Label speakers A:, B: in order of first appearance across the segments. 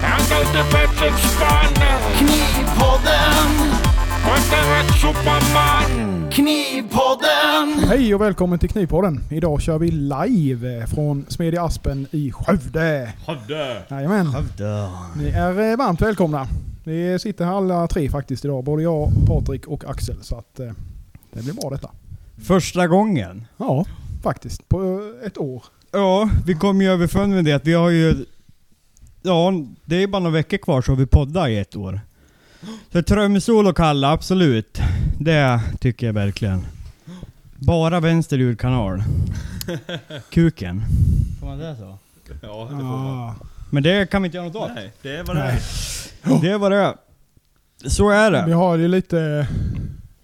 A: tankar till Petterspanne
B: Knivpodden,
A: Och inte rätt superman
B: Knivpodden,
C: Hej och välkommen till Knivpodden. Idag kör vi live från Smedja Aspen i Skövde.
D: Skövde!
C: Jajamän. Ni är eh, varmt välkomna. Vi sitter här alla tre faktiskt idag. Både jag, Patrik och Axel. Så att eh, det blir bra detta.
E: Första gången.
C: Ja, faktiskt. På eh, ett år.
E: Ja, vi kom ju överfund med det att vi har ju... Ja, det är bara några veckor kvar så har vi poddar i ett år. Så trumsol och kalla, absolut. Det tycker jag verkligen. Bara vänster ur kanal. Kuken. Får man det så?
D: Ja, det får man.
C: Ah,
E: Men det kan vi inte göra något åt.
D: Nej, det var det.
E: Det var det. Så är
C: vi
E: det.
C: har ju lite,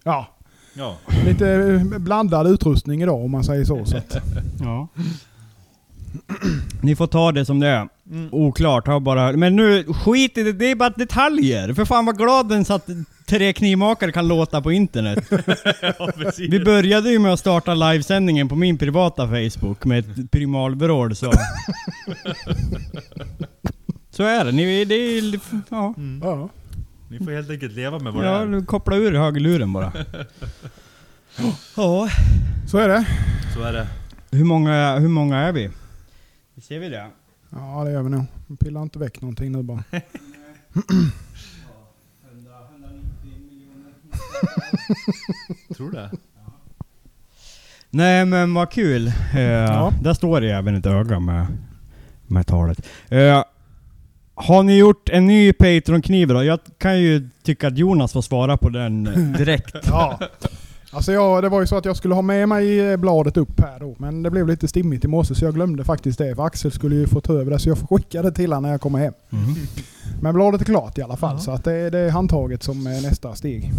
C: ja,
D: Ja.
C: lite eh, blandad utrustning idag om man säger så. så att,
E: Ja. Ni får ta det som det är.
D: Mm.
E: Oklart, har bara... Men nu, skit i det, det är bara detaljer! För fan vad glad den satt tre knivmakare kan låta på internet.
D: ja, precis.
E: Vi började ju med att starta livesändningen på min privata Facebook med ett primalvrål så... Så är det, ni, det är, ja,
C: ja.
D: Ni får helt enkelt leva med Mm. vad det är.
E: ja, koppla ur högerluren bara. Ja,
C: Så är det.
D: Så är det.
E: hur många, hur många är vi? Ser vi det?
C: Ja, det gör vi nog. Pilla inte väck någonting nu bara.
E: 190 miljoner.
D: Tror du det?
E: Nej men vad kul. Eh, Där står det även ett öga med, med talet. Eh, har ni gjort en ny Patreon-kniv då? Jag kan ju tycka att Jonas får svara på den eh, direkt.
C: Ja. Alltså jag, det var ju så att jag skulle ha med mig eh, bladet upp här då, men det blev lite stimmigt i morse så jag glömde faktiskt det. För Axel skulle ju få ta över det så jag får skicka det till honom när jag kommer hem.
E: Mhm.
C: Men bladet är klart i alla fall så att det, det är handtaget som är nästa steg.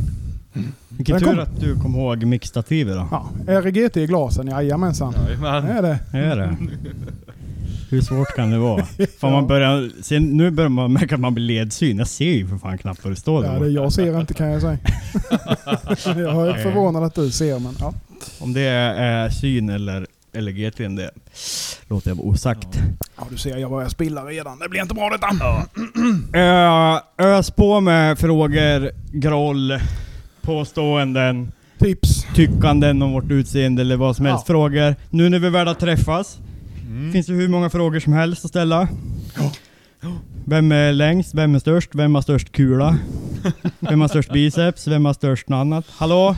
E: Vilken
C: Den
E: tur
C: kommer.
E: att du kom ihåg mixtativet då.
C: Ja, RGT i glasen, jajamensan.
D: Jajamän.
C: Det är det.
E: Är det? Hur svårt kan det vara? Fan, man börjar, se, nu börjar man märka att man blir ledsyn. Jag ser ju för fan knappt vad det står
C: Ja, det
E: där.
C: jag ser inte kan jag säga. jag är förvånad att du ser men ja.
E: Om det är eh, syn eller, eller GT, det låter jag vara osagt.
C: ja du ser jag börjar spilla redan. Det blir inte bra detta.
E: Ö, ös på med frågor, groll, påståenden,
C: Tips.
E: tyckanden om vårt utseende eller vad som helst.
C: Ja.
E: Frågor. Nu när vi väl har träffats finns det hur många frågor som helst att ställa. Vem är längst? Vem är störst? Vem har störst kula? Vem har störst biceps? Vem har störst något annat? Hallå?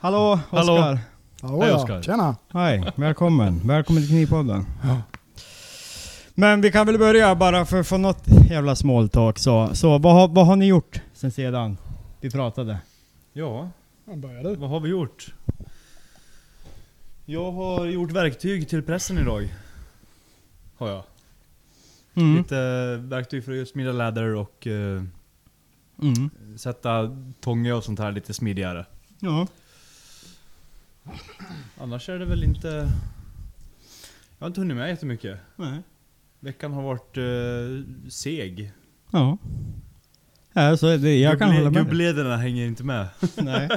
E: Hallå
D: Hallå.
E: Oskar?
C: Hallå
D: Hej,
C: ja.
D: Oskar.
C: Tjena.
E: Hej, välkommen. Välkommen till Knivpodden. Men vi kan väl börja bara för att få något jävla small talk. Så, så vad, har, vad har ni gjort sen sedan vi pratade?
D: Ja,
C: Ja, Börjar du?
D: vad har vi gjort? Jag har gjort verktyg till pressen idag. Har jag.
E: Mm.
D: Lite eh, verktyg för att smida läder och eh,
E: Mm.
D: sätta tånge och sånt här lite smidigare.
E: Ja.
D: Annars är det väl inte... Jag har inte hunnit med jättemycket.
E: Nej.
D: Veckan har varit eh, seg.
E: Ja. Ja, så det, jag kan
D: Gubble-
E: hålla med. dig.
D: Gubblederna hänger inte med.
E: Nej.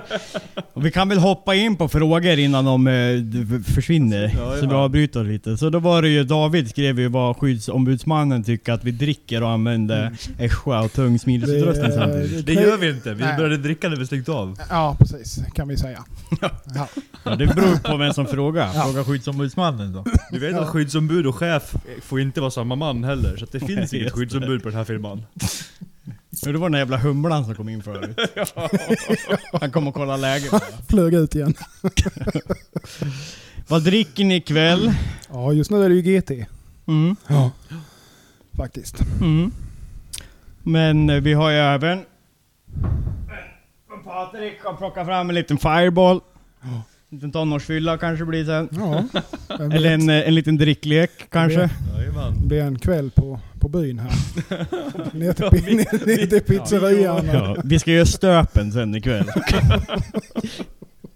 E: Och vi kan väl hoppa in på frågor innan de eh, d- försvinner.
D: Ja,
E: så vi
D: ja.
E: avbryter lite. Så då var det ju, David skrev ju vad skyddsombudsmannen tycker att vi dricker och använder ässja och tung smidesutrustning
C: Det-
E: samtidigt.
D: Det gör
C: kni-
D: vi inte. Vi
C: Nej.
D: började dricka när vi släckte av.
C: Ja precis, kan vi säga. Ja.
E: Ja, det beror på vem som frågar.
C: Ja.
E: Fråga skyddsombudsmannen då.
D: Du vet
C: Ja.
D: att skyddsombud och chef får inte vara samma man heller, så att det finns
E: Nej,
D: inget
E: just det.
D: skyddsombud på den här firman.
E: Ja, det var den där jävla humlan som kom in förut. Han kom och kollade läget. bara.
C: Flög ut igen.
E: Vad dricker ni ikväll?
C: Ja, just nu är det ju GT
E: Mm.
C: Ja. faktiskt.
E: Mm. Men eh, vi har ju även... Patrik har plockat fram en liten fireball. En liten tonårsfylla kanske blir sen.
C: Ja. vem vet?
E: Eller en, eh, en liten dricklek kanske.
D: Jajamän.
C: Det blir en kväll på, på byn här. Ner till, pi- ner- ner till pizzerian.
E: Ja, vi ska göra stöpen sen ikväll.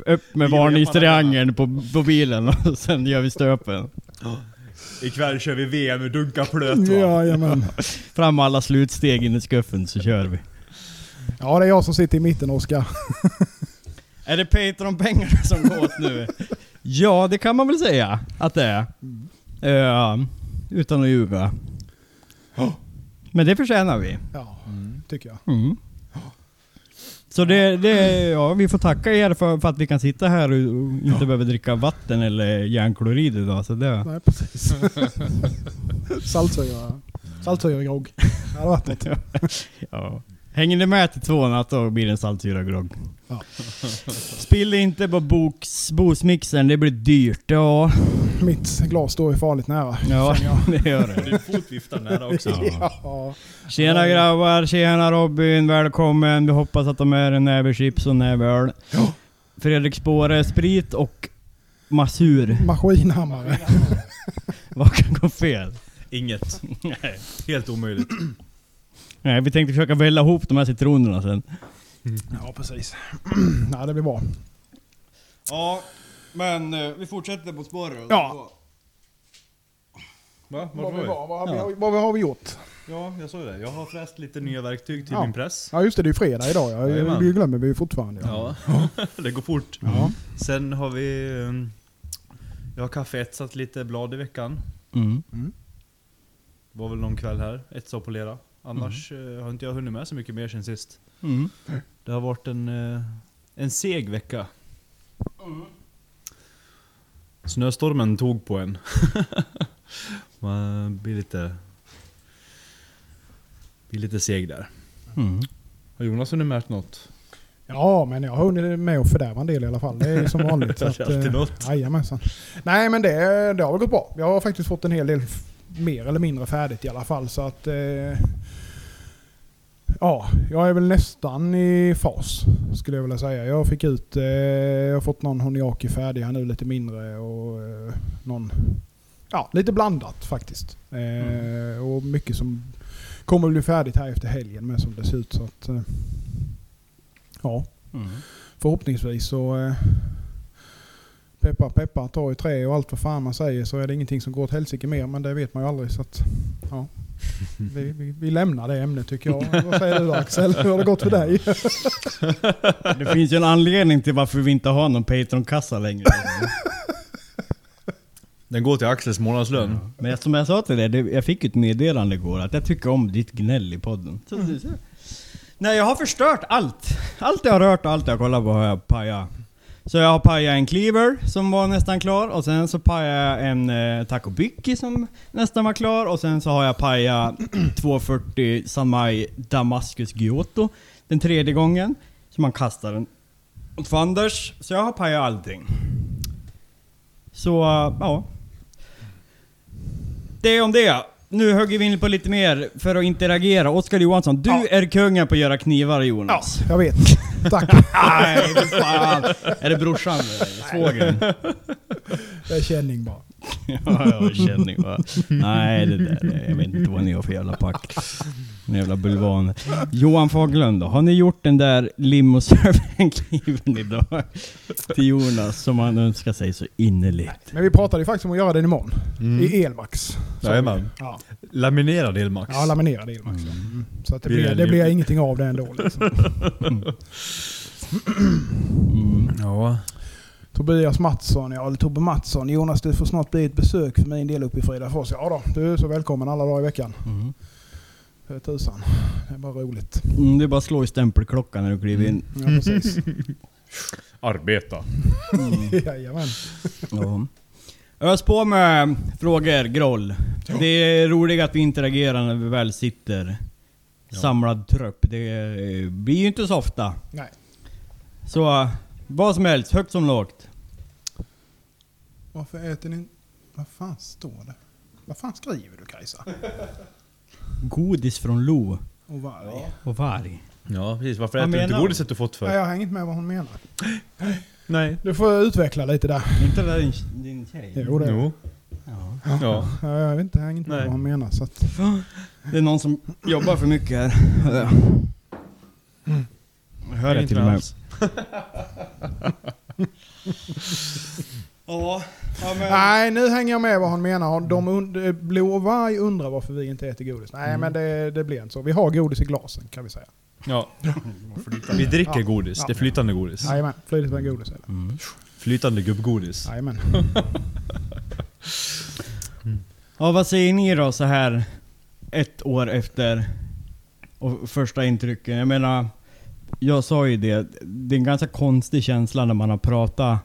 E: Upp med varningstriangeln på, på bilen och sen gör vi stöpen.
D: Ikväll kör vi VM och dunkar plöt va?
C: Ja, jajamän.
E: Fram med alla slutsteg in i skuffen så kör vi.
C: ja, det är jag som sitter i mitten Oskar.
E: Är det Patreon-pengarna som går åt nu? ja, det kan man väl Ehm, säga att det är. Eh, utan att ljuga. Men det förtjänar vi.
C: Ja, tycker jag.
E: Mm. Så det, det, ja, vi får tacka er för, för att vi kan sitta här och och inte behöver dricka vatten eller järnklorid idag. Så det,
C: Nej, precis. Saltsyrra. Saltsyragrogg. Det hade varit något.
E: ja. Hänger ni med till tvåan att då blir det en saltsyragrogg.
C: Ja.
E: Spill inte på boks, bosmixen, det blir dyrt. Ja,
C: Mitt glas står ju farligt nära.
E: ja
C: Känner jag.
E: det gör det.
D: Din fot viftar nära också.
C: Ja.
E: Tjena grabbar, tjena Robin, välkommen. Vi hoppas att de är en näve chips och näveöl. Fredrik Spåre, sprit och massur.
C: Maskinhammare.
E: Vad kan gå fel?
D: Inget. Helt omöjligt.
E: Nej, vi tänkte försöka välla ihop de här citronerna sen.
C: Ja, precis. Nej, det blir bra.
E: Ja, men
D: eh,
E: vi fortsätter på spåret.
C: Ja.
D: Va? Vart
C: Vad,
D: var
C: vi
D: vi?
C: var, vad, har vi, vad har vi gjort?
D: Ja, jag sa ju det. Jag har fräst lite nya verktyg till
C: Ja.
D: min press.
C: Ja, just det. Det är ju fredag idag. Ja.
D: Jajamän.
C: Det glömmer vi ju fortfarande. Ja.
D: Ja, det går fort.
C: Ja.
D: Sen har vi... ehm, Jag har kaffeetsat lite blad i veckan.
E: Mm.
D: Var väl någon kväll här. Etsa och polera. Annars eh, har inte jag hunnit med så mycket mer sen sist.
E: Mm.
D: Det har varit en, eh, en seg vecka. Mm. Snöstormen tog på en. Man blir lite... Blir lite seg där.
E: Mm.
D: Har Jonas hunnit med något?
C: ja, men jag har hunnit med att fördärva en del i alla fall. Det är ju som vanligt.
D: Det är alltid något.
C: Eh, jajamensan. Nej, men det, det har väl gått bra. Jag har faktiskt fått en hel del f- mer eller mindre färdigt i alla fall. Så att... Eh, Ja, jag är väl nästan i fas skulle jag vilja säga. Jag fick ut, eh, jag har fått någon Honiaki färdig här nu lite mindre och eh, någon, ja lite blandat faktiskt. Eh,
D: Mm.
C: Och mycket som kommer att bli färdigt här efter helgen med som det ser ut. Så att, eh, ja,
E: Mm.
C: förhoppningsvis så eh, peppar peppar tar i trä och allt vad fan man säger så är det ingenting som går åt helsike mer men det vet man ju aldrig så att ja. Vi, vi, vi lämnar det ämnet tycker jag. Vad säger du Axel? Hur har det gått för dig?
E: Det finns ju en anledning till varför vi inte har någon Patreon-kassa längre.
D: Den går till Axels månadslön.
E: Men som jag sa till dig, det, jag fick ju ett meddelande igår att jag tycker om ditt gnäll i podden. Så, så, så. Nej, jag har förstört allt. Allt jag har rört och allt jag har kollat på har jag pajat. Så jag har pajat en cleaver som var nästan klar och sen så pajade jag en eh, taco Bicki som nästan var klar och sen så har jag pajat 240 Samai Damaskus Giotto den tredje gången. Så man kastar den åt fanders. Så jag har pajat allting. Så eh, ja, det om det. Nu hugger vi in på lite mer för att interagera. Oskar Johansson, du
C: Ja.
E: är kungen på att göra knivar Jonas.
C: Jag vet. Tack.
E: Nej, för fan. Är det brorsan eller? Svågern?
C: Det är känning bara.
E: ja, jag känner bara. Nej, det där. Jag vet inte vad ni har för jävla pack. Ni jävla bulvaner. Johan Faglund då. Har ni gjort den där limoserven-kniven idag? Till Jonas som han önskar sig så innerligt.
C: Men vi pratade ju faktiskt om att göra den imorgon. I Elmax. Så-
D: Jajamän.
C: Ja,
D: Laminerad elmax.
C: ja laminerad Elmax. ja. Mm. Så att det,
D: Blir
C: blir,
D: det
C: det blir
D: liv?
C: ingenting av det ändå. Liksom.
E: Mm.
D: ja.
C: Tobias Mattsson, ja eller Tobbe Mattsson. Jonas du får snart bli ett besök för min del uppe i Fridafors. Ja då, du är så välkommen alla dagar i veckan.
E: Mm.
C: För tusan. Det är bara roligt.
E: Mm, det är bara att slå i stämpelklockan när du kliver in.
C: Ja precis.
D: Arbeta.
E: Mm.
C: Jajamän.
E: Ja. Ös på med frågor, groll. Det är roligt att vi interagerar när vi väl sitter samlad trupp. Det eh, blir ju inte så ofta.
C: Nej.
E: Så eh, vad som helst, högt som lågt.
C: Varför äter ni Vad fan står det? Vad fan skriver du Kajsa?
E: Godis från Lo
C: Och varg.
E: och varg.
D: Ja precis, varför
E: Vad
D: äter du inte
E: menar du?
D: godiset du fått
C: Nej,
D: för?
C: jag hänger inte med vad hon menar.
D: Nej.
C: Du får utveckla lite där.
E: Inte det där din, din tjej?
C: Jo, det.
D: Jo.
E: Ja.
D: Ja.
C: Ja, jag vet inte, jag hänger inte med
D: Nej.
C: vad hon menar. Så att,
E: Det är någon som jobbar för mycket här. hör jag. Jag Hör jag till och med. Ja, ja, men-
C: nej, nu hänger jag med vad hon menar. Hon- De und- eh, Blå och varg undrar varför vi inte äter godis. Nej,
D: Mm.
C: men det, det blir inte så. Vi har godis i glasen kan vi säga.
D: ja. Vi dricker
C: Ja.
D: godis, det är flytande godis.
C: Jajamän,
E: Mm.
C: flytande med godis är det.
D: Flytande gubbgodis.
C: Jajamän.
E: Ja, vad säger ni då så här ett år efter och första intrycken. Jag menar, jag sa ju det. Det är en ganska konstig känsla när man har pratat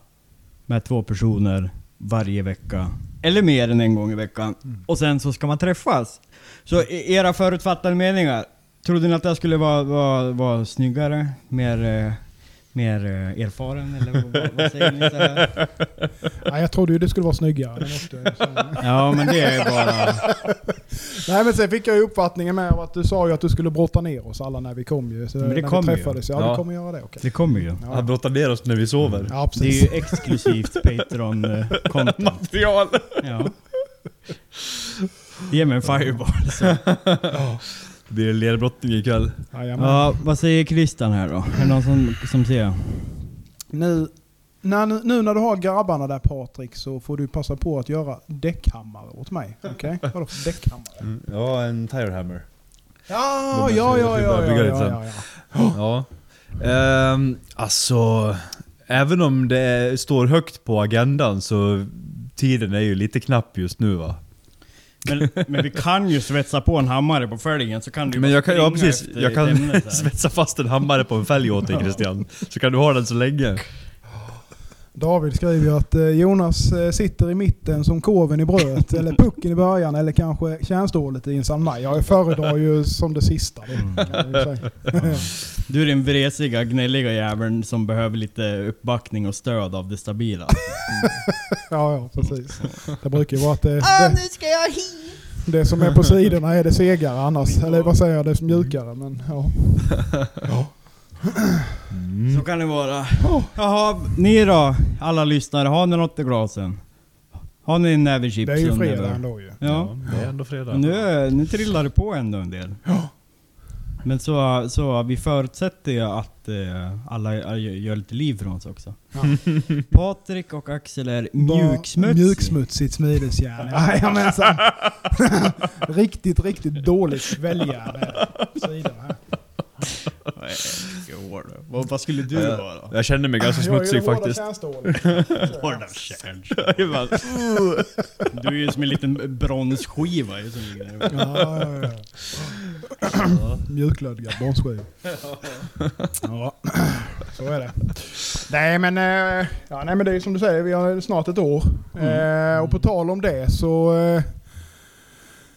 E: med två personer varje vecka. Eller mer än en gång i veckan. Och sen så ska man träffas. Så e- era förutfattade meningar. Trodde ni att jag skulle vara, vara, vara snyggare? Mer, eh, mer eh, erfaren? Eller vad, vad säger ni? Så här?
C: Nej, jag trodde ju det skulle vara snyggare. men inte så.
E: Ja men det är bara...
C: Nej men sen fick jag ju uppfattningen med av att du sa ju att du skulle brotta ner oss alla när vi kom ju. Så
E: Men det
C: när
E: kommer
C: vi
E: ju.
C: träffades. Ja,
D: Ja.
C: vi kommer göra det. Okej.
E: Det kommer ju.
C: Ja.
D: Han brottar ner oss när vi sover.
C: Ja,
E: Det
C: precis.
E: är ju exklusivt Patreon-konto.
D: Material!
E: Ja. Ge mig en fireball.
D: Alltså,
E: Så.
D: Det är lerbrottning ikväll.
C: Jajamän.
E: Ja, vad säger Christian här då? Är det någon som, som ser?
C: Nu, när, nu när du har grabbarna där Patrik så får du passa på att göra däckhammare åt mig. Okej? Vadå för däckhammare?
F: Ja, en tirehammer.
C: Ja,
F: Då
C: ja,
F: måste
C: ja,
F: vi
C: ja,
F: börja bygga
C: ja,
F: lite
C: ja,
F: sen.
C: ja, ja.
D: Ja. Ehm, alltså, även om det är- står högt på agendan så tiden är ju lite knapp just nu va.
E: Men, men vi kan ju svetsa på en hammare på fälgen så kan du ju
D: Men
E: bara
D: jag kan, ja,
E: springa
D: precis,
E: efter
D: jag kan
E: ämnet här.
D: svetsa fast en hammare på en fälg åt dig Christian. Så kan du ha den så länge.
C: David skriver ju att eh, Jonas eh, sitter i mitten som koven i brödet, eller pucken i början, eller kanske kärnstålet i en San Maj. Jag föredrar ju som det sista.
D: Mm.
C: Då, kan jag ju säga.
E: Du är den vresiga, gnälliga jäveln som behöver lite uppbackning och stöd av det stabila.
C: Ja, ja, precis. Det brukar ju vara att det, det, det som är på sidorna är det segare annars. Eller vad säger jag, det är som mjukare. Men, ja.
D: Mm.
E: Så kan det vara.
D: Oh.
E: Jaha, ni då? Alla lyssnare, har ni något i glasen? Har ni en näve chips?
C: Det är ju
E: under?
C: fredag ändå ju.
E: Ja.
D: det är ändå fredag.
E: Nu, är- nu trillar det på ändå en del. Men så, så vi förutsätter ju att eh, alla gör- gör lite liv från oss också. Patrik och Axel är mjuksmutsiga.
C: Mjuksmutsigt smidesjärn. Jajamensan. riktigt, riktigt dåligt sväljärn. är det. Sidorna här.
E: Nej, vilket hår du. Vad, vad skulle du
D: Ja.
E: vara då?
D: Jag känner mig ganska
C: Jag är ju
D: smutsig
C: hårda
D: faktiskt.
C: kärnstålet.
E: Hård av kärn. Du är ju som en liten bronsskiva. ju som ligger där.
C: Ja, ja, ja. Mjuklödgad bronsskiva. Ja, så är det. Nej men, eh, ja, nej men det är ju som du säger, vi har snart ett år. Eh, och på tal om det så eh,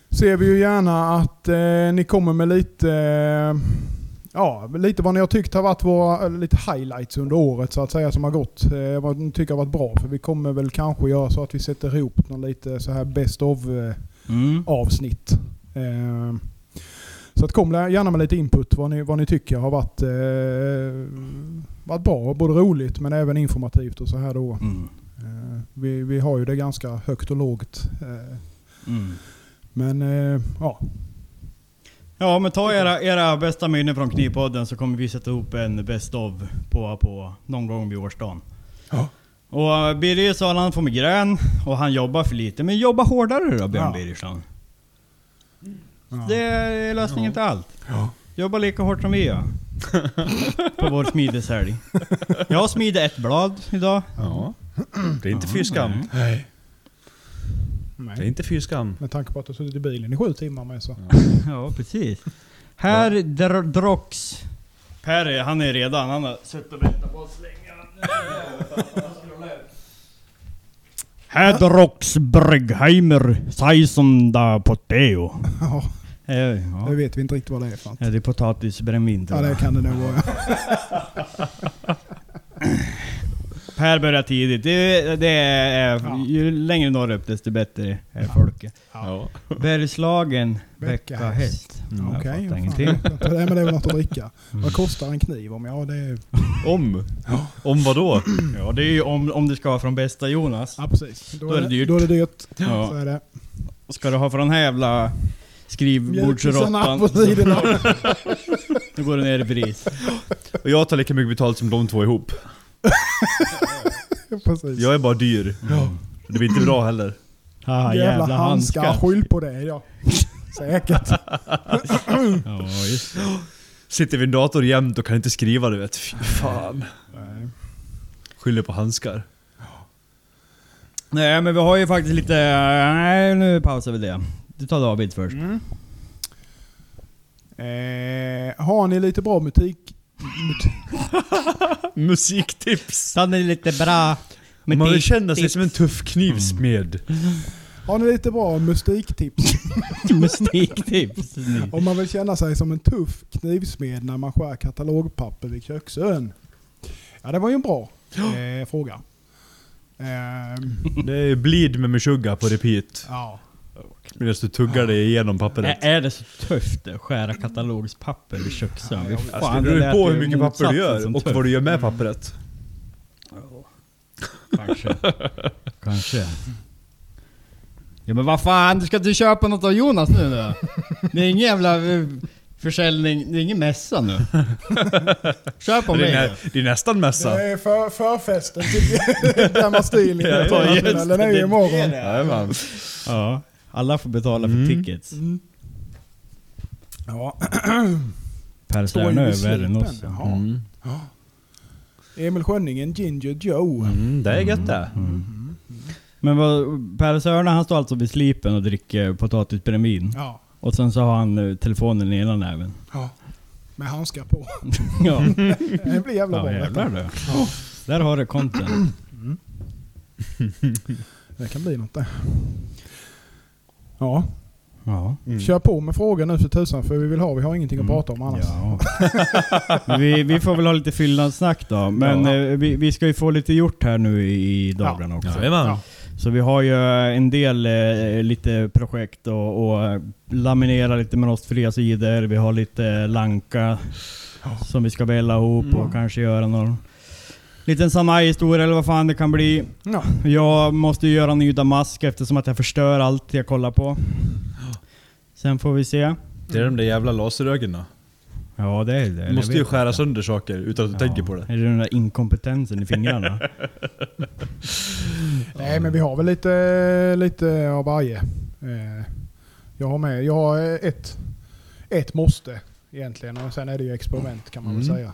C: ser vi ju gärna att eh, ni kommer med lite eh, Ja, lite vad ni har tyckt har varit våra eller lite highlights under året så att säga som har gått. Eh, vad ni tycker har varit bra. För vi kommer väl kanske göra så att vi sätter ihop någon lite så här best of eh,
E: Mm.
C: avsnitt. Eh, Så att kom gärna med lite input vad ni, vad ni tycker har varit, eh, varit bra. Både roligt men även informativt och så här då.
E: Mm.
C: Eh, vi, vi har ju det ganska högt och lågt. Eh,
E: Mm.
C: men eh, ja,
E: Ja men ta era, era bästa minnen från Knivpodden så kommer vi sätta ihop en Best of på, på någon gång vid årsdagen.
C: Ja.
E: Och eh, Birger sa att han får migrän och han jobbar för lite. Men jobba hårdare då Björn
C: Ja.
E: Birgersson.
C: Ja.
E: Det är lösningen till allt.
C: Ja.
E: Jobba lika hårt som vi gör. på vår smideshelg. Jag smider ett blad idag.
D: Ja. Det är inte fy skam. Det är
C: nej.
D: inte fy skam.
C: Med tanke på att du har suttit i bilen i sju timmar med så.
E: Ja precis. Här dr- Drox. Per är- han är redan, han har suttit och väntat på oss länge. Här Drox Bergheimer Saison da Poteo.
C: Ja,
E: Eh, Ja.
C: det vet vi inte riktigt vad det är för något.
E: ja det är potatisbrännvin tror
C: Ja det
E: jag.
C: kan det nog vara.
E: Per börjar tidigt. Det, det är,
C: Ja.
E: Ju längre norrut desto bättre är folket.
D: Ja.
E: Bergslagen
C: Väcka
E: väcka häst. Mm, jag
C: Okej,
E: fattar
C: fan.
E: ingenting. Mm.
C: Nej men det är väl något att dricka. Vad kostar en kniv om? Ja det är...
D: Om? Om vad då?
E: Ja det är ju om, om det ska vara från bästa Jonas.
C: Ja precis. Då,
E: Då är det dyrt.
C: Då är det dyrt.
E: Ja.
C: Så är det.
E: Ska du ha från den här jävla
C: Mjölkisarna
E: skrivbordsråttan
C: på sidorna.
E: då går det ner i pris.
D: Och jag tar lika mycket betalt som de två ihop.
C: Precis.
D: Jag är bara dyr. Det blir inte bra heller.
E: Ah,
C: jävla, handskar. Skyll på det ja. Säkert.
E: Ja, just det.
D: Sitter vid en dator jämt och kan inte skriva du vet. Fy fan. Skyller på handskar. Mm.
E: Nej men vi har ju faktiskt lite... Nej nu pausar vi det. Du tar David först.
C: Eh, har ni lite bra musik...
D: Musiktips!
E: Den är lite bra.
D: Men
E: Men
D: Man
E: det-
D: vill känna sig
E: det-
D: som en tuff knivsmed.
C: Har ni lite bra musiktips?
E: Mystiktips.
C: Om man vill känna sig som en tuff knivsmed när man skär katalogpapper vid köksön? Ja, det var ju en bra eh, fråga. Ehm,
D: Det är Bleed med Meshuggah på repeat.
C: ja.
D: Medan du tuggar dig igenom pappret.
E: Ä- Är det så tufft att skära katalogspapper vid köksön? Fy
D: Alltså,
E: fan,
D: det beror
E: lät
D: ju på
E: ju
D: hur mycket papper du
E: motsatsen
D: gör
E: som
D: och
E: tufft.
D: vad du gör med pappret.
E: Kanske. Kanske. Ja men vad fan, du ska inte köpa något av Jonas nu då? Det är ingen jävla eh, försäljning, det är ingen mässa nu. Köp av
D: Det
E: mig.
D: är, nä, det är nästan mässa.
C: Det är för, förfesten till Gammal Stil.
D: Ja, just det.
C: Den är ju imorgon.
D: Jajamän.
E: Ja, alla får betala för
D: Mm.
E: tickets.
C: Ja,
E: Per
C: står ju
E: Stjärnö
C: vid
E: är värre än
C: slipen.
E: oss.
C: Jaha.
D: Mm.
C: Emil Schönningen, Ginger Joe.
D: Mm, det är gött det.
E: Men vad, Per Stjärnö han står alltså vid slipen och dricker potatisbrännvin.
C: Ja.
E: Och sen så har han eh, telefonen i ena näven.
C: ja. Med handskar på.
E: Ja,
C: Det blir jävla
E: ja
C: bra. detta.
E: jävlar du. Där har du content.
C: Det kan bli något det. Ja,
E: Ja.
D: Mm.
C: kör på med frågan nu för tusan för vi vill ha, vi har ingenting att prata om annars.
E: Ja. vi, vi får väl ha lite fyllnadssnack då. Men
C: Ja.
E: eh, vi, vi ska ju få lite gjort här nu i i dagarna också.
D: Jajamän.
E: Så vi har ju en del eh, lite projekt och, och eh, laminera lite med oss fria sidor. Vi har lite lanka som vi ska välla ihop och kanske göra någon liten samaj-historia eller vad fan det kan bli.
C: Ja.
E: Jag måste ju göra en ny damask eftersom att jag förstör allt jag kollar på. Sen får vi se.
D: Det är de där jävla laserögonen.
E: Ja det är det.
D: Du måste
E: Jag
D: ju
E: vet
D: skära
E: inte.
D: sönder saker utan att du tänker på det.
E: Är det den där inkompetensen i fingrarna?
C: Nej men vi har väl lite, lite av varje. Eh, Jag har med, jag har ett, ett måste egentligen och sen är det ju experiment kan man väl säga.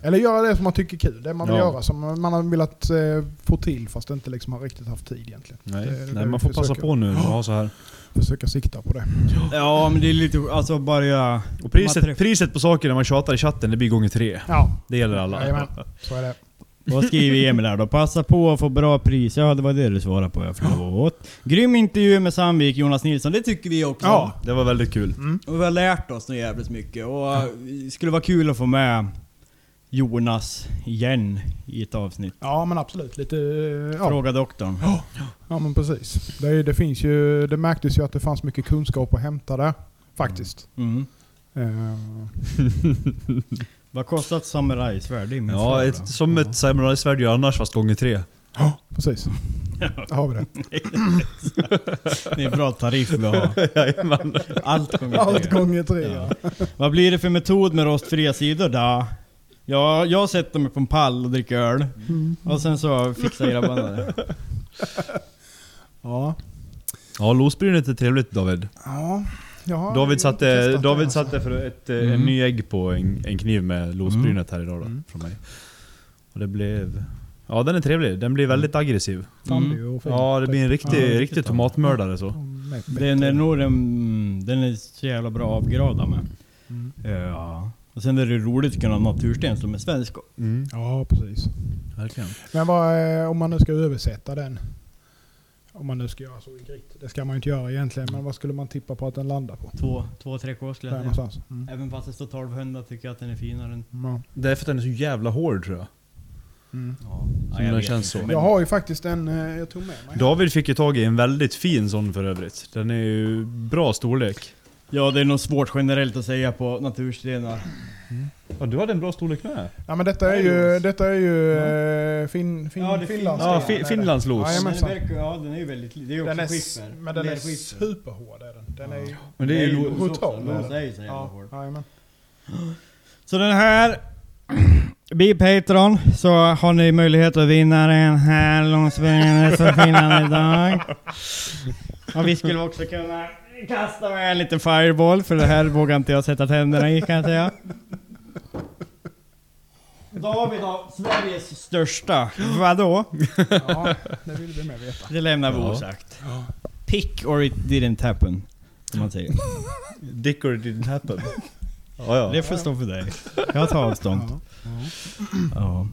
C: Eller göra det som man tycker är kul, det man vill
D: Mm. Ja.
C: göra som man har velat eh, få till fast inte liksom har riktigt haft tid egentligen.
D: Nej,
C: Det är det
D: Nej
C: vi
D: man får passa
C: försöker.
D: på nu när man har så här.
C: Försöka sikta på det.
E: ja men det är lite, alltså bara göra...
D: Och
E: De här
D: priset,
E: tre-
D: priset på saker när man tjatar i chatten, det blir gånger tre.
C: Ja,
D: Det gäller alla.
C: Jajamän.
E: Mm.
C: så är det.
E: Vad skriver Emil här då? Passa på att få bra pris. Ja det var det du svarade på ja, förlåt. Grym intervju med Sandvik, Jonas Nilsson. Det tycker vi också. Mm.
D: Ja, det var väldigt kul.
E: Och vi har lärt oss något jävligt mycket och eh, det skulle vara kul att få med Jonas igen i ett avsnitt.
C: Ja men absolut, lite... eh, Ja.
E: Fråga doktorn.
C: Ja men precis. Det, är- det, finns ju, det märktes ju att det fanns mycket kunskap att hämta där. Faktiskt.
E: Mm.
C: Eh,
D: Mm.
E: Vad kostar ett samurajsvärd? Det är min
D: Ja,
E: fråga.
D: ett, som ett samurajsvärd gör annars fast gånger tre.
C: Ja, Eh, precis. Där har vi det.
E: Det är en bra tariff vi har.
D: Jajamän.
E: Allt gånger
C: Allt
E: tre.
C: gånger tre. Ja.
E: Ja. Vad blir det för metod med rostfria sidor då? Ja, jag sätter mig på en pall och dricker öl.
C: Mm.
E: Och sen så fixar grabbarna det.
C: Ja.
D: Ja, losbrynet är trevligt David.
C: ja. ja
D: David satte,
C: testat
D: David
C: det,
D: satte för ett, eh,
E: Mm.
D: en ny ägg på en, en kniv med losbrynet här idag då, från mig. Och det blev... Ja den är trevlig, den blir väldigt aggressiv.
C: Tandig och fin.
D: Mm. Ja det blir en
E: Mm. Ja,
D: riktig,
E: riktigt
D: riktig
E: bra.
D: tomatmördare så.
C: Med- med-
E: Den är nog den, den är så jävla bra avgrada med.
C: Mm.
E: Eh, Ja. Och sen är det roligt att kunna ha natursten som är svensk.
C: Ja, precis.
D: Verkligen.
C: Men vad, eh, om man nu ska översätta den. Om man nu ska göra så i grit. Det ska man ju inte göra egentligen. Men vad skulle man tippa på att den landar på?
E: Två, två tre k skulle
C: Där
E: jag säga.
C: någonstans. Mm.
E: Även fast det står 1200 tycker jag att den är finare än...
C: Ja.
D: Det är för att den är så jävla hård tror jag.
C: Mm.
E: Ja,
D: Som den känns så.
C: Jag har ju faktiskt en eh, jag tog med mig.
D: David fick ju tag i en väldigt fin sån för övrigt. Den är ju bra storlek.
E: Ja det är nog svårt generellt att säga på naturstenar.
D: Ja du hade en bra storlek med.
C: Ja men detta är ju, detta är ju eh, fin, fin,
E: Ja, det är
C: Finlands.
D: Ja,
C: det är
D: fi,
C: det.
D: Finlandslos.
C: Ja, men
E: Den
C: så.
E: verkar, ja den är ju väldigt liten. Det är
C: Den
E: också
C: är, s-
E: skiffer.
C: men den är
E: skiffer.
C: superhård. Är den. Den är ju,
D: Men det är ju... lo-
C: brutal, är
E: Los
C: den.
E: är ju så jävla
C: ja,
E: hård.
C: jajamän.
E: Så den här blir Patreon så har ni möjlighet att vinna den här långspelningen som Finland idag. Och vi skulle också kunna kasta med en liten fireball för det här vågar inte jag sätta tänderna i kan jag säga. David har Sveriges största, vadå?
C: ja, det vill vi mer veta.
E: Det lämnar vi
D: Ja.
E: osagt. Pick or it didn't happen. Om man säger.
D: Dicker didn't happen. Ja, ja.
E: Det får stå för dig. Jag tar avstånd.
C: Ja.
E: Ja.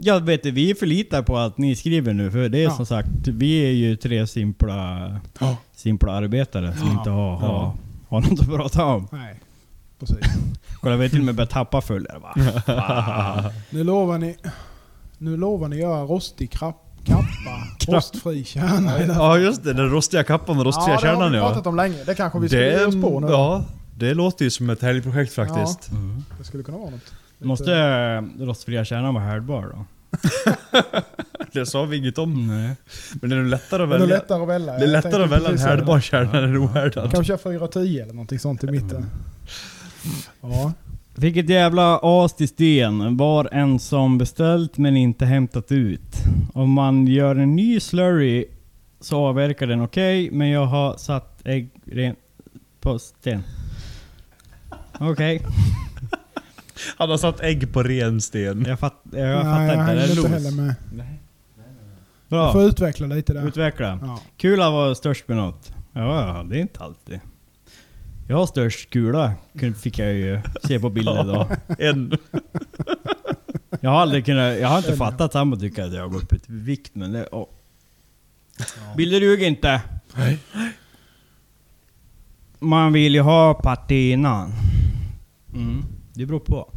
E: Jag vet inte, vi förlitar på att ni skriver nu för det är
C: Ja.
E: som sagt, vi är ju tre simpla,
C: Ja.
E: simpla arbetare som
C: Ja.
E: inte har, har, har något att prata om.
C: Nej, precis.
E: Kolla vi har till och med börjat tappa följare va?
C: Nu lovar ni... Nu lovar ni göra rostig krapp, kappa, rostfri kärna. i det här.
D: ja just det, den rostiga kappan med rostiga
C: det har
D: kärnan
C: vi
D: ja.
C: pratat om länge. Det kanske vi skulle ge
D: Det,
C: oss på nu.
D: ja, det låter ju som ett helgprojekt faktiskt.
C: Det skulle kunna vara något. Lite-
E: Mm. Måste eh, rostfria kärnan vara härdbar då?
D: Det sa vi inget om.
E: Nej.
D: Men det är nog lättare att
C: Det är nog
D: välja.
C: lättare att välja.
D: Det är
C: Jag
D: lättare
C: tänkte
D: att välja en
C: precis säga det.
D: härdbar kärna än en ohärdad.
C: Kanske 4-10 eller någonting sånt i
E: Mm.
C: mitten. Ja.
E: Vilket jävla as till sten. Var en som beställt men inte hämtat ut. Om man gör en ny slurry så avverkar den okej, men jag har satt ägg ren på sten. Okej,
D: Han har satt ägg på ren sten.
E: jag, fatt, jag
C: Nej, jag
E: fattar
C: hängde
E: inte.
C: inte
E: Det är
C: heller
E: los.
C: med. Du får
E: Bra,
C: utveckla lite där.
E: utveckla.
C: Ja.
E: Kula var störst med något. Ja, ja, det är inte alltid. Jag har störst kula, kunde- fick jag ju se på bilder då.
D: En.
E: Jag har aldrig kunnat, jag har inte fattat att han bara tycker att jag har gått upp i vikt men det... Oh. Bilder duger inte. Man vill ju ha patinan. Mm. Det beror på.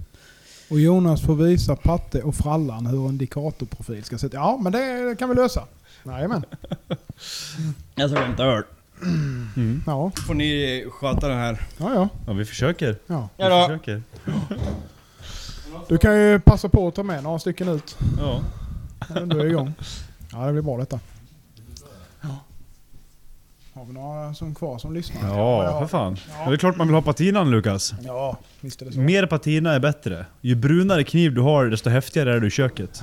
C: Och Jonas får visa Patte och Frallan hur en dikatorprofil ska se ut. Ja, men det kan vi lösa. Jajamän.
E: Jag ska hämta öl.
C: Ja,
E: Får ni sköta den här.
C: ja, ja.
D: Ja, vi försöker.
C: ja.
D: Vi
E: Ja då.
D: försöker.
C: Du kan ju passa på att ta med några stycken ut.
D: Ja.
C: när Du är igång. Ja, det blir bra detta. Ja. Har vi några som kvar som lyssnar?
D: ja, för fan.
C: Ja.
D: Det är klart man vill ha patinan Lukas.
C: Ja, visst är det så.
D: Mer patina är bättre. Ju brunare kniv du har, desto häftigare är du i köket.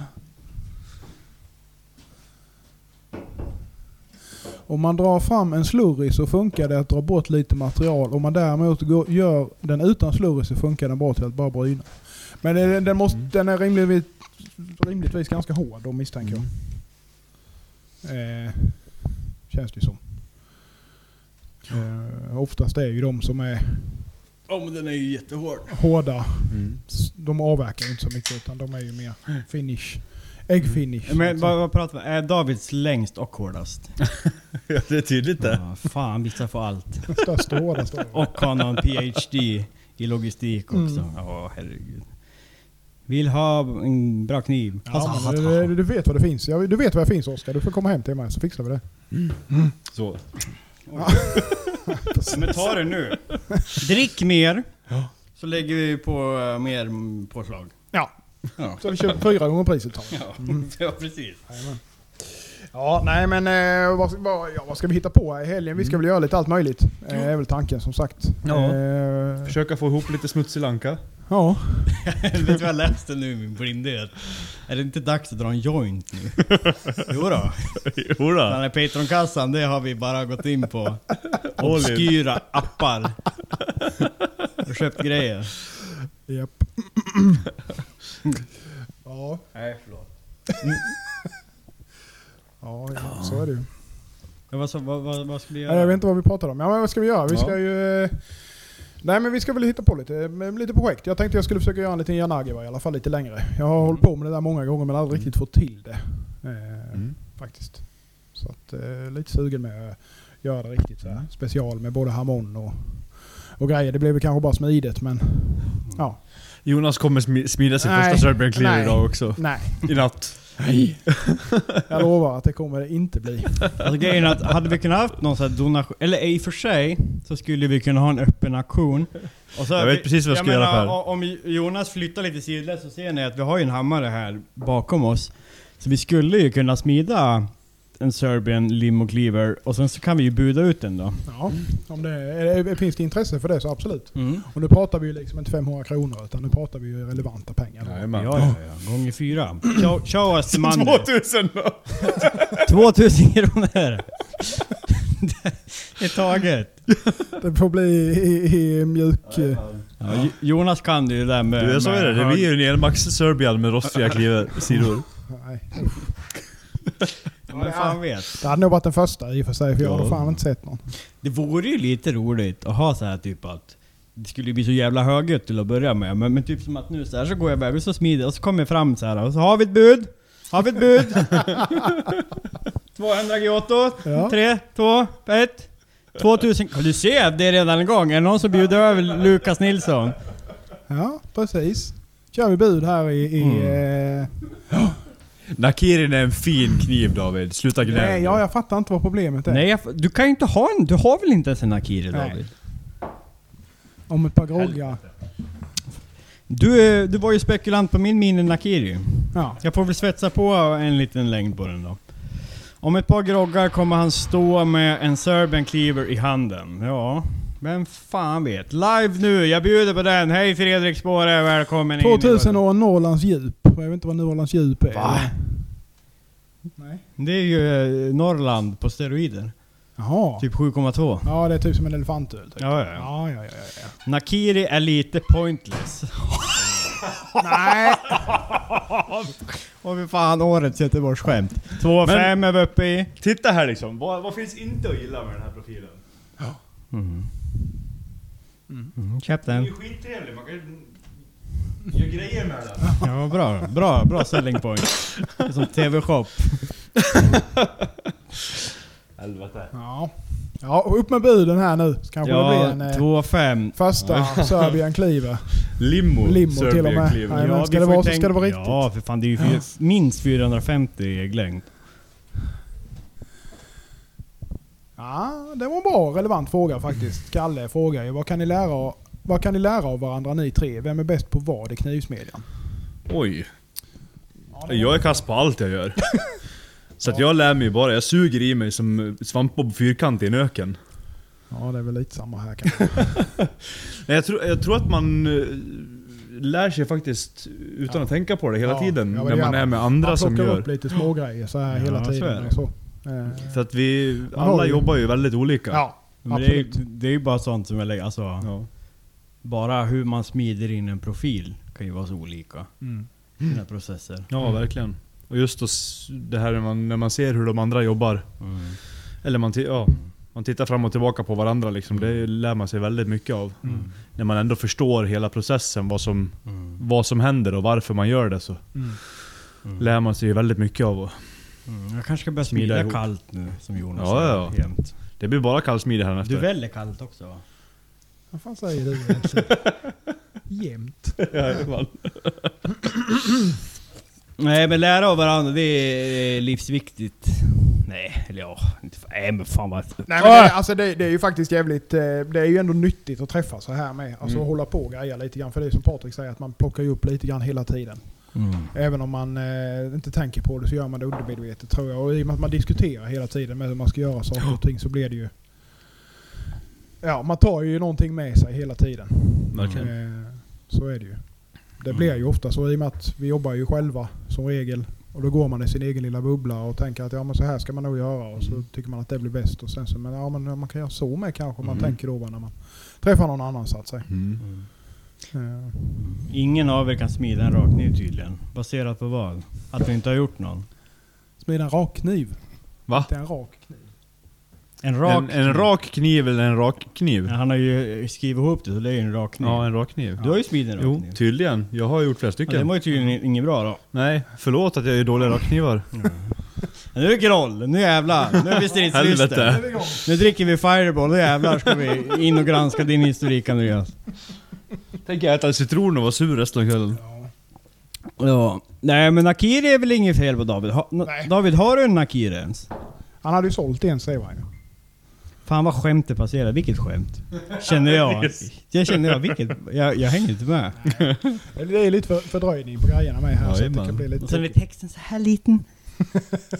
C: Om man drar fram en slurry så funkar det att dra bort lite material. Om man däremot går, gör den utan slurry så funkar den bra till att bara bryna. Men den, den,
E: Mm.
C: måste, den är rimligtvis, rimligtvis ganska hård då misstänker
E: Mm.
C: jag. Eh, känns det ju som. Eh, oftast är ju de som är
E: Ja men den är ju jättehård.
C: hårda,
D: Mm.
C: s- de avverkar ju inte så mycket utan de är ju mer finish. Äggfinish.
E: Men vad, vad pratar vi Är Davids längst och hårdast?
D: Ja, det är tydligt det.
E: Ja, fan vissa får allt.
C: Störst och hårdast. då.
E: Och har någon PhD i logistik också. Ja herregud. Vill ha en bra kniv.
C: Ja, men du, du- du vet vad det finns. Jag- Du vet vad det finns Oskar. Du får komma hem till mig så fixar vi det.
D: Så.
E: Men ta det nu. Drick mer. Så lägger vi på eh, mer mm, påslag. Mm.
C: Ja.
E: Ja.
C: Så vi kör fyra gånger priset tar vi.
E: Ja, ja precis.
C: Jajamän. Ja, nej men eh, vad, vad, ja, vad ska vi hitta på här i helgen? Vi ska väl göra lite allt möjligt. Eh, är väl tanken som sagt.
D: Ja.
C: Eh,
D: Försöka få ihop lite smutsig lanka.
C: ja.
E: Vet du vad jag läste nu i min blindhet? Är det inte dags att dra en joint nu? Jo då. Den
D: Jodå.
E: här Patreon-kassan, det har vi bara gått in på.
D: All in.
E: Obskyra appar. Och köpt grejer.
C: Japp. ja.
E: Nej, förlåt.
C: Ja, ja, så är det ju.
E: Vad, sa- vad, vad, vad skulle jag
C: Nej, jag
D: Äh,
E: göra?
C: vet inte vad vi pratar om. Ja, men vad ska vi göra? Vi
E: Ja.
C: ska ju... eh, Nej men vi ska väl hitta på lite, eh, lite projekt. Jag tänkte jag skulle försöka göra en liten Janagiva i alla fall lite längre. Jag har hållit på med det där många gånger men aldrig riktigt fått till det. Eh,
D: Mm.
C: Faktiskt. Så att, eh, lite sugen med att göra det riktigt så här. Special med både harmon och, och grejer. Det blev väl kanske bara smidigt men ja.
D: Jonas kommer smi- smida sin
C: Nej.
D: första Serbian Clear
C: Nej.
D: idag också.
C: Nej,
D: I natt.
C: jag lovar att det kommer det inte bli.
E: Alltså grejen är att hade vi kunnat haft någon sån här donation, eller i och för sig, så skulle vi kunna ha en öppen auktion. Och så
D: Jag vet precis vad jag ska göra
E: menar,
D: Per.
E: o- Om Jonas flyttar lite sidled så ser ni att vi har ju en hammare här bakom oss. Så vi skulle ju kunna smida en Serbian limo cleaver och sen så kan vi ju buda ut den då.
C: Ja, om det, är, är- finns det intresse för det så absolut.
E: Mm.
C: Och nu pratar vi ju liksom inte 500 kronor utan nu pratar vi ju relevanta pengar.
E: Ja,
D: Jajamän. Oh.
E: ja, ja. Gånger fyra. Show, show us the money.
D: 2000 då!
E: 2000 kronor! Det är taget.
C: Det får bli i, i, i mjuk... eh,
E: Ja, Jo- Jonas kan det ju där med...
D: Du, jag sa ju
E: med
D: det. Det blir ju en elmax Serbian med rostfria kliver, sidor.
C: Nej.
E: Vem fan vet?
C: Det hade nog varit den första i och för sig, för jag hade
D: Ja.
C: fan inte sett någon.
E: Det vore ju lite roligt att ha så här typ att det skulle ju bli så jävla högljutt till att börja med. Men, men typ som att nu så här så går jag iväg och så smidigt och så kommer jag fram så här och så har vi ett bud. Har vi ett bud? 200 Giotto.
C: Ja.
E: tre, två, ett, 2000. Kan Du ser, det är redan igång. Är det någon som bjuder över Lukas Nilsson?
C: Ja, precis. Kör vi bud här i... i eh,
D: Nakirin är en fin kniv David, sluta gnäll.
C: nej, ja, jag fattar inte vad problemet är.
E: Nej, jag, du kan ju inte ha en. Du har väl inte ens en Akiri
C: Nej.
E: David?
C: Om ett par groggar.
E: Du, är- du var ju spekulant på min mini Nakiri.
C: Ja.
E: Jag får väl svetsa på en liten längd på den då. Om ett par groggar kommer han stå med en Serbian Cleaver i handen. Ja, vem fan vet. Live nu, jag bjuder på den. Hej Fredrik Spåre, välkommen in. i
C: 2000
E: podden.
C: år Norrlands djup. Jag vet inte vad Norrlands djup är.
E: Va?
C: Nej.
E: Det är ju eh, Norrland på steroider.
C: Jaha.
E: Typ 7,2.
C: Ja, det är typ som en elefantöl. Typ.
E: Ja, ja, ja.
C: Ja, ja, ja, ja,
E: Nakiri är lite pointless.
C: ja. Nej!
E: Åh fy fan, årets Göteborgsskämt. 2,5 är vi uppe i.
D: Titta här liksom, vad, vad finns inte att gilla med den här profilen?
E: Mm, Captain.
D: skittrevlig, man kan göra grejer med den.
E: Ja, bra. Bra, bra selling point. Det är Som TV-shop.
D: Helvete.
C: Ja. ja, upp med buden här nu. Så kanske det blir
E: Ja,
C: en eh,
E: 2,5.
C: första Serbian Cleaver.
D: Limo,
C: Limo till och
D: Serbian
C: med.
D: Cleaver.
C: Nej, men ska
E: vi
C: det
E: får
C: vara
E: ju
C: så ska
E: tänka-
C: det vara riktigt.
E: Ja, för fan det är ju fyra, minst 450 i ägglängd.
C: Ja, det var en bra relevant fråga faktiskt. Kalle frågar ju vad kan ni lära av, vad kan ni lära av varandra ni tre? Vem är bäst på vad i knivsmedjan?
D: Oj. Jag är kass på allt jag gör. Så att jag lär mig bara, jag suger i mig som svampbob fyrkant i en öken.
C: Ja, det är väl lite samma här kanske.
D: Nej, jag, tror, jag tror att man eh, lär sig faktiskt utan att tänka på det hela
C: Ja,
D: tiden.
C: ja, men
D: när
C: det
D: man
C: gör
D: är
C: man.
D: med andra
C: Man
D: som
C: plockar
D: gör.
C: upp lite smågrejer så här
E: Ja,
C: hela
E: så är
C: tiden.
E: det.
C: och Så Eh,
D: För att vi,
C: Man har
D: alla
C: ju-
D: jobbar ju väldigt olika.
C: Ja,
E: Men det, är, ju-
C: absolut.
E: det är ju bara sånt som jag lägger, alltså.
D: Ja.
E: Bara hur man smider in en profil kan ju vara så olika.
C: Mm.
E: Sina processer.
D: Ja, verkligen. Och just då, s- det här när man, när man ser hur de andra jobbar.
E: Mm.
D: Eller man, ti- ja, man tittar fram och tillbaka på varandra liksom. Det lär man sig väldigt mycket av. När man ändå förstår hela processen, vad som,
E: Mm.
D: vad som händer och varför man gör det. Så
C: Mm.
D: lär man sig ju väldigt mycket av. Och
E: Mm. Jag kanske ska börja
D: Smida
E: smida
D: ihop.
E: kallt nu, som Jonas
D: Ja,
E: säger
D: ja.
E: jämt.
D: det blir bara kallsmidig här
E: Du
D: efter.
E: väljer kallt också va?
C: Vad fan säger du egentligen? Jämt.
E: Nej men lära av varandra, det är livsviktigt. Nej, eller ja, inte, nej men fan vad...
C: Nej, men det, alltså det, det är ju faktiskt jävligt... eh, Det är ju ändå nyttigt att träffas så här med.
D: Mm.
C: Alltså hålla på och greja lite grann. För det är som Patrik säger, att man plockar ju upp lite grann hela tiden.
E: Mm.
C: Även om man eh, inte tänker på det så gör man det undermedvetet tror jag. Och i och med att man diskuterar hela tiden med hur man ska göra saker och ting så blir det ju... Ja, man tar ju någonting med sig hela tiden.
D: Verkligen.
C: Eh, så är det ju. Det blir ju ofta så i och med att vi jobbar ju själva som regel. Och då går man i sin egen lilla bubbla och tänker att ja, men så här ska man nog göra. Och så tycker man att det blir bäst. Och sen så, men, ja, men man kan göra så med kanske. om Man
E: Mm.
C: tänker då bara när man träffar någon annan så att säga.
D: Mm.
C: Eh,
E: Ingen av er kan smida en rakkniv tydligen. Baserat på vad? Att du inte har gjort någon?
C: smida en rak kniv.
D: Va?
C: Inte en rak kniv.
E: En
D: En, en
E: kniv.
D: rak kniv eller en rak kniv?
E: Ja, Han har ju eh, skrivit ihop det så det är ju en rak kniv.
D: Ja, en rak kniv.
E: Du har ju smidit en rak
D: Jo,
E: kniv.
D: tydligen. Jag har gjort flera
E: Ja, det
D: stycken.
E: var ju tydligen inget bra då.
D: Nej, förlåt att jag är dålig rakknivar.
E: Men Nu är det groll, nu jävlar. Nu är vi stridslysten.
D: Helvete.
E: Nu dricker vi Fireball, nu jävlar ska vi in och granska din historik Andreas.
D: Tänk jag äta citron och vara sur resten av kvällen.
E: Ja. Nej men Nakiri är väl inget fel på David? Ha, na-
C: Nej.
E: David, har du en Nakiri ens?
C: Han hade ju sålt en säger han ju.
E: Fan vad skämt det passerade, vilket skämt? Känner jag. Jag känner jag, vilket? Jag, jag hänger inte med.
C: Eller Det är lite för, fördröjning på grejerna med här så att det
D: Jajamän.
C: kan bli lite...
E: Och sen är texten så här liten.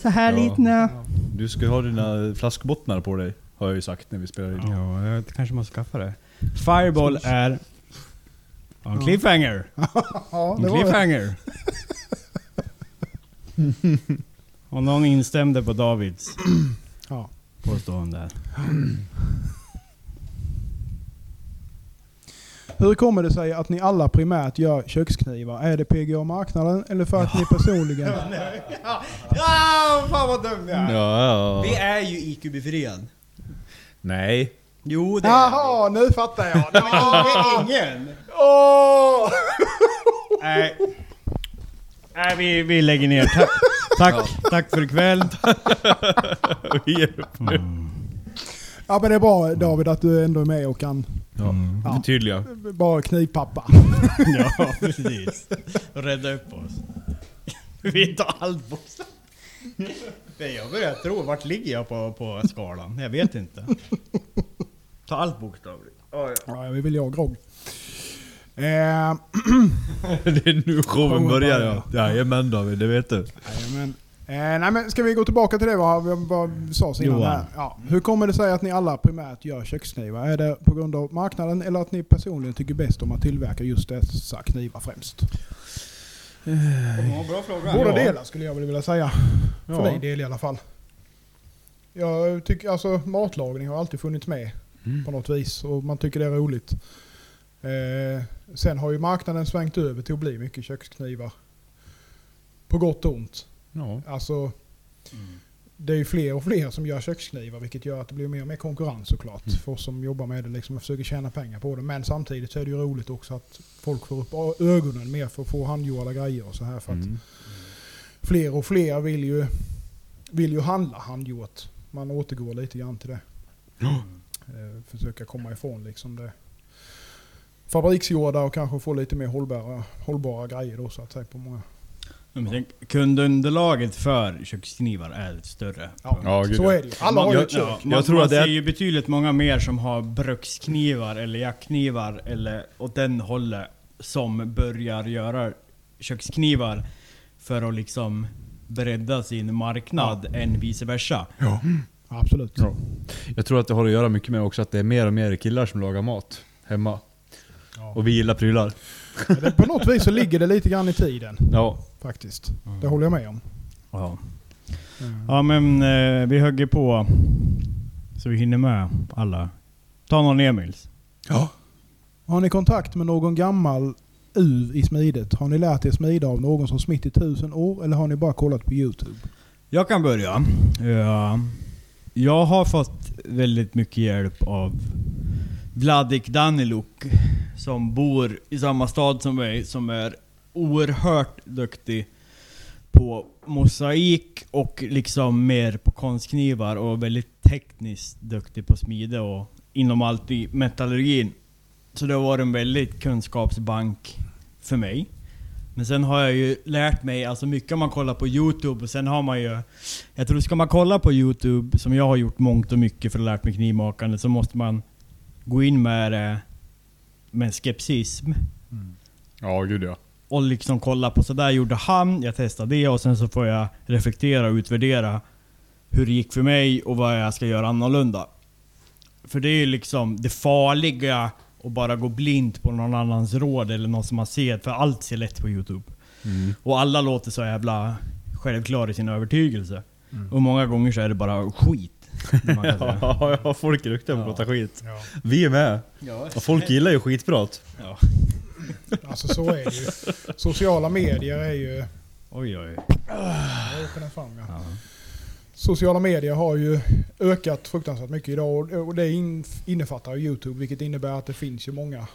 E: Så här
D: Ja.
E: liten ja.
D: Du ska ju ha dina flaskbottnar på dig, har jag ju sagt när vi spelar in.
E: Ja, jag kanske måste skaffa det. Fireball är... Ja, en cliffhanger.
C: Ja,
E: En
C: det var det.
E: cliffhanger. Och någon instämde på Davids
C: Ja.
E: påstående.
C: Hur kommer det sig att ni alla primärt gör köksknivar? Är det PGA-marknaden eller för att ni personligen...
E: Ja, fan vad dum jag är!
D: Ja,
E: Vi
D: ja.
E: är ju IQ-befriad.
D: Nej.
E: Jo det
C: Jaha, nu fattar jag! Det var-
E: är vi. ingen!
C: Åh!
E: Nej. Nej vi, vi lägger ner. Tack, tack, tack för ikväll.
C: Ja men det är bra David att du ändå är med och kan
D: Ja. Förtydliga.
C: bara knivpappa.
E: Ja, precis. Rädda upp oss. Vi tar allt bokstavligt. Nej, Jag börjar tro, vart ligger jag på, på skalan? Jag vet inte. Ta allt bokstavligt.
C: Ja, vi vill jag och grogg. Eh,
D: Det är nu showen börjar ja. Jajamän David, det vet du.
C: Jajamän. Eh, nej men ska vi gå tillbaka till det vad, vad, vad vi sa innan
E: Johan.
C: här? Ja. Hur kommer det sig att ni alla primärt gör köksknivar? Är det på grund av marknaden eller att ni personligen tycker bäst om att tillverka just dessa knivar främst?
E: Bra fråga.
C: Båda delar skulle jag väl vilja säga. För min del i alla fall. Jag tycker alltså matlagning har alltid funnits med på något vis och man tycker det är roligt. Eh, sen har ju marknaden svängt över till att bli mycket köksknivar. På gott och ont.
D: Ja.
C: Alltså,
D: Mm.
C: Det är ju fler och fler som gör köksknivar vilket gör att det blir mer och mer konkurrens såklart.
D: Mm.
C: För oss som jobbar med det liksom, och försöker tjäna pengar på det. Men samtidigt så är det ju roligt också att folk får upp ö- ögonen mer för att få handgjorda grejer och så här. För att
D: Mm.
C: fler och fler vill ju, vill ju handla handgjort. Man återgår lite grann till det. Eh, Försöka komma ifrån liksom det fabriksgjorda och kanske få lite mer hållbara, hållbara grejer då så att säga på många.
E: Kundunderlaget för köksknivar är större.
C: Ja,
D: Ja, gud,
C: så
D: ja.
C: är det ju. Alla har ju ett kök.
E: Ja, man,
D: Jag tror
E: man
D: att det är-
E: ser ju betydligt många mer som har bruksknivar eller jackknivar eller åt den hållet som börjar göra köksknivar för att liksom bredda sin marknad än vice versa.
C: Absolut.
D: Ja. Jag tror att det har att göra mycket med också att det är mer och mer killar som lagar mat hemma.
C: Ja.
D: Och vi gillar prylar.
C: Det- På något vis så ligger det lite grann i tiden
D: Ja.
C: faktiskt. Det håller jag med om.
E: Ja,
C: Mm.
E: ja men eh, vi högger på så vi hinner med alla. Ta någon Emils.
C: Har ni kontakt med någon gammal uv i smidet? Har ni lärt er smida av någon som smitt i tusen år eller har ni bara kollat på Youtube?
E: Jag kan börja. Ja. Jag har fått väldigt mycket hjälp av Vladik Daniluk som bor i samma stad som mig, som är oerhört duktig på mosaik och liksom mer på konstknivar och väldigt tekniskt duktig på smide och inom allt i metallurgin. Så det har varit en väldigt kunskapsbank för mig. Men sen har jag ju lärt mig, alltså mycket man kollar på Youtube och sen har man ju... Jag tror ska man kolla på Youtube, som jag har gjort mångt och mycket för att lärt mig knivmakande, så måste man gå in med det med en skepsism.
D: Ja, gud ja.
E: Och liksom kolla på sådär gjorde han, jag testade det och sen så får jag reflektera och utvärdera hur det gick för mig och vad jag ska göra annorlunda. För det är ju liksom det farliga att bara gå blint på någon annans råd eller någon som man ser, för allt ser lätt på Youtube. Och alla låter så jävla självklara i sin övertygelse. Och många gånger så är det bara skit. det man kan säga.
D: Ja, ja, folk är duktiga på att prata skit.
C: Ja.
D: Vi är med. Och folk gillar ju skitprat.
E: Ja.
C: Alltså så är det ju. Sociala medier är ju...
E: Oj oj.
C: Jag åker den fram, ja. Sociala medier har ju ökat fruktansvärt mycket idag och- och det in- innefattar ju Youtube vilket innebär att det finns ju många,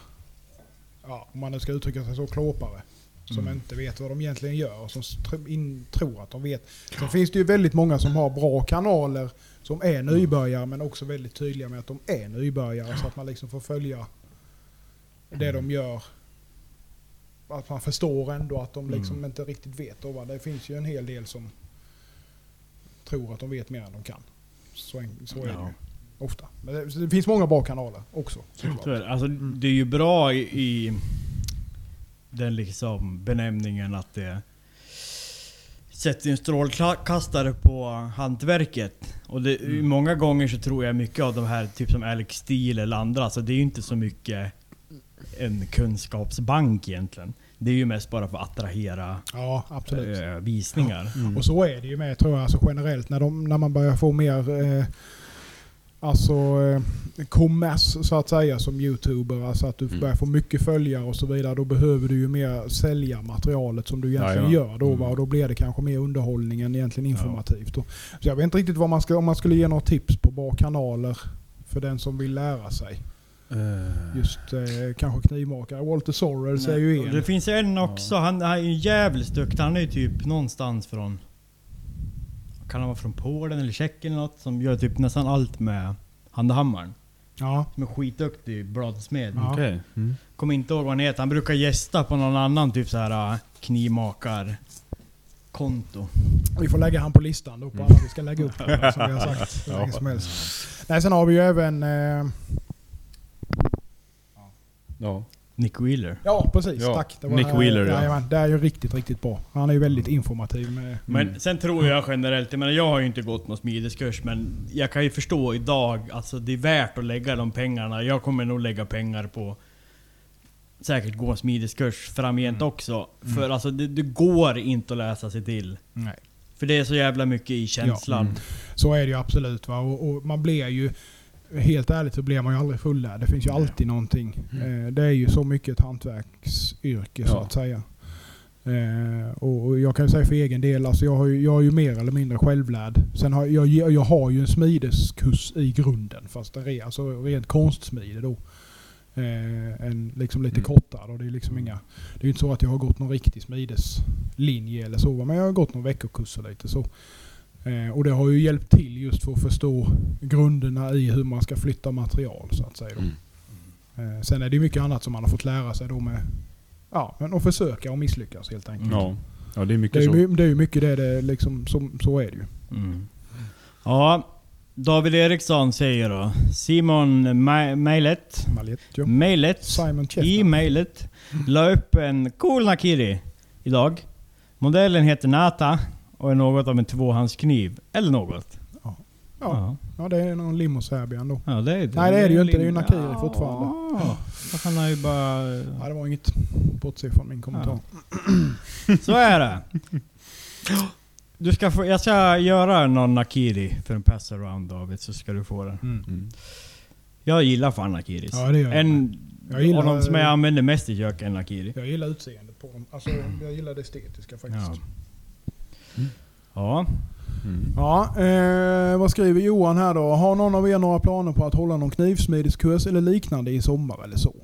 C: ja, om man nu ska uttrycka sig så, klåpare. Som
E: Mm.
C: inte vet vad de egentligen gör och som tr- in, tror att de vet. Sen finns det ju väldigt många som har bra kanaler som är
E: Mm.
C: nybörjare men också väldigt tydliga med att de är nybörjare så att man liksom får följa det
E: Mm.
C: de gör. Att man förstår ändå att de
E: Mm.
C: liksom inte riktigt vet. Då, va? Det finns ju en hel del som tror att de vet mer än de kan. Så, en- så är det
E: Ja.
C: ju. Ofta. Men det, så det finns många bra kanaler också. såklart. Mm.
E: Så är det. Alltså, det är ju bra i, i den liksom benämningen att det sätter en strålkastare på hantverket. Och det,
C: Mm.
E: många gånger så tror jag mycket av de här, typ som Alex Steel eller andra, så det är ju inte så mycket en kunskapsbank egentligen. Det är ju mest bara för att attrahera
C: Ja, absolut. Mm.
E: eh, visningar.
C: Och så är det ju med tror jag alltså generellt när, de, när man börjar få mer eh, alltså eh, kommers så att säga som youtuber. Alltså att du
D: Mm.
C: börjar få mycket följare och så vidare. Då behöver du ju mer sälja materialet som du egentligen
D: Ja, Mm. ja.
C: gör då. Va? Och då blir det kanske mer underhållning än egentligen informativt. då. Så jag vet inte riktigt vad man ska, om man skulle ge några tips på bra kanaler för den som vill lära sig. Just eh, kanske knivmakare. Walter Sorrell säger ju
E: Det
C: en.
E: finns en också, han, han är ju jävligt duktig. Han är ju typ någonstans från... Kan han vara från Polen eller Tjeckien eller något? Som gör typ nästan allt med handhammaren.
C: Ja.
E: Som är skitduktig bladsmed.
C: Ja.
D: Okej. Mm.
E: Kommer inte ihåg vad han heter. Han brukar gästa på någon annan typ så här äh, knivmakarkonto.
C: Vi får lägga han på listan
D: Mm.
C: då på alla vi ska lägga upp här, som vi har sagt hur länge som helst. Nej, sen har vi ju även... Eh,
D: Ja.
E: Nick Wheeler.
C: ja, precis.
D: Ja,
C: Tack.
D: Nick Wheeler, ja.
C: ja. jajamän, Det är ju riktigt, riktigt bra. Han är ju väldigt informativ. Med,
E: Men sen tror jag generellt, jag menar jag har ju inte gått någon smideskurs men jag kan ju förstå idag, alltså det är värt att lägga de pengarna. Jag kommer nog lägga pengar på säkert gå en smideskurs framgent också. För alltså det, det går inte att läsa sig till.
C: nej.
E: För det är så jävla mycket i känslan.
C: Så är det ju absolut. Va? Och, och man blir ju... Helt ärligt så blir man ju aldrig fullärd. Det finns ju alltid någonting. Eh, det är ju så mycket ett hantverksyrke så
D: Mm. Ja.
C: att säga. Eh, och och jag kan ju säga för egen del, alltså jag, har ju, jag är ju mer eller mindre självlärd. Sen har jag, jag jag har ju en smideskurs i grunden, fast det är alltså rent konstsmide då. Eh, en liksom lite
D: Mm.
C: kortare. Och det är liksom inga, det är ju inte så att jag har gått någon riktig smideslinje eller så, va, men jag har gått någon veckokurs och lite så. Eh, och det har ju hjälpt till just för att förstå grunderna i hur man ska flytta material så att säga. Då. Eh, sen är det ju mycket annat som man har fått lära sig då med Ja, men att försöka och misslyckas helt enkelt.
D: Ja. Mm. ja, det är
C: Det
D: mycket
C: är,
D: så.
C: ju, my- det är ju mycket det, det liksom, som, så är det ju.
E: Mm. Ja, David Eriksson säger då. Simon Ma- Mejlet.
C: Malet, ja.
E: Mejlet.
C: Simon
E: Mm. I
C: Chester.
E: mejlet la upp en cool Nakiri idag. Modellen heter Nata och är något av en tvåhandskniv. Eller något.
C: Ja, ja, det är någon limo Serbian då.
E: ja det är,
C: Nej, det är det ju inte. Det är ju
E: en-
C: Nakiri
E: Ja.
C: fortfarande.
E: Vad fan har ju bara...
C: Ja, det var inget. Bortse från min kommentar.
E: Så är det. Du ska få, jag ska göra någon Nakiri för en pass around David, så ska du få den.
D: Mm.
E: Jag gillar fan Nakiris.
C: Ja, det gör jag.
E: en
C: Jag gillar-
E: av de som jag använder mest i köket är Nakiri.
C: Jag gillar utseendet på dem. Alltså, jag gillar det estetiska
E: Ja.
C: faktiskt.
E: ja.
D: Mm.
C: Ja, eh, vad skriver Johan här då? Har någon av er några planer på att hålla någon knivsmideskurs eller liknande i sommar eller så?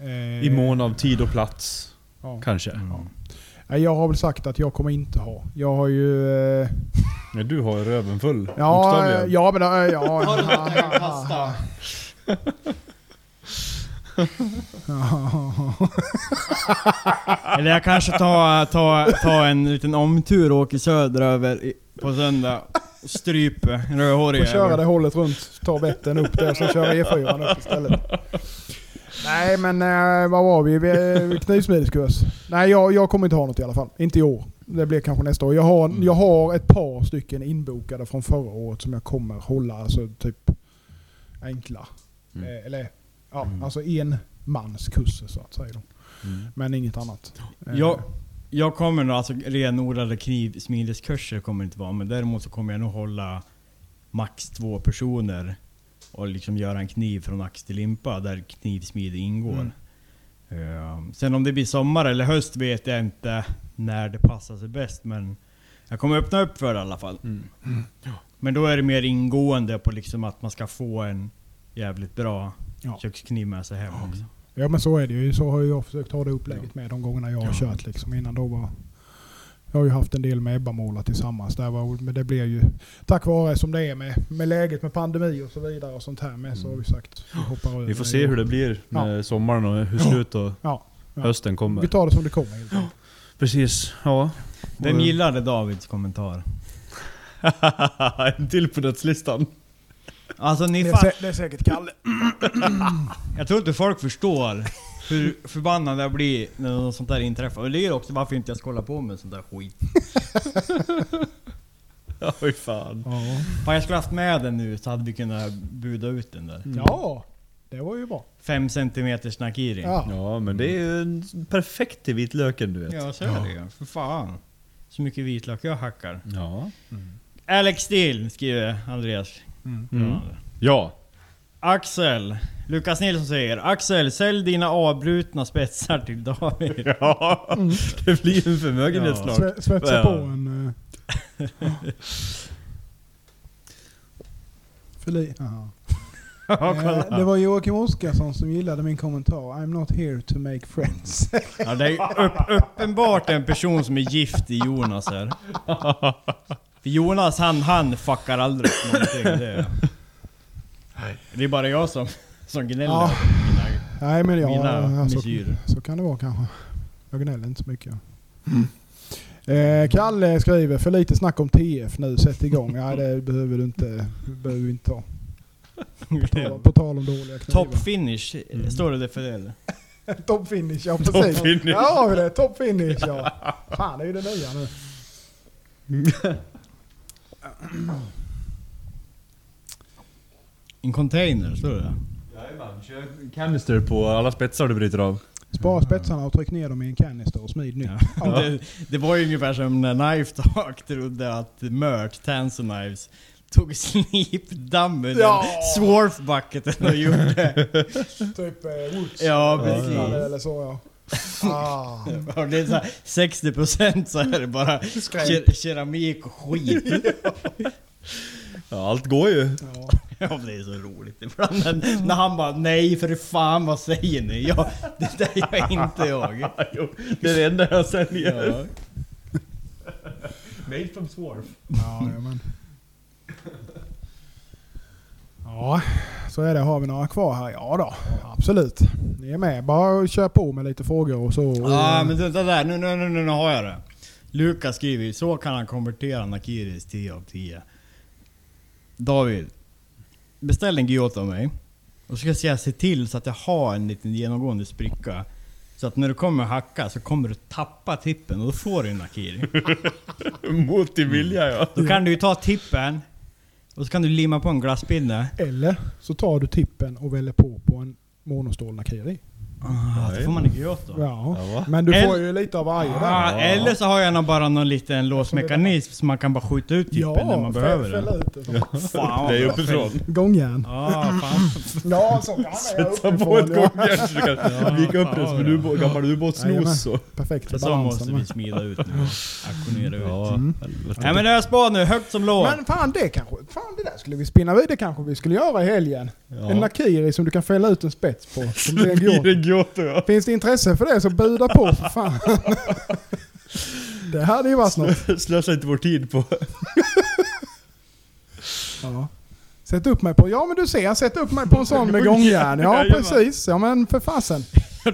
C: Eh,
D: I mån av tid och plats,
C: ja.
D: kanske.
C: Nej, eh, Jag har väl sagt att jag kommer inte ha. Jag har ju... Eh,
F: Ja, du har röven full.
C: Ja, eh,
F: bokstavligen.
C: ja men... eh, Ja,
E: Har du
C: ja,
E: lagt en pasta? Eller jag kanske tar ta, ta en liten omtur och åker söderöver i- på söndag. Och stryper en rödhårig
C: Får köra
E: jävel.
C: det hållet runt, ta betten upp där, sen köra E4 upp istället. Nej men eh, vad var vi? vi eh, knivsmideskurs. Nej jag, jag kommer inte ha något i alla fall. Inte i år. Det blir kanske nästa år. Jag har, jag har ett par stycken inbokade från förra året som jag kommer hålla. Alltså typ enkla.
D: Mm.
C: Eh, eller ja, alltså en mans kurser så att säga. Då.
D: Mm.
C: Men inget annat. Eh,
E: Jag, jag kommer nog, alltså renodlade knivsmideskurser kommer det inte vara, men däremot så kommer jag nog hålla max två personer och liksom göra en kniv från ax till limpa där knivsmide ingår.
C: Mm.
E: Ehm, sen om det blir sommar eller höst vet jag inte när det passar sig bäst, men jag kommer öppna upp för det i alla fall. Men då är det mer ingående på liksom att man ska få en jävligt bra
C: Ja.
E: kökskniv med sig hem också.
C: Ja men så är det ju. Så har ju jag försökt ha det upplägget med de gångerna jag har kört. Liksom. Innan då var, jag har ju haft en del med Ebba-målar tillsammans. Där var, men det blev ju tack vare som det är med, med läget med pandemi och så vidare och sånt här med så har vi sagt vi hoppar över
D: Mm. Vi får
C: det
D: se
C: då.
D: hur det blir med sommaren och hur slut och
C: Ja, Ja.
D: hösten
C: vi
D: kommer.
C: tar det som det kommer helt enkelt.
D: Precis, ja.
E: Vem
C: Mm.
D: Och-
E: gillade Davids kommentar?
D: en till på dödslistan.
E: Alltså ni
C: det, är
E: fattar
C: sä- det är säkert Kalle.
E: Jag tror inte folk förstår hur förbannad jag blir när något sånt där inträffar. Och det är också varför inte jag ska hålla på med sånt där skit.
D: Oj fan.
C: Ja.
E: Fan jag skulle haft med den nu så hade vi kunnat buda ut den där.
D: Mm.
C: ja, det var ju bra.
E: 5 centimeters nakiri.
C: Ja.
D: Ja men det är ju en- perfekt till vitlöken du vet.
E: Ja, så är det ju. För fan. Så mycket vitlök jag hackar.
D: Ja.
E: Alex Steel skriver Andreas.
D: Mm. Ja.
E: Axel. Lukas Nilsson säger Axel, sälj dina avbrutna spetsar till David.
D: Ja, det blir en förmögenhet
E: Ja.
D: snart.
C: Sve, svetsa
D: Ja.
C: på en... eh, Förli... Aha.
E: Ja, kolla.
C: Eh, det var Joakim Oskarsson som gillade min kommentar. I'm not here to make friends.
E: Ja, det är upp, uppenbart en person som är gift i Jonas här. För Jonas han, han fuckar aldrig upp någonting. Det är, det är bara jag som, som gnäller.
C: Ja. Nej men ja,
E: Mina
C: ja, så,
E: mesyrer.
C: så kan det vara kanske. Jag gnäller inte så mycket.
E: Mm.
C: Eh, Kalle skriver, för lite snack om TF nu, sätt igång. Nej det behöver du inte, behöver vi inte ta. På tal, på tal om dåliga knivar.
E: Top finish, står det för det eller?
C: Top finish, ja precis.
D: Top finish.
C: Ja, har vi det. Top finish ja. Fan, det är ju det nya nu.
E: En container, står det där?
D: Jajamän, kör canister på alla spetsar du bryter av.
C: Spara spetsarna och tryck ner dem i en canister och smid nytt.
E: Ja. Det, det var ju ungefär som när Knife Talk trodde att Mert, Tanser Knives, tog slipdammen
C: Ja.
E: ur Swarf-bucketen och gjorde...
C: Typ eh, Woods.
E: Ja,
C: eller
E: precis.
C: liknande Eller så ja. Ah.
E: Ja, Det är så här 60% så är det bara ke- keramik och skit.
D: Ja, allt går ju.
C: Ja.
E: Ja, det är så roligt ibland när, när han bara nej för fan vad säger ni? Ja, det där gör inte jag.
D: Jo, det är det enda jag säljer.
E: Ja.
D: Made from swarf.
C: Ja, jajamän. Ja, så är det. Har vi några kvar här? Ja då, absolut. Ni är med. Bara kör på med lite frågor och så. Eh,
E: Ja men vänta där, nu, nu, nu, nu, nu har jag det. Lukas skriver ju, så kan han konvertera Nakiris 10 av 10. David, beställ en Gyoto av mig. Och så ska jag säga, se till så att jag har en liten genomgående spricka. Så att när du kommer hacka så kommer du tappa tippen och då får du en Nakiri.
D: Mot din vilja ja.
E: Då kan du ju ta tippen och så kan du limma på en glasspinne.
C: Eller så tar du tippen och väljer på på en monostål Nakiri.
E: Ah, då får man en Gyoto.
C: Ja.
D: Ja, va?
C: Men du
E: El-
C: får ju lite av varje där.
E: Ah, eller så har jag nog bara någon liten låsmekanism som man kan bara skjuta ut tippen typ när man
C: fä-
E: behöver den.
C: fälla ut det. som-
E: Fan, vad
D: Det är
E: bra.
D: uppifrån.
C: Gångjärn.
E: Ja, fan.
C: Ja, så kan jag
D: Sätta på ett
C: ja.
D: gångjärn så du kan vika upp det som en ubå- gammal
C: Jajamän.
D: ubåtssnos. och-
C: Perfekt för
E: Så måste
C: balansen.
E: vi
C: med.
E: smida ut nu. Aktionera ut.
D: Ja, helvete.
E: Nej men ösbad nu, högt som lågt.
C: Men fan det kanske, fan det där skulle vi spinna vidare kanske vi skulle göra i helgen.
D: Ja.
C: En Nakiri som du kan fälla ut en spets på. Som blir en
D: Blir
C: gåta.
D: det Giotto ja.
C: Finns det intresse för det så buda på för fan. Det hade ju varit något.
D: Slösa inte vår tid på...
C: Ja. Sätt upp mig på, ja men du ser, sätt upp mig på en sån med gångjärn. Ja
D: Jajamän.
C: precis, ja men för fasen.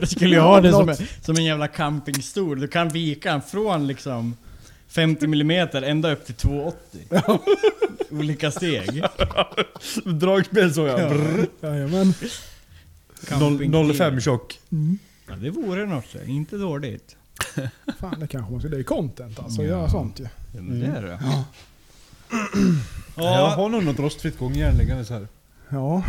E: Du skulle ju ha det som en, som en jävla campingstol. Du kan vika den från liksom 50 mm ända upp till 280. Olika steg.
D: Dragspel så ja. Brr.
C: Jajamän.
E: Camping-
D: Noll- 05 tjock.
E: Ja, det vore något. Inte dåligt.
C: Fan det kanske man ska, det är ju content alltså att göra sånt ju.
E: Ja, men det är det.
F: Jag
E: Ja.
F: har nog något rostfritt gångjärn liggandes här.
C: Ja.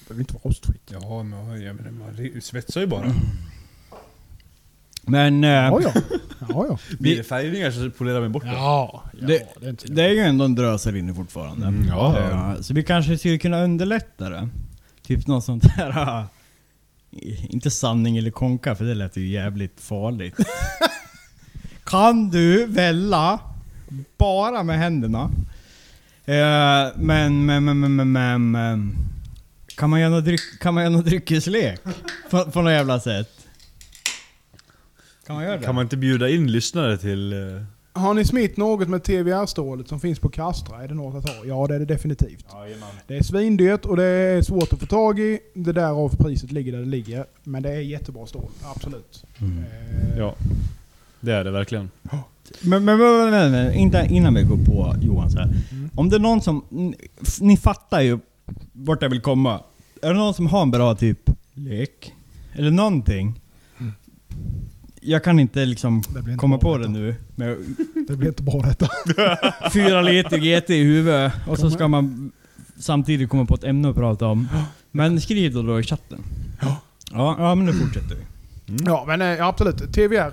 C: Det behöver inte vara rostfritt.
F: Ja, men jag- jag menar, man re- svetsar ju
D: Mm.
F: bara.
E: Men eh,
C: Ja ja. Ja ja.
D: Blir det färgningar så polerar vi bort det.
C: Ja,
E: Det-
C: det är inte
E: det är ju ändå en drösare inne fortfarande.
D: ja.
E: Eh, Så vi kanske skulle kunna underlätta det. Typ något sånt där... ah, i- Inte sanning eller konka, för det lät ju jävligt farligt. kan du välla bara med händerna? Eh, men, men, men, men, men, men, men. Kan man göra någon, dryck, kan man göra någon dryckeslek? På, på något jävla sätt. Kan man göra det?
D: Kan man inte bjuda in lyssnare till... eh,
C: Har ni smitt något med TVR-stålet som finns på Kastra? Är det något att ha? Ja, det är det definitivt. det är svindyrt och det är svårt att få tag i. Det är därav priset ligger där det ligger. Men det är jättebra stål, absolut. Eh,
D: Ja. Det är det verkligen.
E: Men, men, men, men, men inte innan vi går på Johan så här.
C: Mm.
E: Om det är någon som... n- f- Ni fattar ju vart jag vill komma. Är det någon som har en bra typ lek? Eller någonting? Jag kan inte liksom
C: Mm. Det blir inte
E: komma
C: bra
E: på det
C: detta.
E: nu. Men jag-
C: Det blir inte bra detta.
E: fyra liter GT i huvudet och så ska man samtidigt komma på ett ämne att prata om. Men skriv då, då i chatten. Ja, ja men nu fortsätter vi.
C: Ja, men eh, ja, absolut. TVR.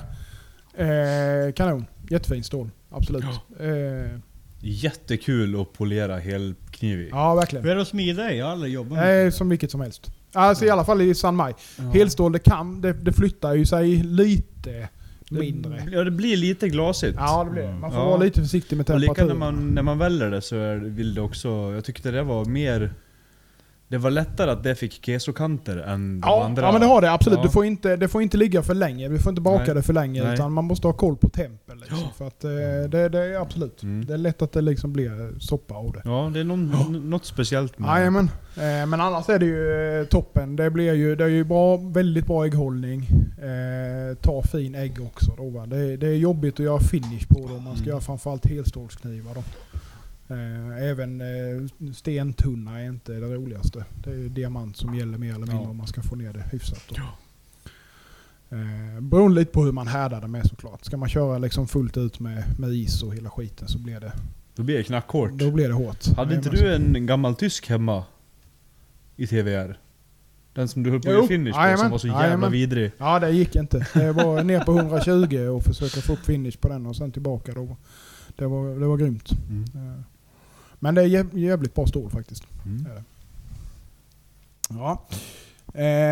C: Eh, kanon. Jättefint stål. Absolut. Eh,
D: Jättekul att polera helknivig.
C: Ja, verkligen.
E: Hur är det att smida i? Jag har aldrig jobbat med
C: Nej, som vilket som helst. Alltså i alla fall i San Mai. Helstål, det, kan, det, det flyttar ju sig lite mindre.
D: Ja, det blir lite glasigt.
C: Ja, det blir det. Man får
D: Ja.
C: vara lite försiktig med
D: Och lika
C: temperaturen.
D: när man, när man väljer det så är, vill det också... Jag tyckte det var mer... Det var lättare att det fick kesokanter än de
C: Ja,
D: andra.
C: ja men det har det absolut.
D: Ja.
C: Du får inte, det får inte ligga för länge. Vi får inte baka
D: Nej.
C: det för länge.
D: Nej.
C: Utan man måste ha koll på tempen. Liksom, för att, eh, det, det är absolut.
D: Mm.
C: Det är lätt att det liksom blir eh, soppa av det.
D: Ja, det är någon, något speciellt med det.
C: Jajamän. Eh, men annars är det ju eh, toppen. Det, blir ju, det är ju bra, väldigt bra ägghållning. Eh, ta fin ägg också. Då, va? Det, det är jobbigt att göra finish på dem.
D: Mm.
C: Man ska göra framförallt helstålsknivar. Då. Eh, även eh, stentunna är inte det roligaste. Det är ju diamant som gäller mer eller mindre om man ska få ner det hyfsat. Då. Eh, beroende lite på hur man härdar det med såklart. Ska man köra liksom fullt ut med, med is och hela skiten så blir det,
D: Då blir det knackhårt.
C: då blir det hårt.
D: Hade inte
C: Jajamän.
D: du en gammal tysk hemma? I TVR? Den som du höll på
C: Jo.
D: att finish på,
C: Jajamän.
D: som var så jävla
C: Jajamän.
D: vidrig.
C: Ja, det gick inte. Det var ner på 120 och försöka få upp finish på den och sen tillbaka. Då. Det, var, det var grymt.
D: Mm.
C: Eh, Men det är jäv- jävligt bra stål faktiskt.
D: Mm.
C: Det är det. Ja.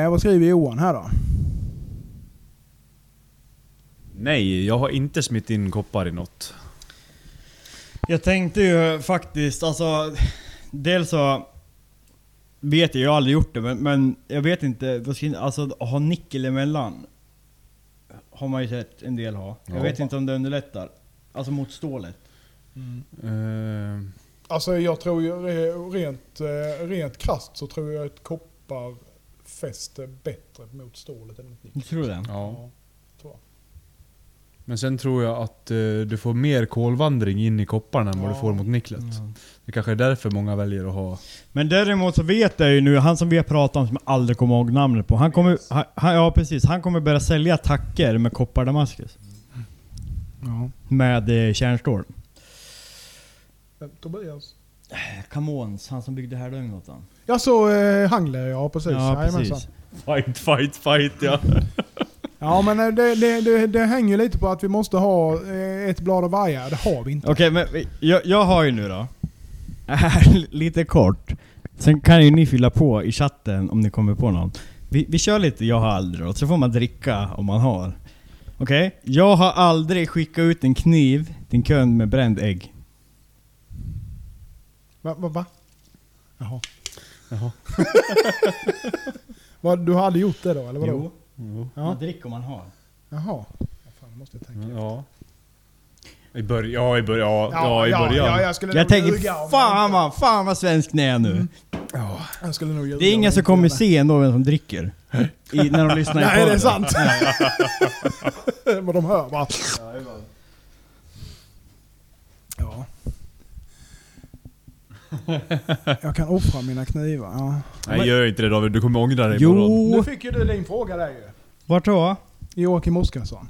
C: Eh, vad skriver Johan här då?
D: Nej, jag har inte smitt in koppar i något.
E: Jag tänkte ju faktiskt, alltså... Dels så... Vet jag, jag har aldrig gjort det, men, men jag vet inte. vad ska- Alltså ha nickel emellan. Har man ju sett en del ha. Jag
D: Ja.
E: vet inte om det underlättar. Alltså mot stålet.
D: Eh,
C: Alltså jag tror ju re- rent, eh, rent krasst så tror jag att koppar fäster bättre mot stålet än ett nickel.
E: Tror du det?
D: ja.
C: tror jag.
D: Men sen tror jag att eh, du får mer kolvandring in i kopparna än vad du
C: Ja.
D: får mot nicklet. Det kanske är därför många väljer att ha...
E: Men däremot så vet jag ju nu, han som vi har pratat om som jag aldrig kommer ihåg namnet på. Han kommer, han, han- ja precis, han kommer börja sälja tacker med koppardamaskus.
C: Ja.
E: Med eh, kärnstål.
C: Eh, Tobias?
E: Eh, Camons, han som byggde härdugn åt honom.
C: Ja, så eh, Hangler ja precis.
E: Ja
C: Jajamensan.
E: precis.
D: Fight, fight, fight ja.
C: Ja men eh, det, det, det, det hänger ju lite på att vi måste ha eh, ett blad av varje. Det har vi inte.
E: Okej, men vi- jag, jag har ju nu då. Här, Lite kort. Sen kan ju ni fylla på i chatten om ni kommer på någon. Vi, vi kör lite jag har aldrig då, så får man dricka om man har. Okej? Jag har aldrig skickat ut en kniv till en kund med bränd ägg.
C: Va? va, va? Jaha.
D: Jaha.
C: Vad, du har aldrig gjort det då eller vadå? Jo. Ja.
E: dricker om man har.
C: Jaha. Vad fan måste jag tänka?
D: ja. I början, ja i början, ja, ja, i början.
C: Ja, jag skulle
E: Jag
C: nog ljuga
E: tänker
C: om Mm.
E: fan
C: jag,
E: vad, fan vad svensk ni är nu.
C: inte- jag skulle nog ljuga
E: Det är
C: om
E: ingen
C: jag
E: som
C: inte
E: kommer
C: gjorde
E: se ändå vem som dricker. I, när de lyssnar i
C: Nej, det är
E: podden.
C: sant. Vad de hör bara. Ja. Jag kan offra mina knivar. Ja.
D: Nej gör inte det David, du kommer ångra dig imorgon.
E: Jo,
C: Nu fick ju du din fråga där ju.
E: vart då?
C: Joakim Oskarsson.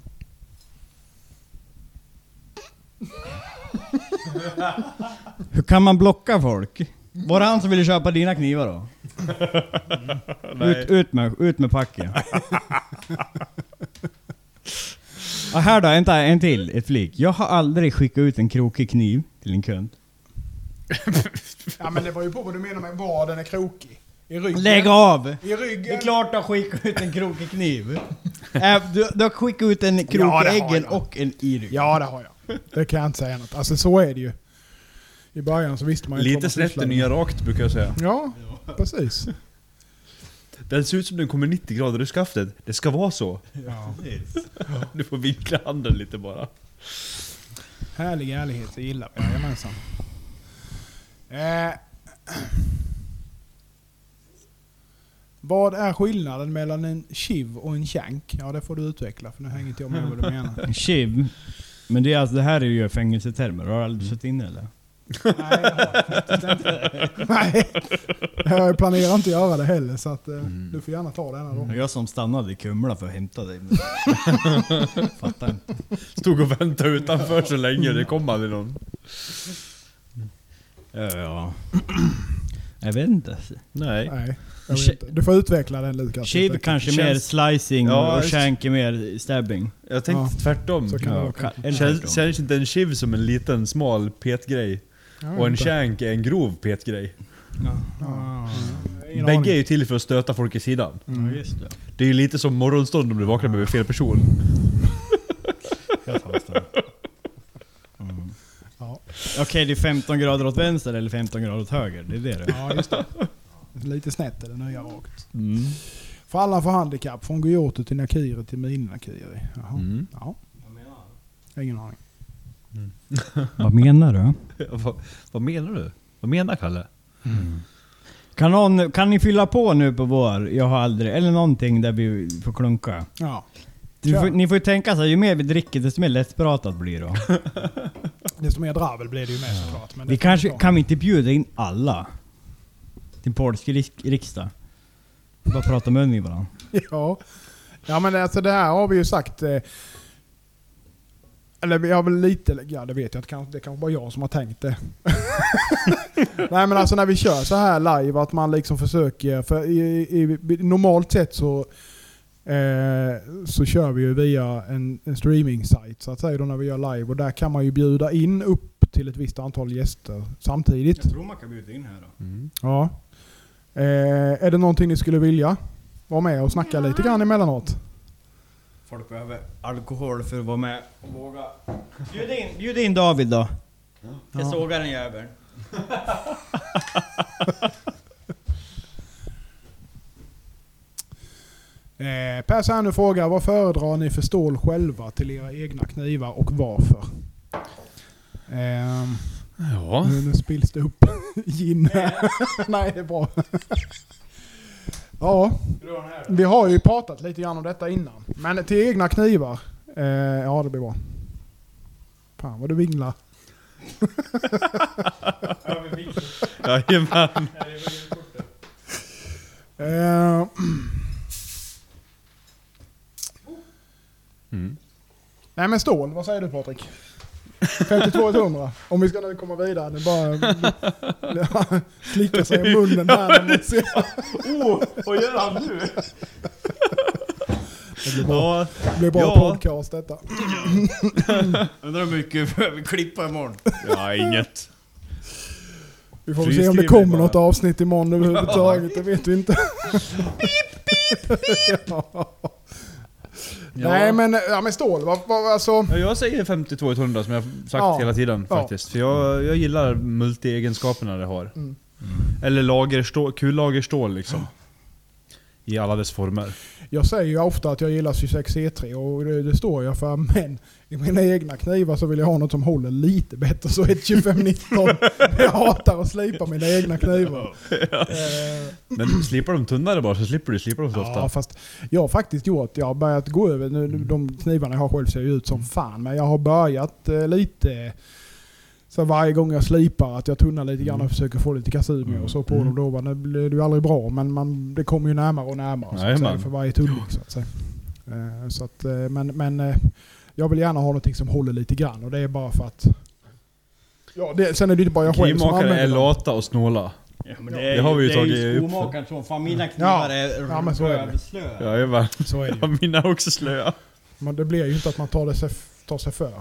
E: Hur kan man blocka folk? Var det han som ville köpa dina knivar då? Ut, ut, med, ut med packen. ah, här då, vänta, en till. Ett flik. Jag har aldrig skickat ut en krokig kniv till en kund.
C: Ja men det var ju på vad du menar med var den är krokig. I ryggen.
E: Lägg av!
C: I
E: Det
C: ryggen.
E: är klart du har skickat ut en krokig kniv. Äh, du, du har skickat ut en krok
C: Ja, det har
E: i äggen
C: jag.
E: och en i ryggen.
C: Ja det har jag. Det kan jag inte säga annat. Alltså så är det ju. I början så visste man ju
D: Lite snett är nya rakt brukar jag säga.
C: Ja, precis.
D: Den ser ut som den kommer 90 grader ur skaftet. Det ska vara så.
C: Ja.
D: Du får vinkla handen lite bara.
C: Härlig ärlighet, det gillar vi. Jajamensan. Eh. Vad är skillnaden mellan en chiv och en shank? Ja det får du utveckla för nu hänger inte jag med vad du menar.
E: En Chiv. Men det, är alltså, det här är ju fängelsetermer. Har du aldrig suttit inne eller?
C: Nej, jag har faktiskt inte. Nej, jag planerar inte göra det heller så att, eh,
D: Mm.
C: du får gärna ta denna då.
E: Jag som stannade i Kumla för att hämta dig. Fattar inte.
D: Stod och väntade utanför så länge, det kom aldrig någon.
E: Ja. Jag vet inte.
D: Nej.
C: Nej, jag vet inte. Du får utveckla den Lukas.
E: Chiv kanske
D: Känns-
E: mer slicing
D: Ja,
E: och
D: just-
E: shank är mer stabbing.
D: Jag tänkte
C: Ja.
D: tvärtom.
C: Så kan det
E: Ja,
C: vara.
E: ka- eller
D: Känns,
E: tvärtom.
D: känns inte en chiv som en liten smal petgrej?
C: Jag vet
D: Och en
C: inte.
D: shank är en grov petgrej.
C: Ja. Ingen
D: Bägge
C: aning.
D: är ju till för att stöta folk i sidan.
E: Ja, just det.
D: Det är ju lite som morgonstånd om du vaknar med fel person.
E: Jag fattar. Mm.
C: Ja.
E: Okej, det är 15 grader åt vänster eller 15 grader åt höger. Det är det det är.
C: Ja, just det. Lite snett är det nya rakt.
E: Mm.
C: För alla får handikapp, från Goyoto till Nakiri till Mini-Nakiri. Jaha.
D: Mm.
C: Ja. Ingen aning.
E: Vad menar du?
D: vad, vad menar du? Vad menar Kalle?
E: Kan, någon, kan ni fylla på nu på vår Jag har aldrig, eller någonting där vi får klunka?
C: Ja,
E: Du får,
C: Ja.
E: ni får ju tänka så här, ju mer vi dricker desto mer lättpratat blir det.
C: desto mer dravel blir det ju med såklart. Men
E: Vi
C: det får
E: kanske,
C: ta.
E: kan vi inte bjuda in alla? Till polsk rik- riksdag? Bara prata mun i varandra.
C: Ja. ja, men alltså det här har vi ju sagt. Eh, eller jag har väl lite, ja det vet jag inte, kanske- det kanske bara jag som har tänkt det. Nej men alltså när vi kör så här live, att man liksom försöker, för i, i, i, normalt sett så eh, så kör vi ju via en, en streaming-sajt så att säga då när vi gör live och där kan man ju bjuda in upp till ett visst antal gäster samtidigt.
E: tror man kan bjuda in här då.
C: Ja. Eh, är det någonting ni skulle vilja vara med och snacka lite grann emellanåt?
E: Folk behöver alkohol för att vara med och våga. Bjud in, bjud in David då. Jag sågar den jäveln.
C: Eh, per Sernö frågar, vad föredrar ni för stål själva till era egna knivar och varför? Ehm,
D: Ja.
C: nu, nu spills det upp gin här. Nej, det är bra. ja, vi har ju pratat lite grann om detta innan. Men till egna knivar. Eh, ja, det blir bra. Fan vad du vinglar.
D: Jajamän.
C: Eh,
D: Mm.
C: Nej men stål, vad säger du Patrik? 5200 Om vi ska nu komma vidare. Nu bara slicka sig i munnen här. när man ser-
D: Oh, vad gör han nu?
C: Det blir bra,
D: Ja,
C: det blir bra
D: Ja.
C: podcast detta.
E: Undrar hur mycket vi behöver klippa imorgon.
D: ja inget.
C: Vi får väl se om det
D: Friskriv
C: kommer
D: mig bara.
C: något avsnitt imorgon överhuvudtaget. Det vet vi inte. ja. Nej men, ja, men stål, vad, vad, alltså.
D: Ja, Jag säger 5200 som jag sagt
C: Ja.
D: hela tiden
C: Ja.
D: faktiskt. För jag, jag gillar multiegenskaperna det har.
C: Mm.
D: Eller lagerstål, kullagerstål liksom. I alla dess former.
C: Jag säger ju ofta att jag gillar 26 C3 och det, det står jag för. Men i mina egna knivar så vill jag ha något som håller lite bättre. Så ett 2519. jag hatar att slipa mina egna knivar. Eh,
D: Men slipar de tunnare bara så slipper du slipa dem så
C: Ja,
D: ofta. Mm.
C: fast jag har faktiskt gjort, jag har börjat gå över, nu, nu- de knivarna jag har själv ser ju ut som fan, men jag har börjat eh, lite så varje gång jag slipar att jag tunnar lite
D: Mm.
C: grann och försöker få lite kasumi och så på dem då. va, Det blir det ju aldrig bra men man, det kommer ju närmare och närmare så att
D: Jajamän.
C: säga, för varje tunning. Så att säga. Eh, Så att, eh, men men eh, jag vill gärna ha någonting som håller lite grann och det är bara för att... Ja, det, sen är det ju inte bara jag själv som
D: Knivmakare
C: använder
D: är
C: dem.
D: lata och snåla.
E: Ja, men det, är,
D: Det har vi ju
E: det är
D: tagit
E: ju
D: upp.
E: skomakaren som fan mina knivar
C: Ja.
E: är
C: Ja, men så är det.
E: rövslöa.
D: Jajamän.
C: Så är det ju.
D: Ja, mina är också slöa.
C: Men det blir ju inte att man tar, det sig, tar sig för.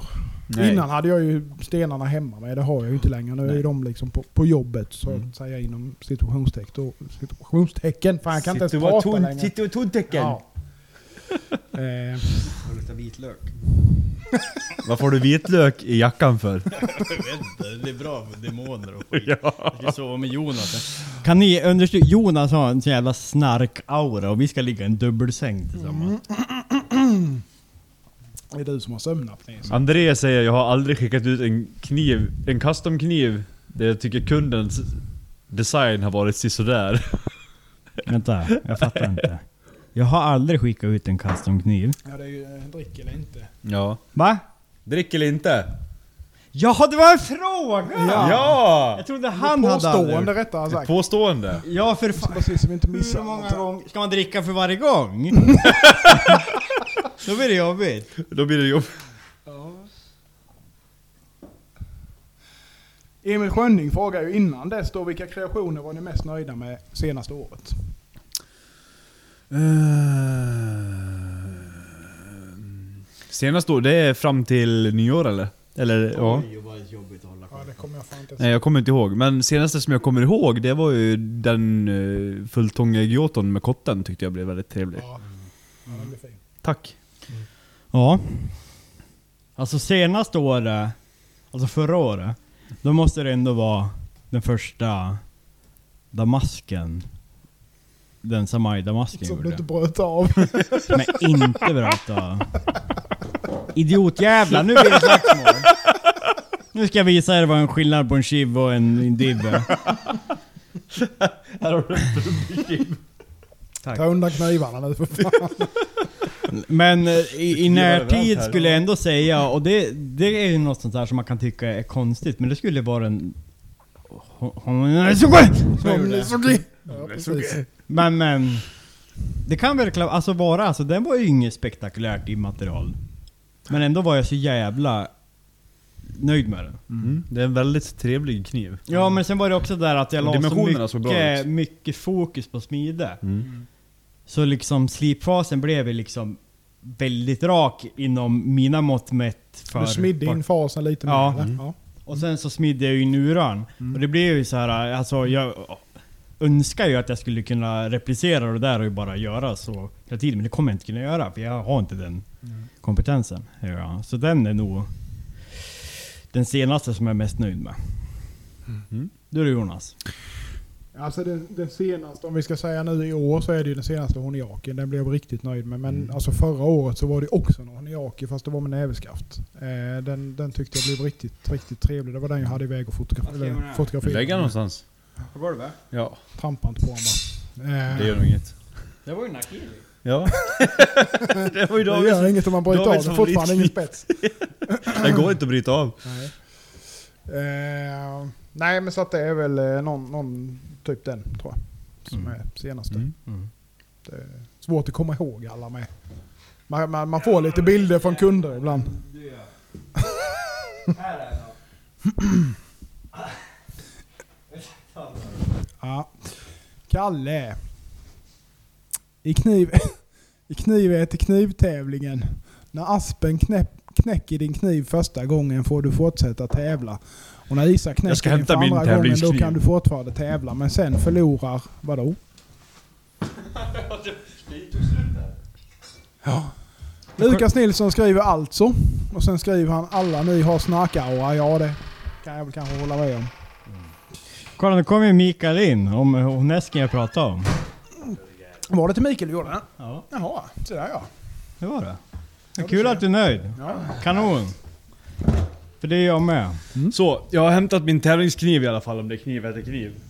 C: Innan hade jag ju stenarna hemma men det har jag ju inte längre. Nu är ju de liksom på, på jobbet så
E: Mm.
C: att säga inom situationstecken. och- situationstecken. Fan jag kan inte ens prata längre.
D: Sitter och tontecken.
C: Ja. eh,
E: Det luktar vitlök.
D: Varför har du vitlök i jackan för?
E: Jag vet inte, det är bra för demoner och skit.
D: ja.
E: Jag ska sova med Jonas. Kan ni understryka? Jonas har en sån jävla snark-aura och vi ska ligga i en dubbelsäng tillsammans.
C: det är du som har sömnapné.
D: André säger jag har aldrig skickat ut en kniv, en custom-kniv där jag tycker kundens design har varit sisådär.
E: Vänta, jag fattar inte. Jag har aldrig skickat ut en custom-kniv.
C: Ja det är ju eh, drick eller inte.
D: Ja.
E: Va?
D: Drick eller inte?
E: Jaha, det var en fråga!
D: Ja!
E: Jag trodde han hade
C: Påstående
E: aldrig.
C: rättare sagt.
D: Påstående.
E: Ja, för fan.
C: Precis så vi inte missar
E: Hur många
C: något.
E: gånger ska man dricka för varje gång? Då blir det jobbigt.
D: Då blir det jobb.
C: Emil Schönning frågar ju innan dess då vilka kreationer var ni mest nöjda med senaste året?
D: Eh, Senast då, det är fram till nyår eller? Eller ja.
C: Ja, det kommer jag fan inte
D: Nej, jag kommer inte ihåg. Men senaste som jag kommer ihåg, det var ju den uh, fulltångiga gyoton med kotten tyckte jag blev väldigt trevlig.
C: Ja, ja, den blir fin.
D: Tack.
E: Ja. Alltså senaste året, alltså förra året, då måste det ändå vara den första damasken. Den Samai-damasken
C: Som
E: gjorde.
C: du inte bröt av.
E: Som jag inte bröt av. Idiotjävlar, nu blir det slagsmål. Nu ska jag visa er vad en skillnad på en chiv och en en div är.
C: Ta undan knivarna nu för fan.
E: Men eh, i, i
D: Det är överallt
E: närtid
D: här.
E: skulle jag ändå säga, och det, det är ju något sånt där som man kan tycka är konstigt, men det skulle vara en... Hon- hon- Som gjorde det.
C: Ja, precis.
E: Men men... Det kan väl kla- alltså vara, alltså den var ju inget spektakulärt immaterial. Men ändå var jag så jävla nöjd med den.
D: Mm. Det är en väldigt trevlig kniv.
E: Ja men sen var det också där att jag
D: Och
E: la så
D: dimensionerna såg bra
E: mycket,
D: ut.
E: mycket fokus på smide.
D: Mm.
E: Så liksom slipfasen blev ju liksom väldigt rak inom mina mått mätt. För
C: Du smidde in fasen lite mer.
E: Ja.
C: eller?
D: Mm.
C: Ja.
E: Och sen så smidde jag ju in uran.
C: Mm.
E: Och det blev ju så här, alltså jag önskar ju att jag skulle kunna replicera det där och bara göra så hela tiden. Men det kommer jag inte kunna göra för jag har inte den
C: Mm.
E: kompetensen. Ja, så den är nog den senaste som jag är mest nöjd med.
D: Mm.
E: Du då Jonas?
C: Alltså den, den senaste, om vi ska säga nu i år, så är det ju den senaste honiaken. Den blev jag riktigt nöjd med. Men alltså förra året så var det också en honiaki fast det var med näverskaft. Eh, den, den tyckte jag blev riktigt, riktigt trevlig. Det var den jag hade iväg och fotograf-
E: Vad skriver du här?
C: eller fotografera.
D: Lägga någonstans.
E: På golvet?
D: Ja,
C: Trampa inte på honom bara. Eh,
D: det gör nog inget.
E: Det var ju Nakiri.
D: Ja. det var ju
C: det
D: Davids.
C: gör inget om man bryter av
D: Davids
C: den. Fortfarande ingen
D: favoritkniv.
C: spets.
D: Det går inte att bryta av.
C: Nej. Eh, nej men så att det är väl eh, någon, någon typ den tror jag. Som
E: Mm.
C: är senaste.
D: Mm.
C: Det är svårt att komma ihåg alla med. Man, man, man får lite bilder från kunder ibland. Ja. Kalle. I kniv... I kniv är till knivtävlingen. När aspen knäpp, knäcker din kniv första gången får du fortsätta tävla. Och när Isak
D: Jag ska
C: knäcker din
D: hämta
C: för
D: min
C: andra gången då
D: tävlingskniv.
C: kan du fortfarande tävla. Men sen förlorar... Vadå? Ja. Lukas Nilsson skriver alltså. Och sen skriver han alla ni har snarkaura. Ja det kan jag väl kanske hålla med om.
E: Kolla nu kommer ju Mikael in, om hon esken jag pratade om.
C: Var det till Mikael du gjorde den?
E: Ja.
C: Jaha, så där ja.
E: Det var det.
C: Ja,
E: Kul
C: det
E: att du är nöjd.
C: Ja.
E: Kanon. För det är jag med.
D: Så, jag har hämtat min tävlingskniv i alla fall om det är kniv heter kniv.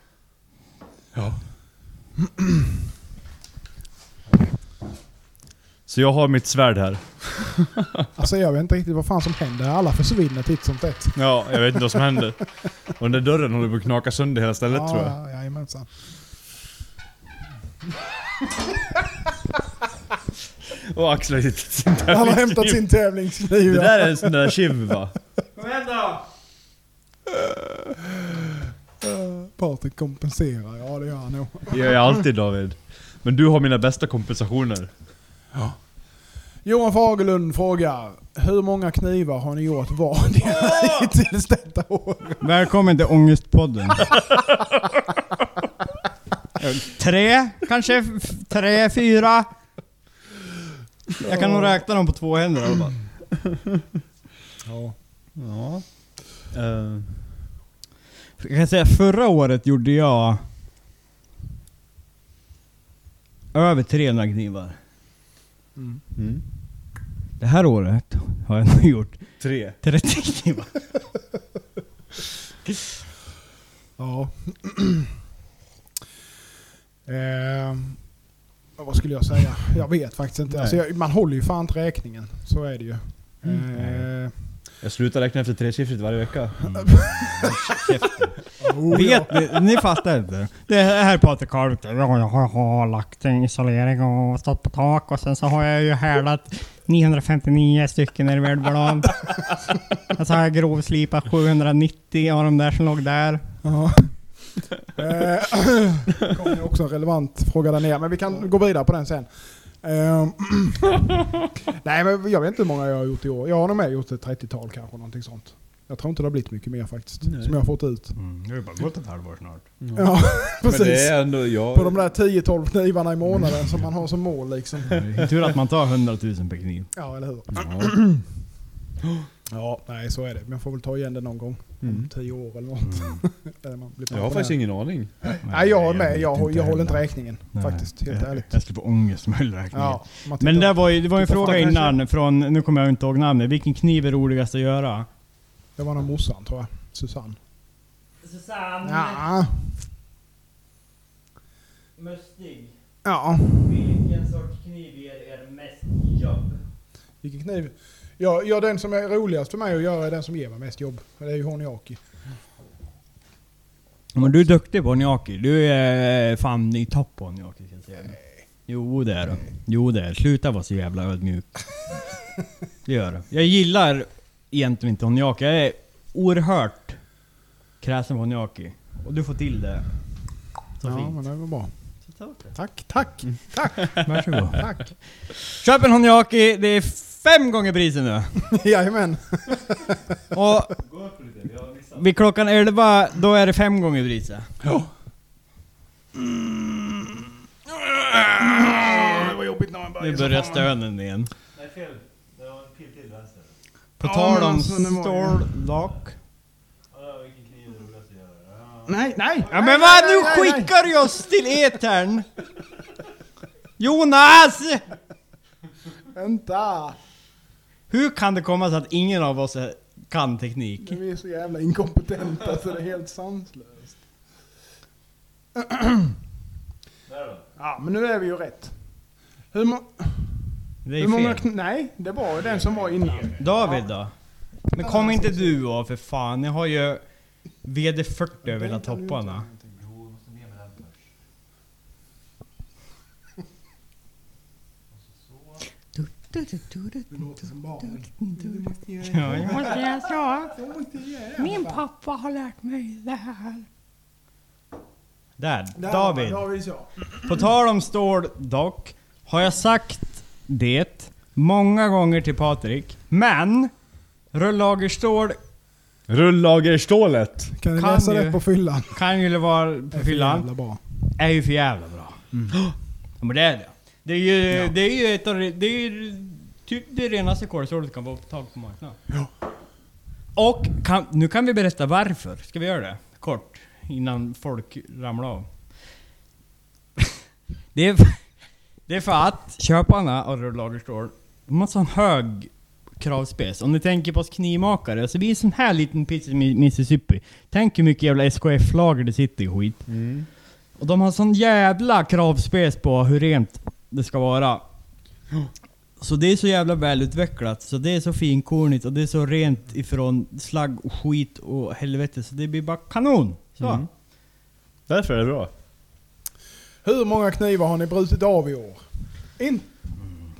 D: ja. Så jag har mitt svärd här.
C: Alltså jag vet inte riktigt vad fan som händer. Alla försvinner titt som tätt.
D: Ja, jag vet inte vad som händer. Och den där dörren håller på att knaka sönder hela stället tror jag.
C: Ja, jajamensan.
D: Och Axel har hittat sin
C: Han har
D: tävlingskniv.
C: hämtat sin tävlingskniv.
D: Det
C: ja.
D: där är en sån där chiv va?
E: Kom igen då!
C: Patrik kompenserar. Ja, det gör han nog.
D: Det gör jag alltid David. Men du har mina bästa kompensationer.
C: Johan Fagerlund frågar. Hur många knivar har ni gjort var hittills detta år?
E: Välkommen till Ångestpodden. tre, kanske f- tre, fyra. Jag kan nog räkna dem på två händer i alla fall.
D: Ja. Eh,
E: Jag kan säga förra året gjorde jag över 300 knivar.
D: mm.
E: Det här året har jag nog gjort
D: Tre.
E: 30 knivar.
C: Ja. eh, vad skulle jag säga? Jag vet faktiskt inte. Alltså, jag, man håller ju fan inte räkningen. Så är det ju.
D: Mm.
C: Eh,
D: Jag slutar räkna efter tresiffrigt varje vecka. Mm.
C: oh, ja.
E: Vet ni? Ni fattar inte. Det här är Patrik Karlvik. Ja, jag har, har lagt en isolering och stått på tak och sen så har jag ju hälat 959 stycken i världblad. Och så har jag grovslipat 790 av de där som låg där.
C: Ja. Eh, kom ju också en relevant fråga där nere, men vi kan gå vidare på den sen. Eh, Ehm, Nej men jag vet inte hur många jag har gjort i år. Jag har nog med gjort ett 30-tal kanske, någonting sånt. Jag tror inte det har blivit mycket mer faktiskt,
F: Nej.
C: som jag har fått ut.
E: Mm, det har ju bara gått ett halvår snart.
C: Ja, precis.
F: Men det är ändå jag...
C: På de där 10-12 knivarna i månaden som man har som mål liksom.
F: Mm.
E: Tur att man tar 100 000 per kniv.
C: Ja, eller hur? Ja, nej så är det. Men jag får väl ta igen det någon gång. Om
F: Mm.
C: 10 år eller något. Eller man blir
F: Jag har faktiskt ingen aning.
C: Nej, jag är med.
E: vet
C: Jag, jag, håller inte
E: heller.
C: räkningen
E: Nej.
C: faktiskt, helt
E: jag,
C: ärligt.
E: Jag skulle få ångest med ölräkningen.
C: Ja, Typ om man
E: Men
C: tittar-
E: det var ju, det var ju en
C: titta
E: fråga
C: framåt
E: innan från, nu kommer jag inte ihåg namnet, vilken kniv är roligast att göra?
C: Det var nog morsan tror jag. Susanne.
G: Susanne,
C: Ja.
G: Mustig,
C: ja.
G: vilken sorts kniv ger er mest jobb?
C: Vilken kniv? Ja, ja, den som är roligast för mig att göra är den som ger mig mest jobb. Det är ju Honiaki.
E: Men du är duktig på oniaki. Du är fan i topp på oniaki kan jag säga. Jo det är du. Jo det är du. Sluta vara så jävla ödmjuk. Det gör du. Jag gillar egentligen inte oniaki. Jag är oerhört kräsen på oniaki. Och du får till det. Så
C: Ja,
E: fint.
C: men det var bra.
E: Så ta åt dig.
C: Tack, tack, tack,
E: Varsågod.
C: tack.
E: Köp en oniaki, det är fem gånger priset nu.
C: Jajamän.
E: Och vid klockan 11, då är det fem gånger priset.
C: Det var jobbigt när man
E: Nu börjar stönen igen.
G: Nej fel, det var en pil till vänster.
E: På
C: Ja,
E: tal
C: men
E: om
C: alltså, det var ju-
E: stållock.
G: Ja, vilken kniv är roligast att göra? Ja.
C: Nej, nej.
E: Ja men vad, nu
C: nej, nej.
E: skickar du oss till etern! Jonas!
C: Vänta.
E: Hur kan det komma sig att ingen av oss är- kan teknik?
C: Vi är så jävla inkompetenta så det är helt sanslöst.
G: Där då?
C: Ja, men nu är vi ju rätt. Hur, må-
E: Det
C: hur
E: är
C: många...
E: fel.
C: kn- Nej, det var ju den som var innan.
E: David då? Men kom inte du av för fan, jag har ju VD40 över hela topparna.
G: Jo, måste ner med den först. Och så så.
C: Du låter som barn.
E: Ja, jag måste-
H: Min pappa har lärt mig det här.
E: Där,
C: Där,
E: David.
C: David ja.
E: På tal om stål dock, har jag sagt det många gånger till Patrik, men rullagerstål
D: Rullagerstålet.
C: Kan du
E: Kan
C: läsa
E: ju.
C: det på fyllan?
E: kan ju vara på fyllan,
C: bra.
E: är ju för jävla bra. Ja, men det är det. Det är ju, det är ju ett av det, det är ju typ det renaste kolstålet du kan få tag på marknaden. Och kan, nu kan vi berätta varför. Ska vi göra det? Kort. Innan folk ramlar av. det, är, f- det är för att köparna av rullagerstål, de har sån hög kravspec. Om ni tänker på oss knivmakare, så vi är en sån här liten pizza i Mississippi. Tänk hur mycket jävla SKF-lager det sitter i skit. Och de har sån jävla kravspec på hur rent det ska vara. Så det är så jävla välutvecklat, så det är så finkornigt och det är så rent ifrån slagg och skit och helvete så det blir bara kanon! Så.
D: Mm. Därför är det bra.
C: Hur många knivar har ni brutit av i år? En.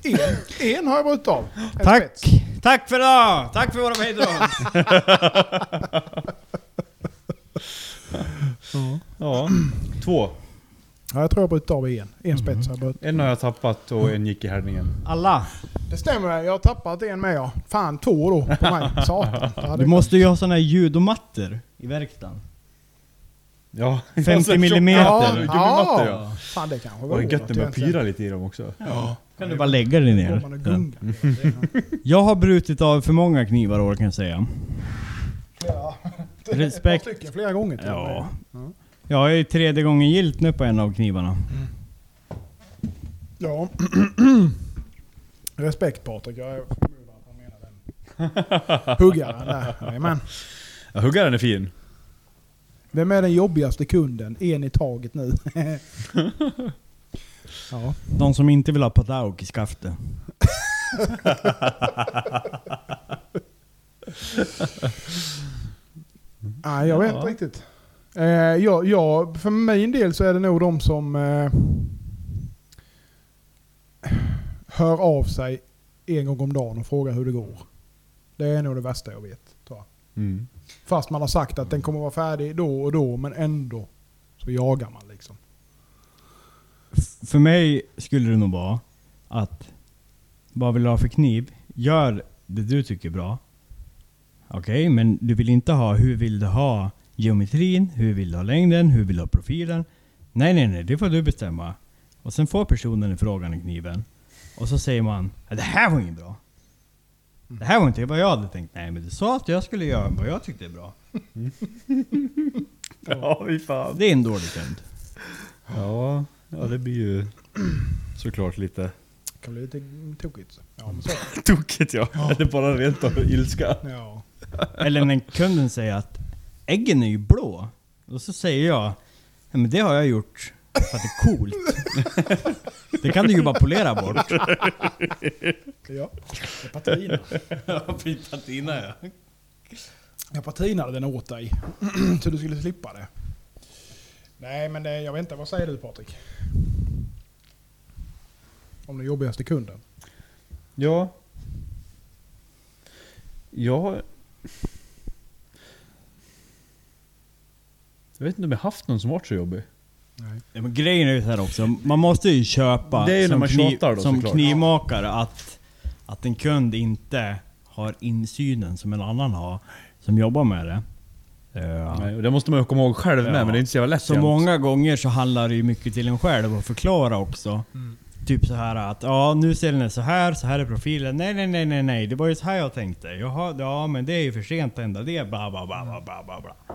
C: En, en har jag brutit av. En
E: Tack!
C: spets.
E: Tack för idag! Tack för våra bidrag!
D: Ja.
F: Två.
C: Ja, jag tror jag har brutit av en. En spets har jag brutit.
F: En har jag tappat och en gick i härdningen.
E: Alla!
C: Det stämmer, jag har tappat en med ja. Fan, två då på mig. Satan. Det hade-
E: Du måste ju ha såna här ljudomattor i verkstaden.
F: Ja.
E: 50 millimeter.
F: Alltså, Ja,
C: Ja.
F: gummimattor ja.
C: Fan, det kanske
F: Och det
C: var
F: är
C: roligt
F: gött när
C: att jag
F: man
C: ens-
F: pyrar lite i dem också.
E: Kan du bara lägga dig
C: Går
E: ner?
C: man och gungar.
E: Jag har brutit av för många knivar i år kan jag säga.
C: Ja. Det är
E: Respekt.
C: Ett par stycken flera gånger till och med.
E: Ja. Jag är ju tredje gången gilt nu på en av knivarna.
C: ja. Respekt Patrik, jag förmodar att han menar den. Huggaren där. Jajamän.
D: ja huggaren är fin.
C: Vem är den jobbigaste kunden? En i taget nu. ja.
E: De som inte vill ha patauk i skaftet.
C: Nej, jag vet inte riktigt. Eh, jag, jag, för min del så är det nog de som eh, hör av sig en gång om dagen och frågar hur det går. Det är nog det värsta jag vet. Tror jag.
F: Mm.
C: Fast man har sagt att den kommer vara färdig då och då, men ändå så jagar man liksom.
E: För mig skulle det nog vara att vad vill du ha för kniv? Gör det du tycker är bra. Okej, men du vill inte ha hur vill du ha geometrin, hur vill du ha längden, hur vill du ha profilen? Nej, nej, nej, det får du bestämma. Och sen får personen i frågan i kniven. Och så säger man "Ja, det här var inget bra. Det här var inte vad jag hade tänkt. Nej, men du sa att jag skulle göra vad jag tyckte är bra.
F: Ja, fy fan.
E: Det är en dålig kund.
F: Ja, ja, det blir ju såklart lite
C: Det kan bli lite tokigt. Ja, men så. är det.
F: tokigt ja. Eller bara rent av ilska.
C: Ja.
E: Eller när kunden säger att äggen är ju blå. Och så säger jag, "Nej, men det har jag gjort för att det är coolt. Det kan du ju bara polera bort.
C: ja. Jag patinade.
E: Patina ja.
C: Jag patinade den åt dig. så du skulle slippa det. Nej, men det, jag vet inte. Vad säger du Patrik? Om den jobbigaste kunden?
F: Ja. Jag har... Jag vet inte om jag haft någon som varit så jobbig.
E: Men grejen är ju så här också, man måste ju köpa
F: Det är ju när
E: som,
F: man tjatar då,
E: som
F: såklart.
E: knivmakare att, att en kund inte har insynen som en annan har, som jobbar med det. Eh,
F: Nej, och det måste man ju komma ihåg själv med,
E: Ja.
F: men det är inte så jävla lätt
E: Så
F: jämt.
E: Alltså, många gånger så handlar det ju mycket till en själv att förklara också.
C: Mm.
E: Typ så här att ja, nu ser den så här, så här är profilen. Nej, nej, nej, nej, nej. Det var ju så här jag tänkte. Jaha, ja men det är ju för sent att ändra det. Bla, bla, bla, bla, bla, bla, bla.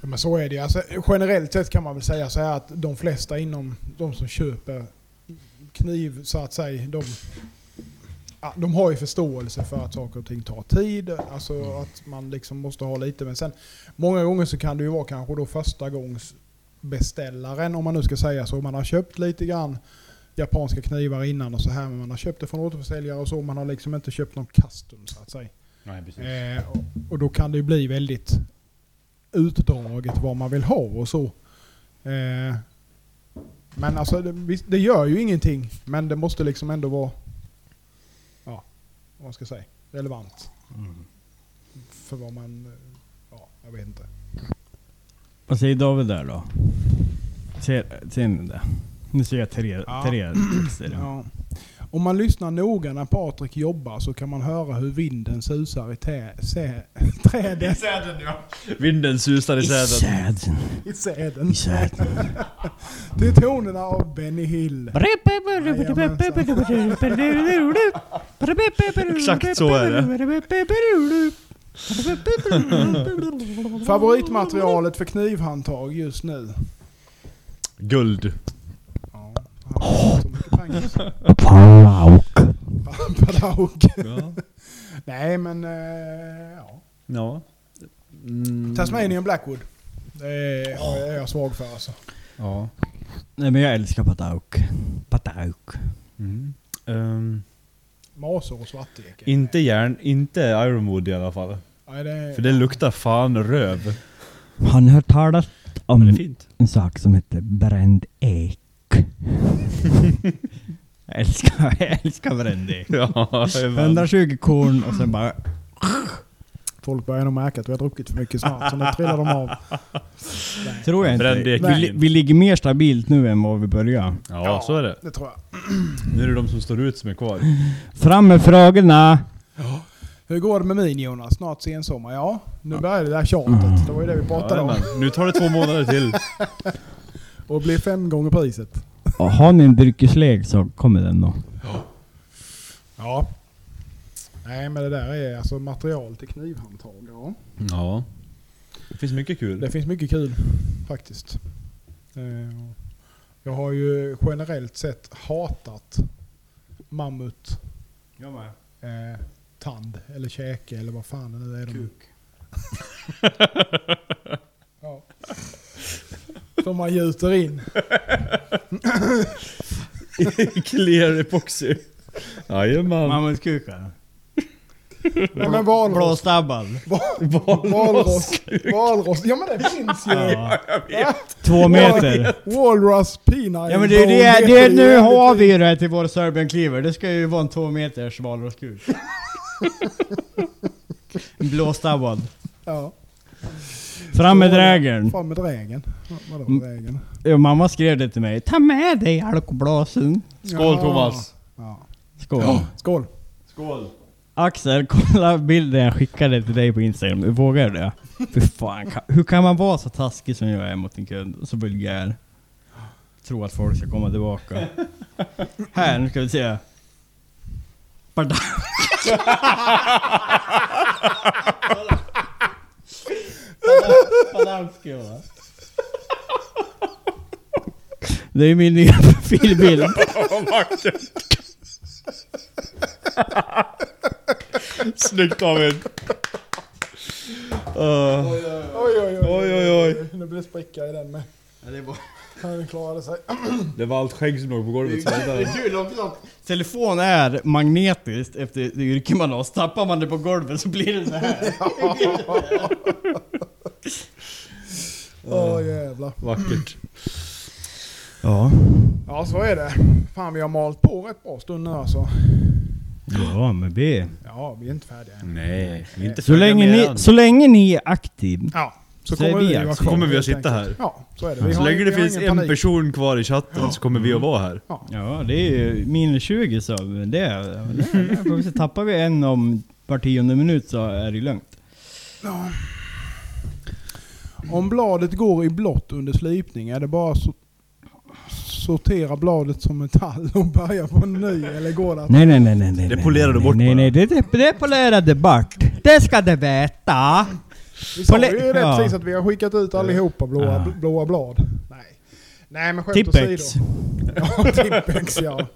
C: Ja, men så är det ju. alltså, Generellt sett kan man väl säga så här att de flesta inom de som köper kniv så att säga. De, ja, de har ju förståelse för att saker och ting tar tid. Alltså att man liksom måste ha lite. Men sen många gånger så kan det ju vara kanske då första gångs beställaren om man nu ska säga så. Man har köpt lite grann japanska knivar innan och så här. Men man har köpt det från återförsäljare och så. Man har liksom inte köpt någon custom så att säga.
F: Nej, precis.
C: Eh, och, och då kan det ju bli väldigt utdraget vad man vill ha och så. Eh, men alltså det, visst, det gör ju ingenting. Men det måste liksom ändå vara ja, vad man ska jag säga, relevant. För vad man... eh, Ja, jag vet inte.
E: Vad säger David där då? Ser, ser ni det? Nu ser jag tre,
C: Ja.
E: tre texter.
C: Ja. Om man lyssnar noga när Patrik jobbar så kan man höra hur vinden susar i tä, sä, trädet.
D: Vinden susar i
E: I
D: säden.
E: säden,
C: I säden.
E: i säden.
C: Till tonerna av Benny Hill.
D: Exakt så är det.
C: Favoritmaterialet för knivhandtag just nu?
D: Guld.
C: Ja, han har så mycket pengar. Padauk.
F: Ja.
C: Nej men, eh, ja.
F: ja. Mm.
C: Tasmanian Blackwood. Det är, ja, jag är jag svag för alltså.
F: Ja.
E: Nej men jag älskar patauk. Patauk.
F: Mm. Ehm,
C: Masor och svarteke.
F: inte järn, inte ironwood i alla fall.
C: Nej, det är,
F: För det luktar fan röv.
E: Har ni hört talas
F: Men
E: om
F: det är fint.
E: en sak som heter bränd ek. jag älskar, jag älskar bränd ek.
F: Ja, det är väl-
E: 120 korn och sen bara...
C: Folk börjar nog märka att vi har druckit för mycket snart, så nu trillar de av.
E: Tror jag
D: Bränd
E: inte.
D: ek.
E: Vi, vi ligger mer stabilt nu än vad vi började.
F: ja, så är det.
C: Det tror jag.
F: Nu är det de som står ut som är kvar.
E: Fram med frågorna!
C: Hur går det med min Jonas? Snart sensommar? Ja, nu börjar det där tjatet. Det var ju det vi pratade om.
F: Jajamän. Nu tar det två månader till.
C: Och blir fem gånger priset.
E: Och har ni en dryckeslek så kommer den då.
C: Ja. Nej men det där är alltså material till knivhandtag. Ja.
F: Ja. Det finns mycket kul.
C: Det finns mycket kul faktiskt. Eh, och Jag har ju generellt sett hatat mammut,
E: Jag med.
C: eh, tand eller käke eller vad fan det nu är. De. ja. Som man gjuter in.
F: Clear epoxy. Jajamän.
E: Mammutkukar.
C: Nej men valros.
E: Blåstabbad.
C: Valros. Valros. Ja men det finns ju.
E: Ja. Två meter.
C: Walrus penile.
E: Ja men det, är ju det, det, är- nu har vi ju det här till vår Serbian Cleaver. Det ska ju vara en två meters valroskuk. En blåstabbad.
C: Ja.
E: Fram med drägeln.
C: Fram med drägen. Va- Vadå
E: Mm.
C: drägen?
E: Jo, mamma skrev det till mig. Ta med dig alkoblasen.
F: Skål
C: Ja.
F: Thomas!
C: Ja.
E: Skål.
C: Skål.
F: Skål!
E: Axel, kolla bilden jag skickade till dig på Instagram. Du vågar det? Fy fan, kan, hur kan man vara så taskig som jag är mot en kund? Så vulgär. Tro att folk ska komma tillbaka. Här, nu ska vi se. Bardam. Det är min nya profilbild.
F: Snyggt David! Uh,
C: Oj, oj,
F: oj, oj, oj.
C: Nu blir det spricka i den med. Han klarade sig.
F: Det var allt skägg som låg på golvet. så där.
E: kul också att telefon är magnetiskt efter det yrke man har. Så tappar man det på golvet så blir det så här.
C: Åh jävlar.
F: Vackert.
E: Ja.
C: Ja så är det. Fan vi har malt på rätt bra stund nu alltså.
E: Ja men det...
C: Ja vi är inte färdiga
D: Mm.
C: än.
D: Nej, vi är inte
E: Så länge, ni, så länge ni är aktiv.
C: Ja. Så
E: Så är
C: kommer
E: vi
C: vi,
E: axel.
C: vara
D: Så
C: kvar,
D: kommer vi att
C: helt
D: sitta här.
C: enkelt. Ja så är det. Vi
D: Så
C: har-
D: länge det
C: vi har
D: finns
C: ingen
D: en
C: panik.
D: person kvar i chatten så kommer vi att vara här.
E: Ja det är ju minus 20 så men det... det, det. Så tappar vi en om var tionde minut så är det ju lugnt.
C: Om bladet går i blått under slipning är det bara så sortera bladet som metall och börja på en ny eller går det
D: Mm.
C: att...
E: Nej nej nej nej. nej
D: Det polerar du bort
E: Nej
D: bara.
E: nej, nej det, det polerar du bort. Det ska du veta.
C: Vi sa
E: Pole-
C: ju det
E: Ja.
C: precis att vi har skickat ut allihopa blåa,
E: Ja.
C: blåa blad. Nej. Nej men skämt
E: Tippex.
C: åsido. Ja, Tippex ja. Mm.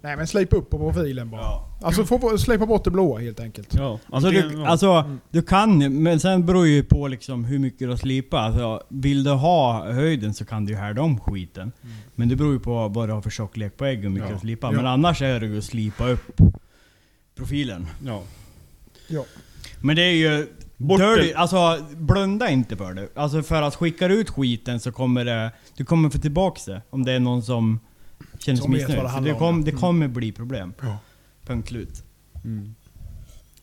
C: Nej men slip upp på profilen bara. Alltså få, slipa bort det blåa helt enkelt.
D: Ja,
E: Alltså,
D: antingen,
E: du,
C: Mm.
E: alltså, du kan ju, men sen beror ju på liksom hur mycket du har slipat. Alltså, vill du ha höjden så kan du ju härda om skiten. Men det beror ju på vad du har för tjocklek på ägg och hur mycket
F: Ja.
E: du slipar.
C: Mm. Ja.
E: Men annars är det ju att slipa upp profilen.
F: Ja.
C: Ja.
E: Men det är ju...
D: Bort
E: Dirty,
D: det.
E: alltså blunda inte för det. Alltså för att skickar du ut skiten så kommer det... Du kommer få tillbaks det. Om det är någon som känner sig
C: Som vet vad det
E: missnöjd. Så
C: handlar
E: Det,
C: om,
E: kom,
C: ja. Mm.
E: det kommer bli problem.
C: Ja.
E: Punkt slut.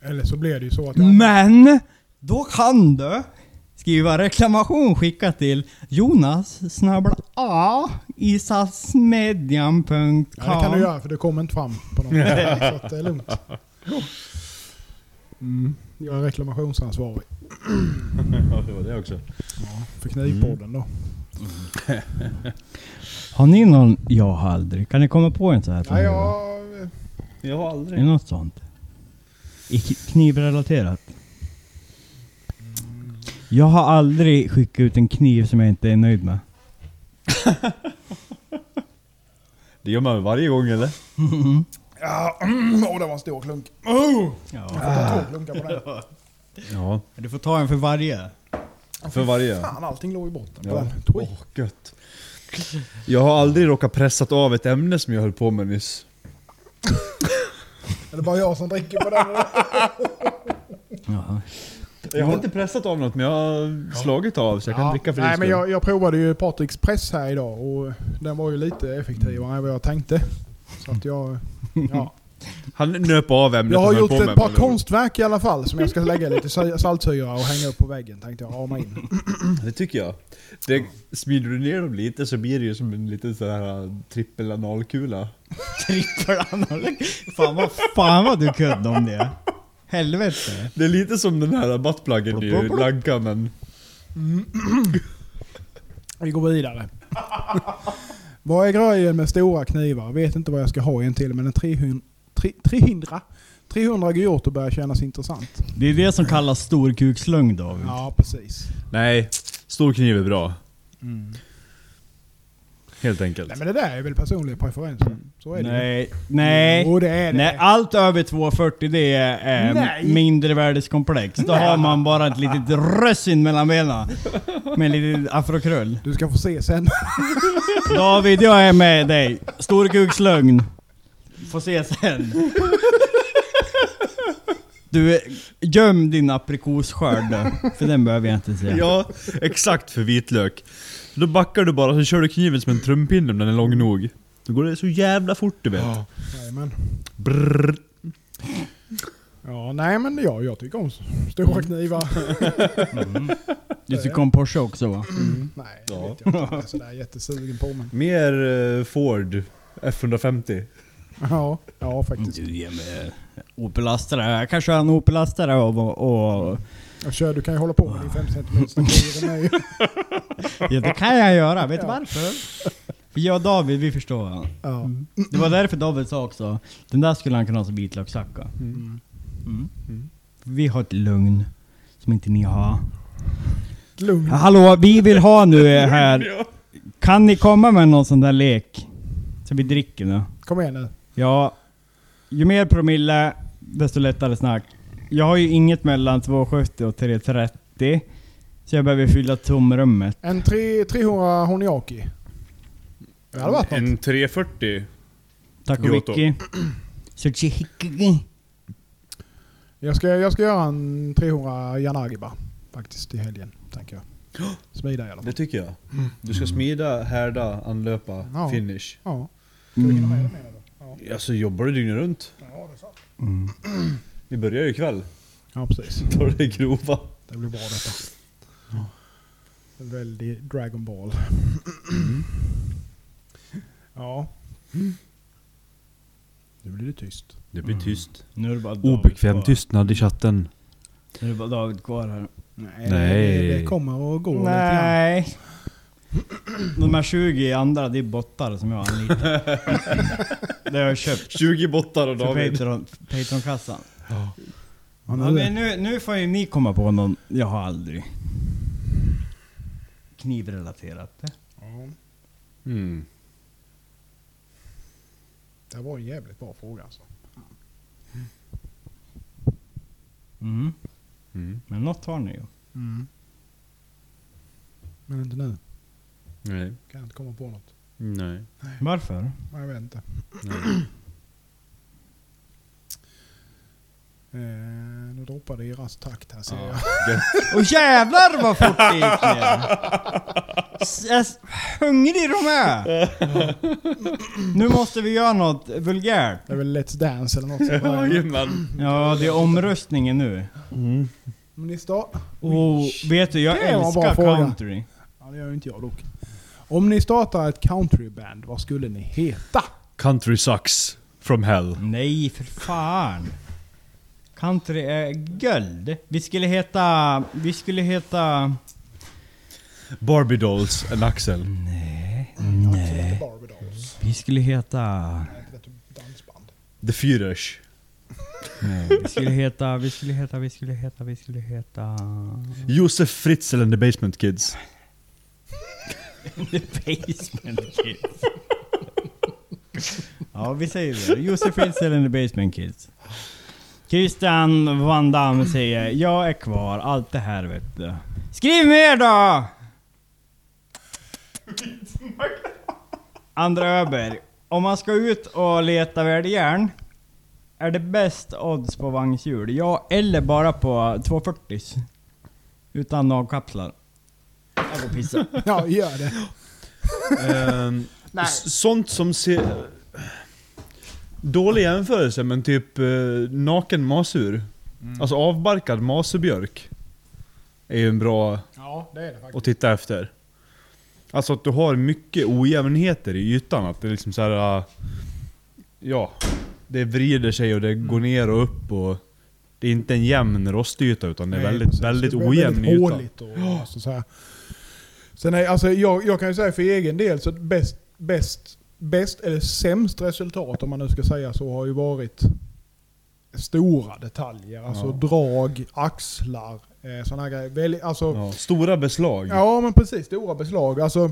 C: Eller så blir det ju så att...
E: Men då kan du skriva reklamation skicka till Jonas snabbla A isasmedjan.com
C: Ja, det kan du göra för du kommer inte fram på något. så att det är lugnt. Ja. Mm. Jag är reklamationsansvarig
F: ja, det var det också.
C: för Knivpodden då.
E: Har ni någon jag har aldrig? Kan ni komma på en så här?
C: Ja, jag,
F: Jag har aldrig...
E: Är
D: Mm.
E: det något sånt? I k- knivrelaterat? Jag har aldrig skickat ut en kniv som jag inte är nöjd med.
D: det gör man väl varje gång eller?
C: ja, mm, åh, det var en stor klunk. Oh! Jag får ta två klunkar på den.
D: Ja,
E: Du får ta en för varje. Alltså,
D: för varje.
C: Fan, allting låg i botten på
D: Ja.
C: den. Tui.
D: Åh, gött. Jag har aldrig råkat pressat av ett ämne som jag höll på med nyss.
C: Är det bara jag som dricker på den?
E: Jaha.
D: Jag har inte pressat av något men jag har slagit av så jag kan
C: Ja,
D: dricka för
C: Nej,
D: din
C: men
D: skull.
C: jag, jag provade ju Patriks press här idag och den var ju lite effektivare än vad jag tänkte. Så att jag... Ja.
D: Han nöp av ämnet
C: Jag har
D: han höll
C: gjort
D: på med,
C: ett par
D: med andra ord.
C: konstverk i alla fall som jag ska lägga lite sa- saltsyra och hänga upp på väggen tänkte jag rama in.
D: Det tycker jag. Det, smider du ner dem lite så blir det ju som en liten sån här eh, trippelanalkula.
E: Trippelanalog. Fan vad, fan vad du kunde om det. Helvete.
D: Det är lite som den här buttpluggen i Lanka men...
C: Vi går vidare. vad är grejen med stora knivar? Vet inte vad jag ska ha en till men en 300, tre- 300, 300 Giotto börjar kännas intressant.
E: Det är det som kallas storkukslögn David.
C: Ja precis.
D: Nej, stor kniv är bra. Helt enkelt.
C: Nej, men det där är väl personliga preferenser. Så är det ju.
E: Nej, nej.
C: Jo, det är det.
E: nej. Allt över 240 det är eh,
C: Nej.
E: mindrevärdeskomplex. Då har man bara ett litet russin mellan benen. Med lite afrokrull.
C: Du ska få se sen.
E: David, jag är med dig. Storkukslögn. Får se sen. Du, göm din aprikosskörd nu, För den behöver jag inte se.
D: Ja, exakt för vitlök. Då backar du bara, så kör du kniven som en trumpinne om den är lång nog. Då går det så jävla fort du vet.
C: Jajamän.
D: Brrr.
C: Ja, nej men ja, jag tycker om s- stora knivar.
E: Du tycker om Porsche också va?
C: Nej, det
F: Ja.
C: vet jag inte. Jag är sådär jättesugen på men.
F: Mer eh, Ford F150.
C: Ja, ja faktiskt.
E: ger mig Opel Astra. Jag kan köra en Opel Astra och, och...
C: Jag kör, du kan ju hålla på med din 5 cm stakyr med ju.
E: Ja, det kan jag göra. Vet du
C: Ja.
E: varför? För jag och David, vi förstår varandra.
C: Ja.
E: Det var därför David sa också, den där skulle han kunna ha som vitlökssacka.
C: Mm.
E: Vi har ett lugn som inte ni har.
C: Lugn.
E: Ja, Hallå, vi vill ha nu eh, här. Kan ni komma med någon sån där lek? Så vi dricker nu.
C: Kom igen nu.
E: Ja, ju mer promille, desto lättare snack. Jag har ju inget mellan 2,70 och 3,30. Så jag behöver fylla tomrummet.
C: En tre- 300 Honiaki. Det hade varit något.
F: En 340.
E: Tack och
F: Gyoto.
E: Vicky. Så tjicki.
C: Jag ska, jag ska göra en 300 Yanagiba faktiskt i helgen, tänker jag. Smida i alla
F: Det
C: fall.
F: tycker jag. Du ska smida, härda, anlöpa,
C: Mm. Ja.
F: finish.
C: Ja. Ska vi hinna med det menar du?
F: Alltså jobbar du dygnet runt?
C: Ja, det är sant.
D: Mm.
F: Ni börjar ju ikväll.
C: Ja, precis.
F: Tar det grova.
C: Det blir bra detta. En väldig Dragon Ball. Mm. Ja. Nu blir det tyst.
F: Det
D: Mm.
F: blir tyst.
E: Nu är det bara David
D: Obekväm
E: kvar.
D: tystnad i chatten.
E: Nu är det bara David kvar här.
C: Nej,
D: Nej.
C: Det, det kommer och går lite grann.
E: Nej. De här 20 andra, det är bottar som jag anlitar. det har jag köpt
F: 20 bottar och
E: för
F: David.
E: Patreon- Patreon-kassan.
C: Ja,
E: Ja,
C: nu,
E: men nu, nu får ju ni komma på någon, jag har aldrig. Knivrelaterat.
F: Mm.
C: Det här var en jävligt bra fråga alltså.
E: Mm.
F: Mm.
E: Men något har ni ju.
C: Men inte nu.
F: Nej.
C: Kan jag inte komma på något.
F: Nej.
E: Varför?
C: Nej, jag vet inte. Eh, nu droppar det i rask takt här ser jag.
E: Och jävlar vad fort det gick igen! S- jag s- Hungrig de är! Nu måste vi göra något vulgärt.
C: Det är väl Let's Dance eller något sånt. där.
F: Jajamän.
E: Ja, det är omröstningen nu.
C: Men ni startar...
E: Och vet du, jag
C: Det var en bra
E: älskar
C: fråga.
E: country.
C: Ja, det gör ju inte jag dock. Om ni startar ett countryband, vad skulle ni heta?
D: Country sucks from hell.
E: Nej, för fan. Country är guld. Vi skulle heta... Vi skulle heta...
D: Barbie dolls and Axel.
C: Nej. Barbie Dolls.
E: Vi skulle heta...
C: Nej, det är typ dansband.
D: The Führers.
E: Vi skulle heta... Vi skulle heta... Vi skulle heta... Vi skulle heta...
D: Josef Fritzl and the Basement Kids.
E: The Basement Kids. ja, vi säger det. Josef Fritzl and the Basement Kids. Christian Van Damme säger Jag är kvar, allt det här vet du. Skriv mer då! Andra Öberg. Om man ska ut och leta värdjärn, är det bäst odds på vagnshjul? Ja, eller bara på 240 Utan nagkapslar. Jag går och pissar.
C: Ja, gör det.
D: Ehm, s- Sånt som ser... eh, Dålig jämförelse men typ eh, naken masur. Alltså avbarkad masurbjörk. Är ju en bra
C: Ja, det är det faktiskt.
D: att titta efter. Alltså att du har mycket ojämnheter i ytan. Att det är liksom så här. äh, Ja. Det vrider sig och det
C: Mm.
D: går ner och upp och... Det är inte en jämn rostyta utan det är
C: Nej,
D: väldigt,
C: precis.
D: väldigt
C: Det blir
D: ojämn
C: väldigt
D: yta.
C: håligt och, alltså, så här. Sen är, alltså, jag, jag kan ju säga för egen del så att bäst, bäst, bäst eller sämst resultat om man nu ska säga så har ju varit stora detaljer. Alltså drag, axlar, eh, sådana grejer. Väl, alltså,
D: Ja, stora beslag.
C: Ja, men precis. Stora beslag. Alltså,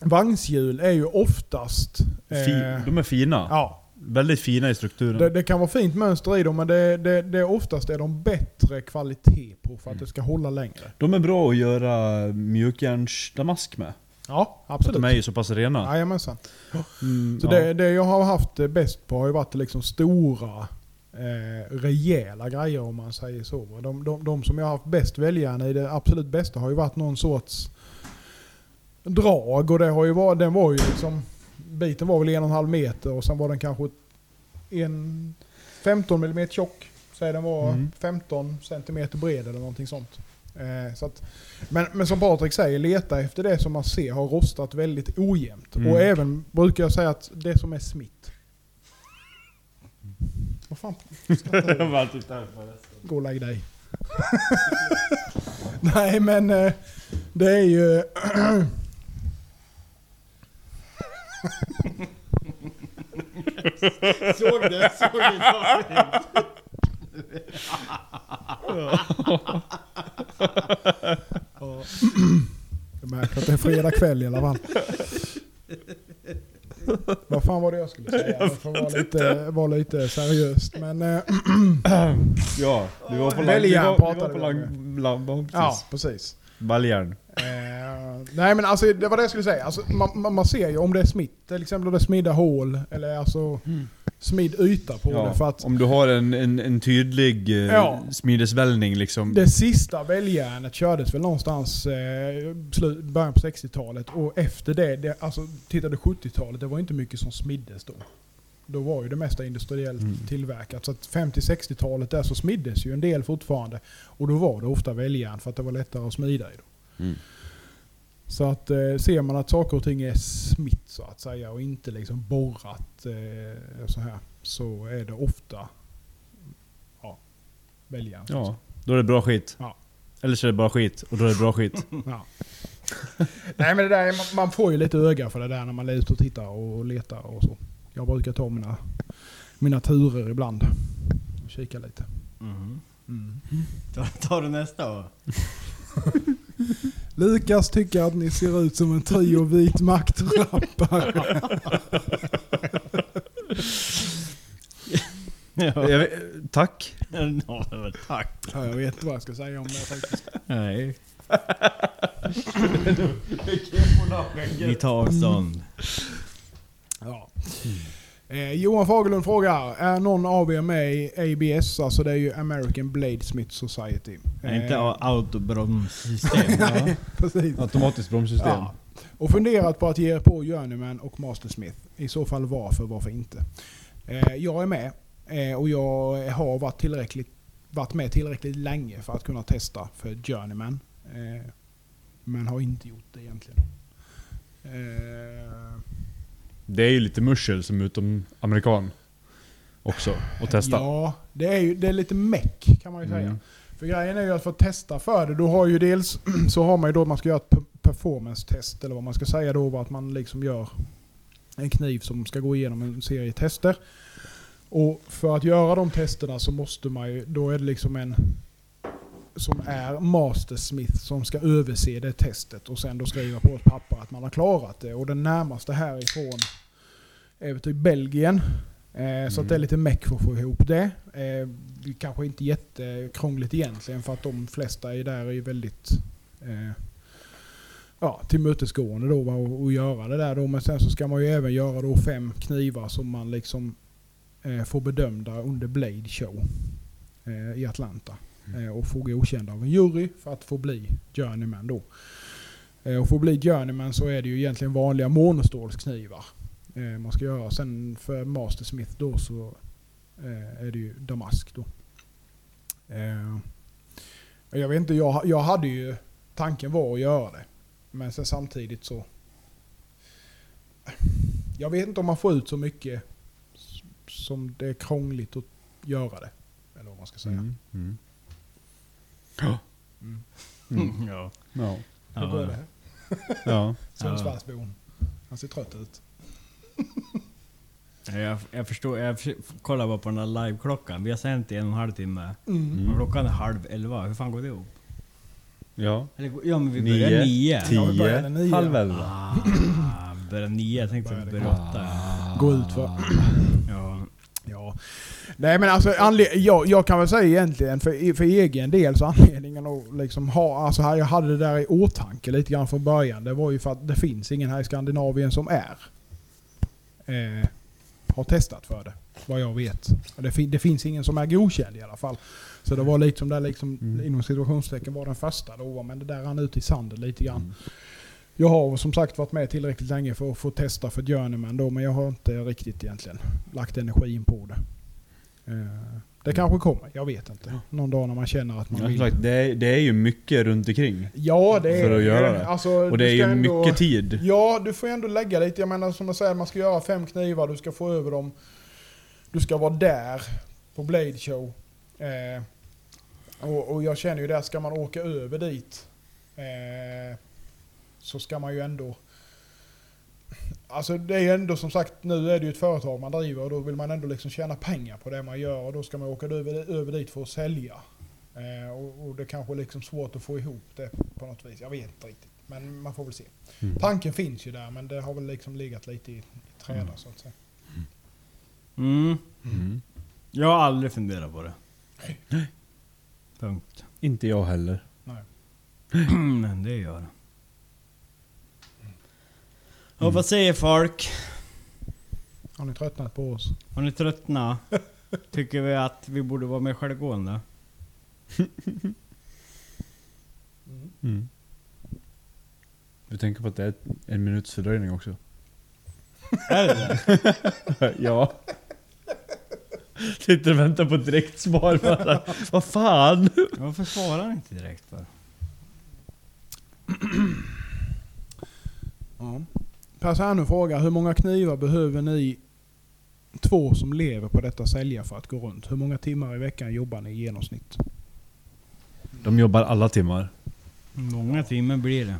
C: vagnshjul är ju oftast...
D: Fi,
C: eh,
D: de är fina.
C: ja,
D: Väldigt fina i strukturen.
C: det, det kan vara fint mönster i dem, men det, det, det är oftast är de bättre kvalitet på för att det ska hålla längre.
D: De är bra att göra mjukjärnsdamask med.
C: Ja,
D: För att
C: absolut.
D: de är ju så pass rena.
C: Jajamensan.
D: Mm,
C: Så
D: ja.
C: det, det jag har haft eh, bäst på har ju varit liksom stora, eh, rejäla grejer om man säger så. va. De, de, de som jag har haft bäst väljaren i det absolut bästa har ju varit någon sorts drag och det har ju varit, den var ju liksom, biten var väl en och en halv meter och sen var den kanske en 15 mm tjock. Säg den var 15 centimeter bred eller någonting sånt. Eh, så att, men, men som Patrik säger, leta efter det som man ser har rostat väldigt ojämnt.
D: Mm.
C: Och även brukar jag säga att det som är smitt. Vad fan? Gå och lägg dig. Nej men eh, det är ju...
E: Såg det? Såg det?
C: Jag märker att det är fredag kväll i alla fall. Vad fan var det jag skulle säga? Jag får vara lite, vara lite seriöst. Men, eh,
D: Ja, du var
C: Åh,
D: på lang- du
C: Belgian
D: var- du var
C: pratade
D: på
C: vi om
D: lang- lang- lang-
C: ja,
D: precis.
C: precis.
D: Baljärn.
C: Eh, nej men alltså det var det jag skulle säga. Alltså, man, man, man ser ju om det är smitt, till exempel om det är smidda hål eller alltså smidd yta på
D: Ja,
C: det. För att
D: om du har en, en, en tydlig eh,
C: Ja.
D: smidesvällning liksom.
C: det sista välljärnet kördes väl någonstans eh, slu- början på 60-talet och efter det, det alltså tittar du 70-talet, det var inte mycket som smiddes då. Då var ju det mesta industriellt
D: Mm.
C: tillverkat. Så att 50-60-talet där så smiddes ju en del fortfarande. Och då var det ofta välljärn för att det var lättare att smida i. Då.
F: Mm.
C: Så att eh, ser man att saker och ting är smitt så att säga och inte liksom borrat eh, så här så är det ofta ja, välljärn. så att
D: Ja, då är det bra skit.
C: Ja.
D: Eller så är det bara skit, och då är det bra skit.
C: Ja. Nej men det där, är- man, man får ju lite öga för det där när man är ute och tittar och letar och så. Jag brukar ta mina, mina turer ibland och kika lite.
E: Tar, tar du nästa då?
C: Lukas tycker att ni ser ut som en trio vit maktrappare.
E: Ja,
D: Jag vet, tack.
E: ja, men tack.
C: Ja, jag vet inte vad jag ska säga om det faktiskt.
E: Nej. Vi tar avstånd.
C: Ja. Eh, Johan Fagerlund frågar, är någon av er med i ABS? Alltså det är ju American Bladesmith Society.
E: Nej, Inte
C: Eh,
E: au- autobromssystem. ja.
C: Precis.
F: Automatiskt bromssystem.
C: Ja. Och funderat på att ge er på Journeyman och Master Smith. I så fall varför, varför inte? Eh, jag är med eh, och jag har varit, tillräckligt, varit med tillräckligt länge för att kunna testa för Journeyman. Eh, men har inte gjort det egentligen. Eh,
D: Det är ju lite muschel som utom amerikan. Också. Och testa. Mm.
C: Ja, det är, ju, det är lite meck kan man ju säga. För grejen är ju att för att testa för det, då har ju dels så har man ju då att man ska göra ett pe- performance-test eller vad man ska säga då, att man liksom gör en kniv som ska gå igenom en serie tester. Och för att göra de testerna så måste man ju, då är det liksom en som är mastersmith som ska överse det testet och sen då skriva på ett papper att man har klarat det. Och den närmaste härifrån är typ Belgien. Eh, Så att det är lite meck för att få ihop det. Eh, det är kanske inte jättekrångligt egentligen för att de flesta är där är ju väldigt eh, ja, tillmötesgående då va, och, och göra det där då. Men sen så ska man ju även göra då fem knivar som man liksom eh, får bedömda under Blade Show eh, i Atlanta. Eh, och få godkända av en jury för att få bli Journeyman då. Eh, och för att bli Journeyman så är det ju egentligen vanliga monostålsknivar eh, man ska göra. Sen för Master Smith då så eh, är det ju Damask då. Eh, jag vet inte, jag, jag hade ju tanken var att göra det. Men sen samtidigt så... Jag vet inte om man får ut så mycket s- som det är krångligt att göra det. Eller vad man ska säga.
D: Mm. Mm.
E: Ja.
D: Ja.
C: Hur går det?
D: Mm. ja.
C: Sundsvallsbon. Han ser trött ut.
E: Ja, Jag, jag förstår, jag förs- kollar bara på den där liveklockan. Vi har sänt i en och en halv timme. Och Klockan är halv elva, hur fan går det ihop?
D: ja.
E: Eller, ja men vi
D: Nio,
E: börjar nio.
C: Ja, vi började nio.
D: Tio. Halv elva.
E: Ah, börjar nio, jag tänkte att vi börjar åtta.
C: Gå ut för...
E: Ja.
C: Ja. Nej men alltså, anled- jag, jag kan väl säga egentligen för, för egen del så anledningen att liksom ha, alltså här, jag hade det där i åtanke lite grann från början. Det var ju för att det finns ingen här i Skandinavien som är. Eh, har testat för det, vad jag vet. Och Det, fin- det finns ingen som är godkänd i alla fall. Så det var liksom där liksom,
D: Mm.
C: inom situationstecken var den första då, va, men det där rann ut i sanden lite grann.
D: Mm.
C: Jag har som sagt varit med tillräckligt länge för att få testa för Journeyman då, men jag har inte riktigt egentligen lagt energin på det. Eh, Det kanske kommer, jag vet inte. Någon dag när man känner att man
D: Mm. Ja, som
C: vill.
D: sagt, det, är, det är ju mycket runt omkring.
C: Ja, det är
D: För att göra det.
C: Alltså,
D: Och
C: du
D: det är ju
C: ska ändå-
D: mycket tid.
C: Ja, du får ju ändå lägga lite. Jag menar som jag säger, man ska göra fem knivar, du ska få över dem. Du ska vara där på Blade Show. Eh, och, och jag känner ju där, ska man åka över dit eh, så ska man ju ändå... Alltså det är ju ändå som sagt, nu är det ju ett företag man driver och då vill man ändå liksom tjäna pengar på det man gör och då ska man åka över, över dit för att sälja. Eh, och, och det kanske är liksom svårt att få ihop det på något vis. Jag vet inte riktigt, men man får väl se. Tanken finns ju där men det har väl liksom legat lite i, i träda så att säga.
E: Mm. Jag har aldrig funderat på det. Punkt.
D: Inte jag heller.
E: Men Mm, det gör det. Och vad säger folk?
C: Har ni tröttnat på oss?
E: Har ni tröttnat? Tycker vi att vi borde vara mer självgående?
D: Mm. Du tänker på att det är en minuts fördröjning också?
E: Är det det?
D: ja. Sitter och väntar på ett direktsvar bara. Vad fan?
E: Varför svarar ni inte direkt för?
C: Ja. Per Sernö frågar, hur många knivar behöver ni två som lever på detta sälja för att gå runt? Hur många timmar i veckan jobbar ni i genomsnitt?
D: De jobbar alla timmar.
E: Många timmar blir det.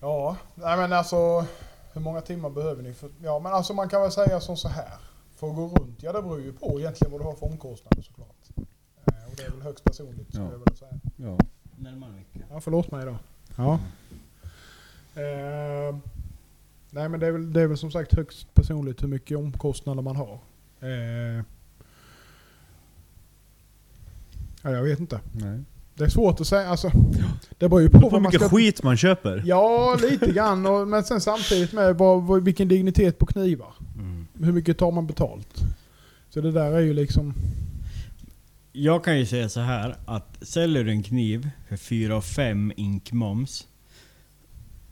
C: Ja, nej men alltså hur många timmar behöver ni? För, ja men alltså man kan väl säga som så här. För att gå runt, ja det beror ju på egentligen vad du har för omkostnader såklart. Eh, och det är väl högst personligt skulle
D: Ja.
C: jag vilja säga.
D: Ja.
E: Närmare mycket.
C: Ja, förlåt mig då. Ja. Eh, nej men det är, väl, det är väl som sagt högst personligt hur mycket omkostnader man har. Eh, ja, jag vet inte.
D: Nej.
C: Det är svårt att säga. Alltså, det beror ju på
D: Hur
C: vad man
D: mycket
C: ska...
D: skit man köper.
C: Ja, lite grann. Och, men sen samtidigt med vad, vad, vilken dignitet på knivar. Hur mycket tar man betalt? Så det där är ju liksom...
E: Jag kan ju säga så här att säljer du en kniv för 4 och 5 inkmoms.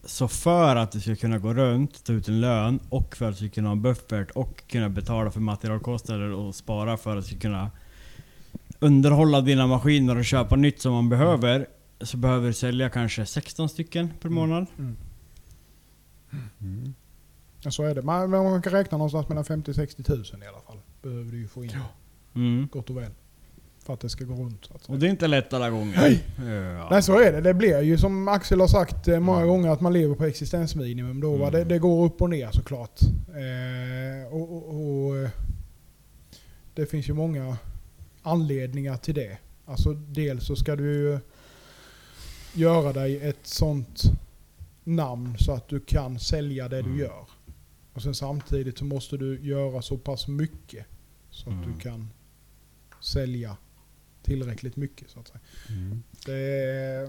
E: Så för att du ska kunna gå runt, ta ut en lön och för att du ska kunna ha en buffert och kunna betala för materialkostnader och spara för att du ska kunna underhålla dina maskiner och köpa nytt som man behöver. Så behöver du sälja kanske 16 stycken per månad.
C: Ja, så är det. Man, man kan räkna någonstans mellan 50-60 tusen i alla fall. Behöver du ju få in.
E: Mm.
C: gott och väl. För att det ska gå runt. så att säga.
E: Och det är inte lätt alla gånger.
C: Nej.
E: Ja.
C: Nej så är det. Det blir ju som Axel har sagt eh, många gånger att man lever på existensminimum då. Va? Det, det går upp och ner såklart. Eh, och, och, och, eh, det finns ju många anledningar till det. Alltså dels så ska du ju göra dig ett sånt namn så att du kan sälja det du gör. Och sen samtidigt så måste du göra så pass mycket så att du kan sälja tillräckligt mycket. Så att säga. Det,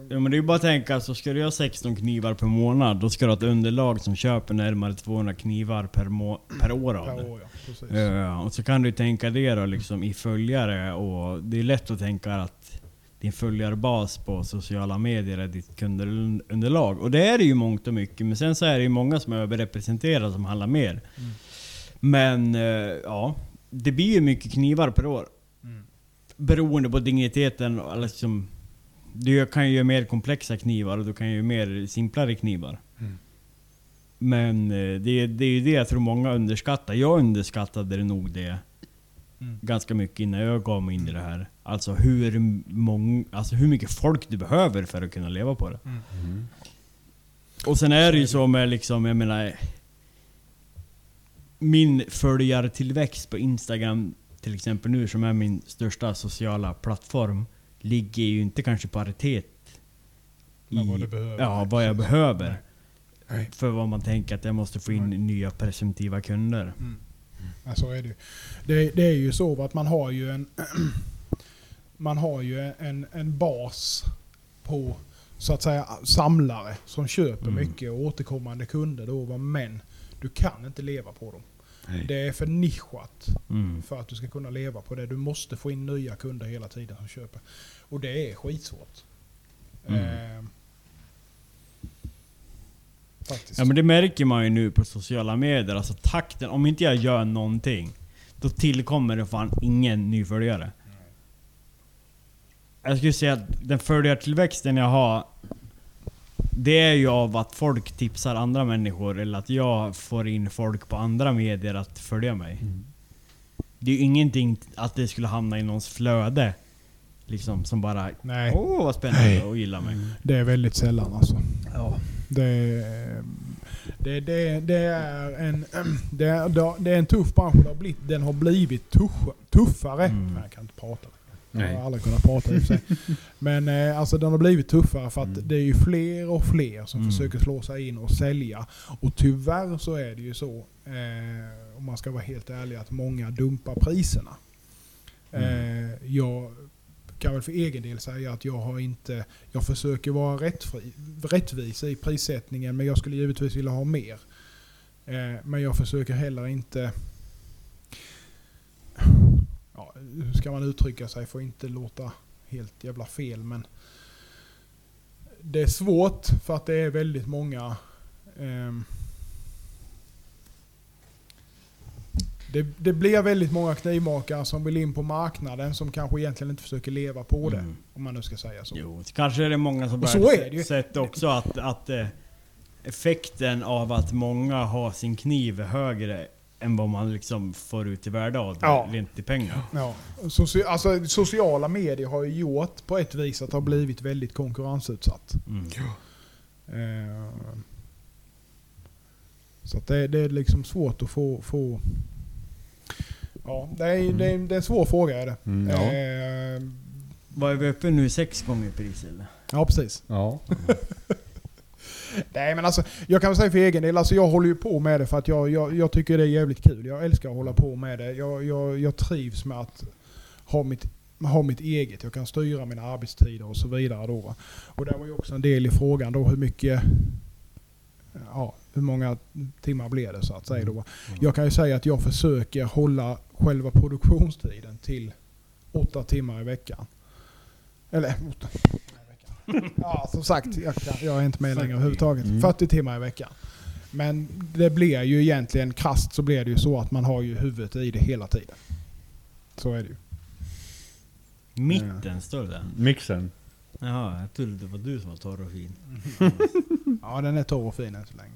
E: Ja, men det är ju bara att tänka, så ska du ha 16 knivar per månad, då ska du ha ett underlag som köper närmare 200 knivar per, må- per år av
C: Per
E: det.
C: år, ja. Precis.
E: Ja, Eh, och så kan du ju tänka det då liksom i följare och det är lätt att tänka att din följarbas på sociala medier är ditt kundunderlag. Och det är det ju mångt och mycket, men sen så är det ju många som är överrepresenterade som handlar mer. Men eh, ja, det blir ju mycket knivar per år. Beroende på digniteten och liksom... Du kan ju göra mer komplexa knivar och du kan ju göra mer simplare knivar. Men eh, det, det är ju det jag tror många underskattar. Jag underskattade det nog det ganska mycket innan jag gav mig in i det här. Alltså hur, mång, alltså hur mycket folk du behöver för att kunna leva på det. Mm. Och sen är det ju så med liksom, jag menar... Min följartillväxt på Instagram till exempel nu, som är min största sociala plattform, ligger ju inte kanske i paritet
C: Med vad du behöver.
E: Ja, vad jag behöver. För vad man tänker att jag måste få in nya presumtiva kunder.
C: Ja, så är det ju. Det, det är ju så va, att man har ju en, man har ju en, en bas på så att säga samlare som köper mycket och återkommande kunder. Då, va, men du kan inte leva på dem. Det är för nischat
E: Mm.
C: för att du ska kunna leva på det. Du måste få in nya kunder hela tiden som köper. Och det är skitsvårt. Eh, faktiskt.
E: Ja men det märker man ju nu på sociala medier, alltså takten. Om inte jag gör någonting,
I: Då tillkommer det fan ingen ny följare. Jag skulle säga att den följartillväxten jag har, det är ju av att folk tipsar andra människor eller att jag får in folk på andra medier att följa mig.
C: Mm.
I: Det är ju ingenting att det skulle hamna i någons flöde. Liksom som bara
C: Nej. Mm.
I: Åh vad spännande och gilla mig.
C: Det är väldigt sällan alltså. Det, är- det, det, det, är en, det, är, det är en tuff bransch. Det har blivit, den har blivit tuff, tuffare.
I: Mm.
C: Nej, jag kan inte prata. Jag har aldrig kunnat prata i och för sig. Men eh, alltså, den har blivit tuffare för att det är ju fler och fler som
I: Mm.
C: försöker slå sig in och sälja. Och tyvärr så är det ju så, eh, om man ska vara helt ärlig, att många dumpar priserna. Eh, jag kan väl för egen del säga att jag har inte, jag försöker vara rättfri, rättvis i prissättningen men jag skulle givetvis vilja ha mer. Eh, men jag försöker heller inte ja, hur ska man uttrycka sig för att inte låta helt jävla fel men det är svårt för att det är väldigt många ehm, det, det blir väldigt många knivmakare som vill in på marknaden som kanske egentligen inte försöker leva på det.
I: Mm.
C: Om man nu ska säga så.
I: Jo, kanske är det många som
C: Och
I: börjar
C: så är det ju.
I: sett också att, att eh, effekten av att många har sin kniv är högre än vad man liksom får ut i värde av det,
C: Ja.
I: rent i pengar.
C: Ja. Soci- alltså, sociala medier har ju gjort på ett vis att det har blivit väldigt konkurrensutsatt.
I: Mm.
C: Eh, Så att det, det är liksom svårt att få... få ja, det är, det, är, det är en svår fråga är det.
D: Mm, ja.
C: Eh,
I: Vad är vi uppe nu? Sex gånger pris eller?
C: ja, precis.
D: ja.
C: Nej, men alltså, jag kan väl säga för egen del, alltså, jag håller ju på med det för att jag, jag, jag tycker det är jävligt kul. Jag älskar att hålla på med det. Jag, jag, jag trivs med att ha mitt, ha mitt eget. Jag kan styra mina arbetstider och så vidare. Då, va. Och det var ju också en del i frågan då hur mycket ja, hur många timmar blev det så att säga. Då. Jag kan ju säga att jag försöker hålla själva produktionstiden till åtta timmar i veckan. Eller åtta timmar i veckan. Ja, som sagt, jag, kan, jag är inte med längre överhuvudtaget. 40 timmar i veckan. Men det blir ju egentligen krasst så blir det ju så att man har ju huvudet i det hela tiden. Så är det ju.
I: Mitten står det.
D: Mixen.
I: Jaha, jag trodde det var du som var torr och fin.
C: Ja, den är torr och fin än så länge.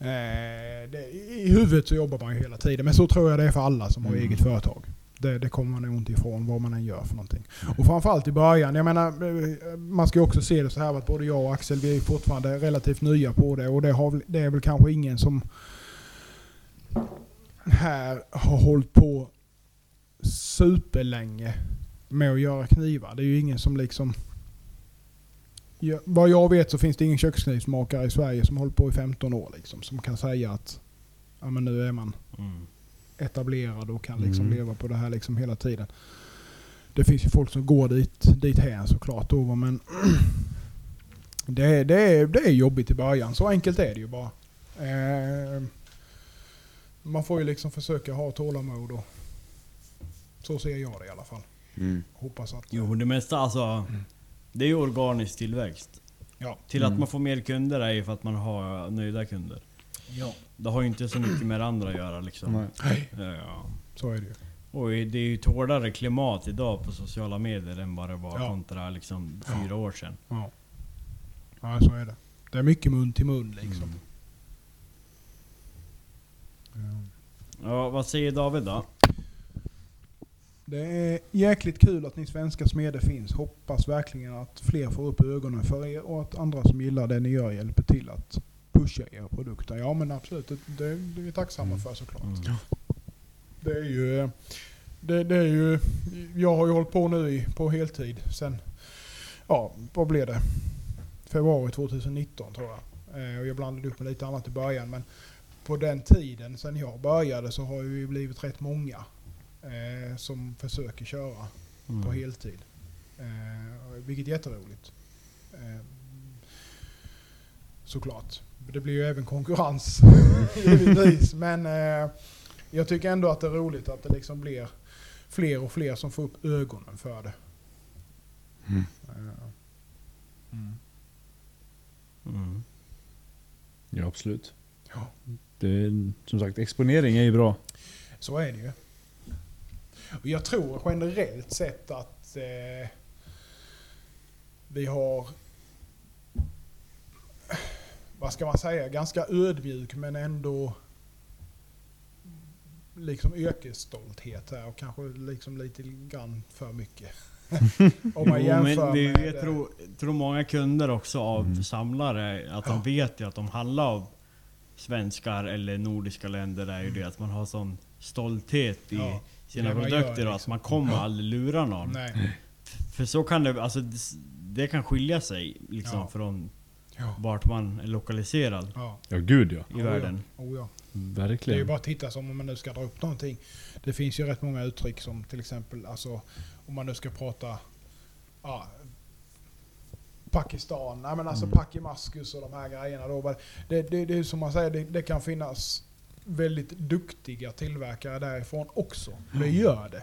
C: Eh, det, I huvudet så jobbar man ju hela tiden, men så tror jag det är för alla som har eget företag. Det, det kommer man nog inte ifrån vad man än gör för någonting. Och framförallt i början, jag menar, eh, man ska ju också se det så här att både jag och Axel vi är ju fortfarande relativt nya på det och det, har, väl- det är väl kanske ingen som här har hållit på superlänge med att göra knivar. Det är ju ingen som liksom Ja, vad jag vet så finns det ingen köksknivsmakare i Sverige som hållit på i 15 år. Liksom, som kan säga att ja, men nu är man
I: Mm.
C: etablerad och kan liksom leva på det här liksom hela tiden. Det finns ju folk som går dit, dit här såklart. Då, va, men det, är- det, är, det är jobbigt i början. Så enkelt är det ju bara. Eh, man får ju liksom försöka ha tålamod. Och, så ser jag det i alla fall. Mm. Hoppas att...
I: Jo, det mesta alltså. Det är ju organisk tillväxt.
C: Ja.
I: Till att man får mer kunder är ju för att man har nöjda kunder.
C: ja,
I: Det har ju inte så mycket med det andra att göra liksom.
C: Nej.
I: Ja.
C: så är det ju.
I: Och det är ju ett hårdare klimat idag på sociala medier än vad det var
C: Ja.
I: kontra liksom fyra år sedan.
C: Ja. ja, så är det. Det är mycket mun till mun liksom. Ja.
I: Ja, vad säger David då?
C: Det är jäkligt kul att ni svenska smeder finns. Hoppas verkligen att fler får upp ögonen för er och att andra som gillar det ni gör hjälper till att pusha era produkter. Ja men absolut, det, det, det är vi tacksamma för såklart.
I: Mm.
C: Det är ju... eh, Det, det är ju... Jag har ju hållit på nu i, på heltid sen... Ja, vad blev det? Februari 2019 tror jag. Eh, och jag blandade upp med lite annat i början men på den tiden sen jag började så har ju blivit rätt många eh, som försöker köra
I: Mm.
C: på heltid. Eh, vilket är jätteroligt. Eh, såklart. Det blir ju även konkurrens givetvis. Men eh, jag tycker ändå att det är roligt att det liksom blir fler och fler som får upp ögonen för det. Eh,
I: Mm.
D: Ja, absolut.
C: Ja.
D: Det är, som sagt, exponering är ju bra.
C: Så är det ju. Och jag tror generellt sett att eh, vi har, vad ska man säga, ganska ödmjuk men ändå liksom yrkesstolthet här och kanske liksom lite grann för mycket. Om man
I: Jo,
C: jämför
I: men det,
C: med...
I: jag tror, tror många kunder också av samlare, att de vet ju att de handlar av svenskar eller nordiska länder, är ju det att man har sån stolthet i
C: Mm. Ja,
I: sina
C: det man gör,
I: produkter och att
C: liksom.
I: man kommer aldrig lura någon.
C: eh, Nej.
I: För så kan det, alltså, det- det kan skilja sig liksom
C: Ja.
I: från
C: Ja.
I: vart man är lokaliserad
C: Ja.
D: Ja gud ja.
I: i världen.
C: Oh, ja. Det är ju
D: Verkligen.
C: bara att titta som om man nu ska dra upp någonting. Det finns ju rätt många uttryck som till exempel, alltså, om man nu ska prata ja, Pakistan, nej men alltså Pakimaskus och de här grejerna. Då, det, det, det är ju som man säger, det, det kan finnas väldigt duktiga tillverkare därifrån också. Det gör det.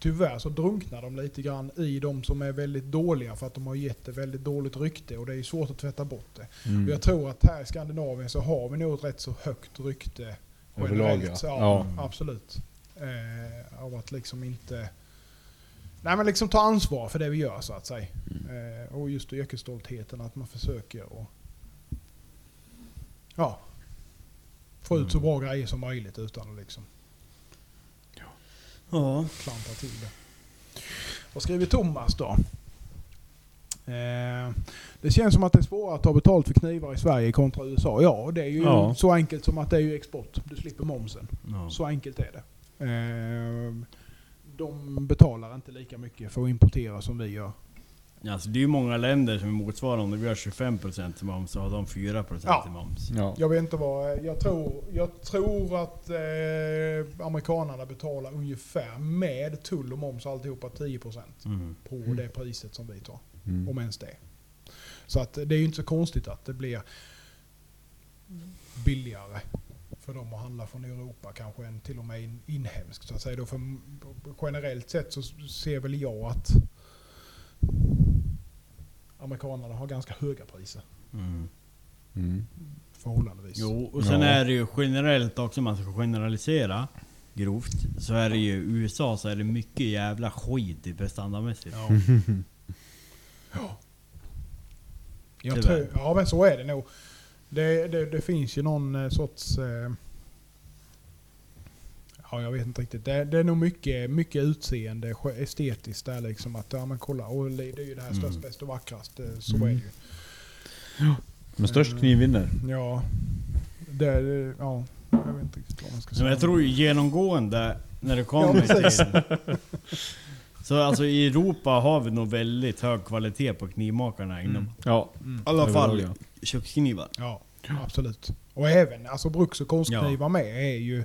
C: Tyvärr så drunknar de lite grann i de som är väldigt dåliga för att de har gett det väldigt dåligt rykte och det är ju svårt att tvätta bort det.
D: Mm.
C: Och Jag tror att här i Skandinavien så har vi nog ett rätt så högt rykte
D: Överlag, ja.
C: så, ja,
D: Ja.
C: absolut. Eh, av att liksom inte... Nej men liksom ta ansvar för det vi gör så att säga.
D: Mm.
C: Eh, och just yrkesstoltheten, att man försöker och Ja. Få ut
D: Mm.
C: så bra grejer som möjligt utan att liksom
I: Ja.
C: klanta till det. Vad skriver Thomas då? Eh, det känns som att det är svårare att ta betalt för knivar i Sverige kontra USA. Ja, det är ju
I: Ja.
C: så enkelt som att det är ju export. Du slipper momsen.
I: Ja.
C: Så enkelt är det. Eh, de betalar inte lika mycket för att importera som vi gör.
I: Alltså, det är ju många länder som är motsvarande. Om vi har 25% i moms så har de 4% i
C: Ja.
I: moms.
D: Ja.
C: Jag vet inte vad... Jag tror, jag tror att eh, amerikanarna betalar ungefär med tull och moms alltihopa 10%
I: Mm.
C: på det priset som vi tar.
D: Mm.
C: Om ens det. Så att det är ju inte så konstigt att det blir billigare för dem att handla från Europa kanske än till och med in, inhemskt. Så att säga. Då för, generellt sett så ser väl jag att amerikanerna har ganska höga priser
I: Mm.
D: Mm.
C: förhållandevis.
I: Jo, och sen
D: Ja.
I: är det ju generellt också, om man ska generalisera grovt, så är det ju i USA så är det mycket jävla skit i prestandamässigt.
C: Ja. ja. Jag
I: Tyvärr.
C: tror, ja men så är det nog. Det, det, det finns ju någon eh, sorts... Eh, ja jag vet inte riktigt. Det, det är nog mycket, mycket utseende ske- estetiskt där liksom. Att ja men kolla, och det det är ju det här
I: Mm.
C: störst, bäst och vackrast. eh, Så
D: Mm.
C: är det ju.
D: Men störst kniv vinner.
I: Mm.
C: Ja. Det, det, ja. Jag vet inte riktigt vad man ska
I: Men
C: säga.
I: jag tror ju genomgående när det kommer
C: precis.
I: till... Så alltså i Europa har vi nog väldigt hög kvalitet på knivmakarna inom...
C: Mm.
D: Ja.
C: Mm.
I: I alla
D: överlag,
I: fall köksknivar.
C: Ja, absolut. Och även alltså, bruks och konstknivar med är ju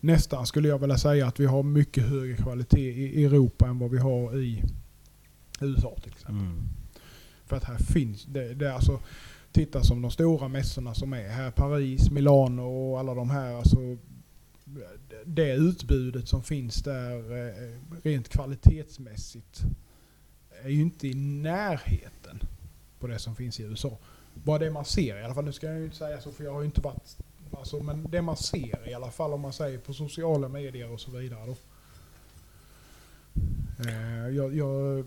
C: nästan skulle jag vilja säga att vi har mycket högre kvalitet i Europa än vad vi har i USA till exempel.
I: Mm.
C: För att här finns det, det är alltså titta som de stora mässorna som är här, Paris, Milano och alla de här. Alltså, det- det utbudet som finns där eh, rent kvalitetsmässigt är ju inte i närheten på det som finns i USA. Bara det man ser i alla fall, nu ska jag ju inte säga så för jag har ju inte varit, alltså, men det man ser i alla fall om man säger på sociala medier och så vidare då. Eh, Jag, jag,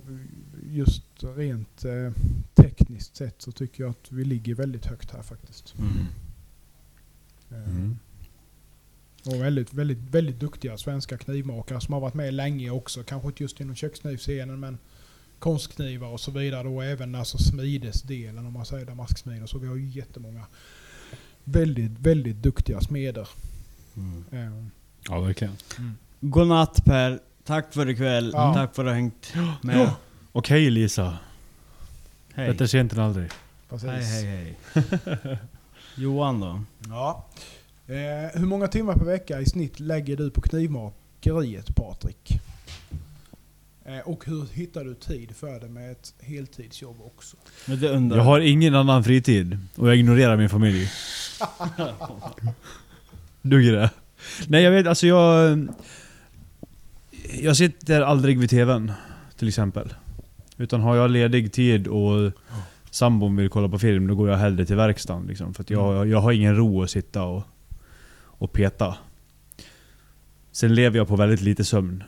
C: just rent eh, tekniskt sett så tycker jag att vi ligger väldigt högt här faktiskt.
I: Mm.
C: Eh,
D: Mm.
C: Och väldigt, väldigt, väldigt duktiga svenska knivmakare som har varit med länge också. Kanske inte just inom köksknivscenen men konstknivar och så vidare. Och även alltså smidesdelen om man säger damasksmid och så. Vi har ju jättemånga väldigt, väldigt duktiga smeder.
I: Mm.
C: Eh,
D: Ja verkligen.
I: Godnatt Per. Tack för ikväll.
C: Ja.
I: Tack för att du har hängt med.
D: Okej Lisa.
I: Hej.
D: Bättre sent än aldrig.
C: precis.
I: Hej hej hej. Johan då?
C: Ja. Eh, hur många timmar per vecka i snitt lägger du på knivmakeriet Patrik? Eh, och hur hittar du tid för det med ett heltidsjobb också?
I: Men det undrar
D: Jag har ingen annan fritid. Och jag ignorerar min familj. Duger det? Nej jag vet, alltså jag... Jag sitter aldrig vid TVn. Till exempel. Utan har jag ledig tid och sambon vill kolla på film, då går jag hellre till verkstaden. Liksom, för att jag, jag har ingen ro att sitta och, och peta. Sen lever jag på väldigt lite sömn.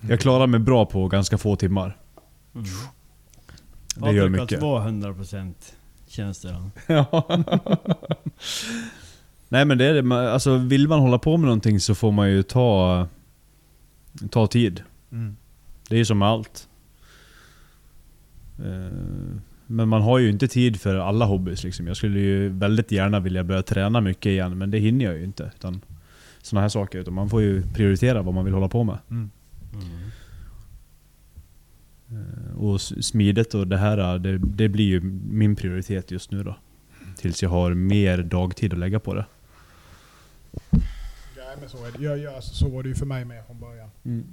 D: jag klarar mig bra på ganska få timmar. Det gör mycket.
I: vara 100% känns det då.
D: Ja. Nej men det är det. Man- Alltså, vill man hålla på med någonting så får man ju ta, ta tid. Det är ju som med allt. Eh, Men man har ju inte tid för alla hobbys. Liksom. Jag skulle ju väldigt gärna vilja börja träna mycket igen, men det hinner jag ju inte. Utan såna här saker. Utan man får ju prioritera vad man vill hålla på med. Eh, Och s- smidet och det här, det, det blir ju min prioritet just nu då. Tills jag har mer dagtid att lägga på det.
C: Nej men så är det. Jag, jag, alltså, så var det ju för mig med från början.
D: Mm.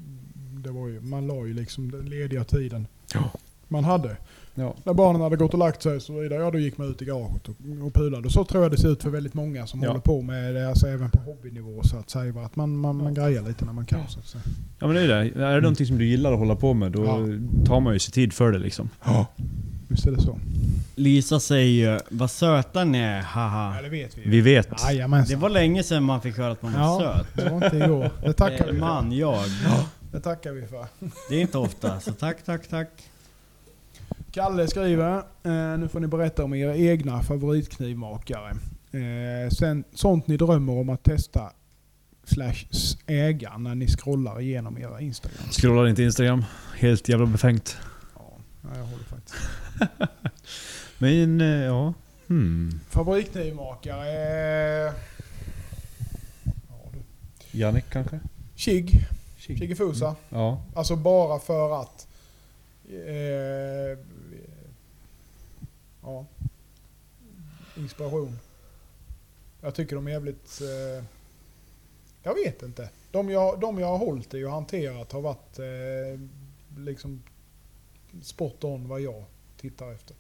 C: Det var ju, man la ju liksom den lediga tiden
D: Ja.
C: man hade.
D: Ja.
C: När barnen hade gått och lagt sig och så vidare, ja då gick man ut i garaget och, och pulade. Och så tror jag det ser ut för väldigt många som
D: Ja.
C: håller på med det, alltså även på hobbynivå så att säga. va, Att man, man, man grejar lite när man kan. Så att säga.
D: Ja men det är ju det. Är det någonting som du gillar att hålla på med, då
C: Ja.
D: tar man ju sig tid för det liksom.
C: Visst är det så?
I: Lisa säger ju, vad söta ni är, haha.
C: Ja det vet vi
D: Vi vet.
I: Det
C: Jajamensan.
I: var länge sedan man fick höra att man var
C: Ja,
I: söt.
C: det var inte igår. Det tackar
I: Eh,
C: vi för.
I: Man, jag.
C: Det tackar vi för.
I: Det är inte ofta, så tack, tack, tack.
C: Kalle skriver, eh, nu får ni berätta om era egna favoritknivmakare. Eh, sen, sånt ni drömmer om att testa slash s- äga när ni scrollar igenom era Instagram.
D: Scrollar inte Instagram. Helt jävla befängt.
C: Ja, jag håller faktiskt.
D: Men eh, ja. Hmm.
C: Favoritknivmakare? Eh, ja, du.
D: Jannik kanske?
C: Chig, Chigifusa.
D: Ja.
C: Alltså bara för att... Eh, ja. Inspiration. Jag tycker de är jävligt... Eh, jag vet inte. De jag, de jag har hållit i och hanterat har varit eh, liksom spot on vad jag tittar efter.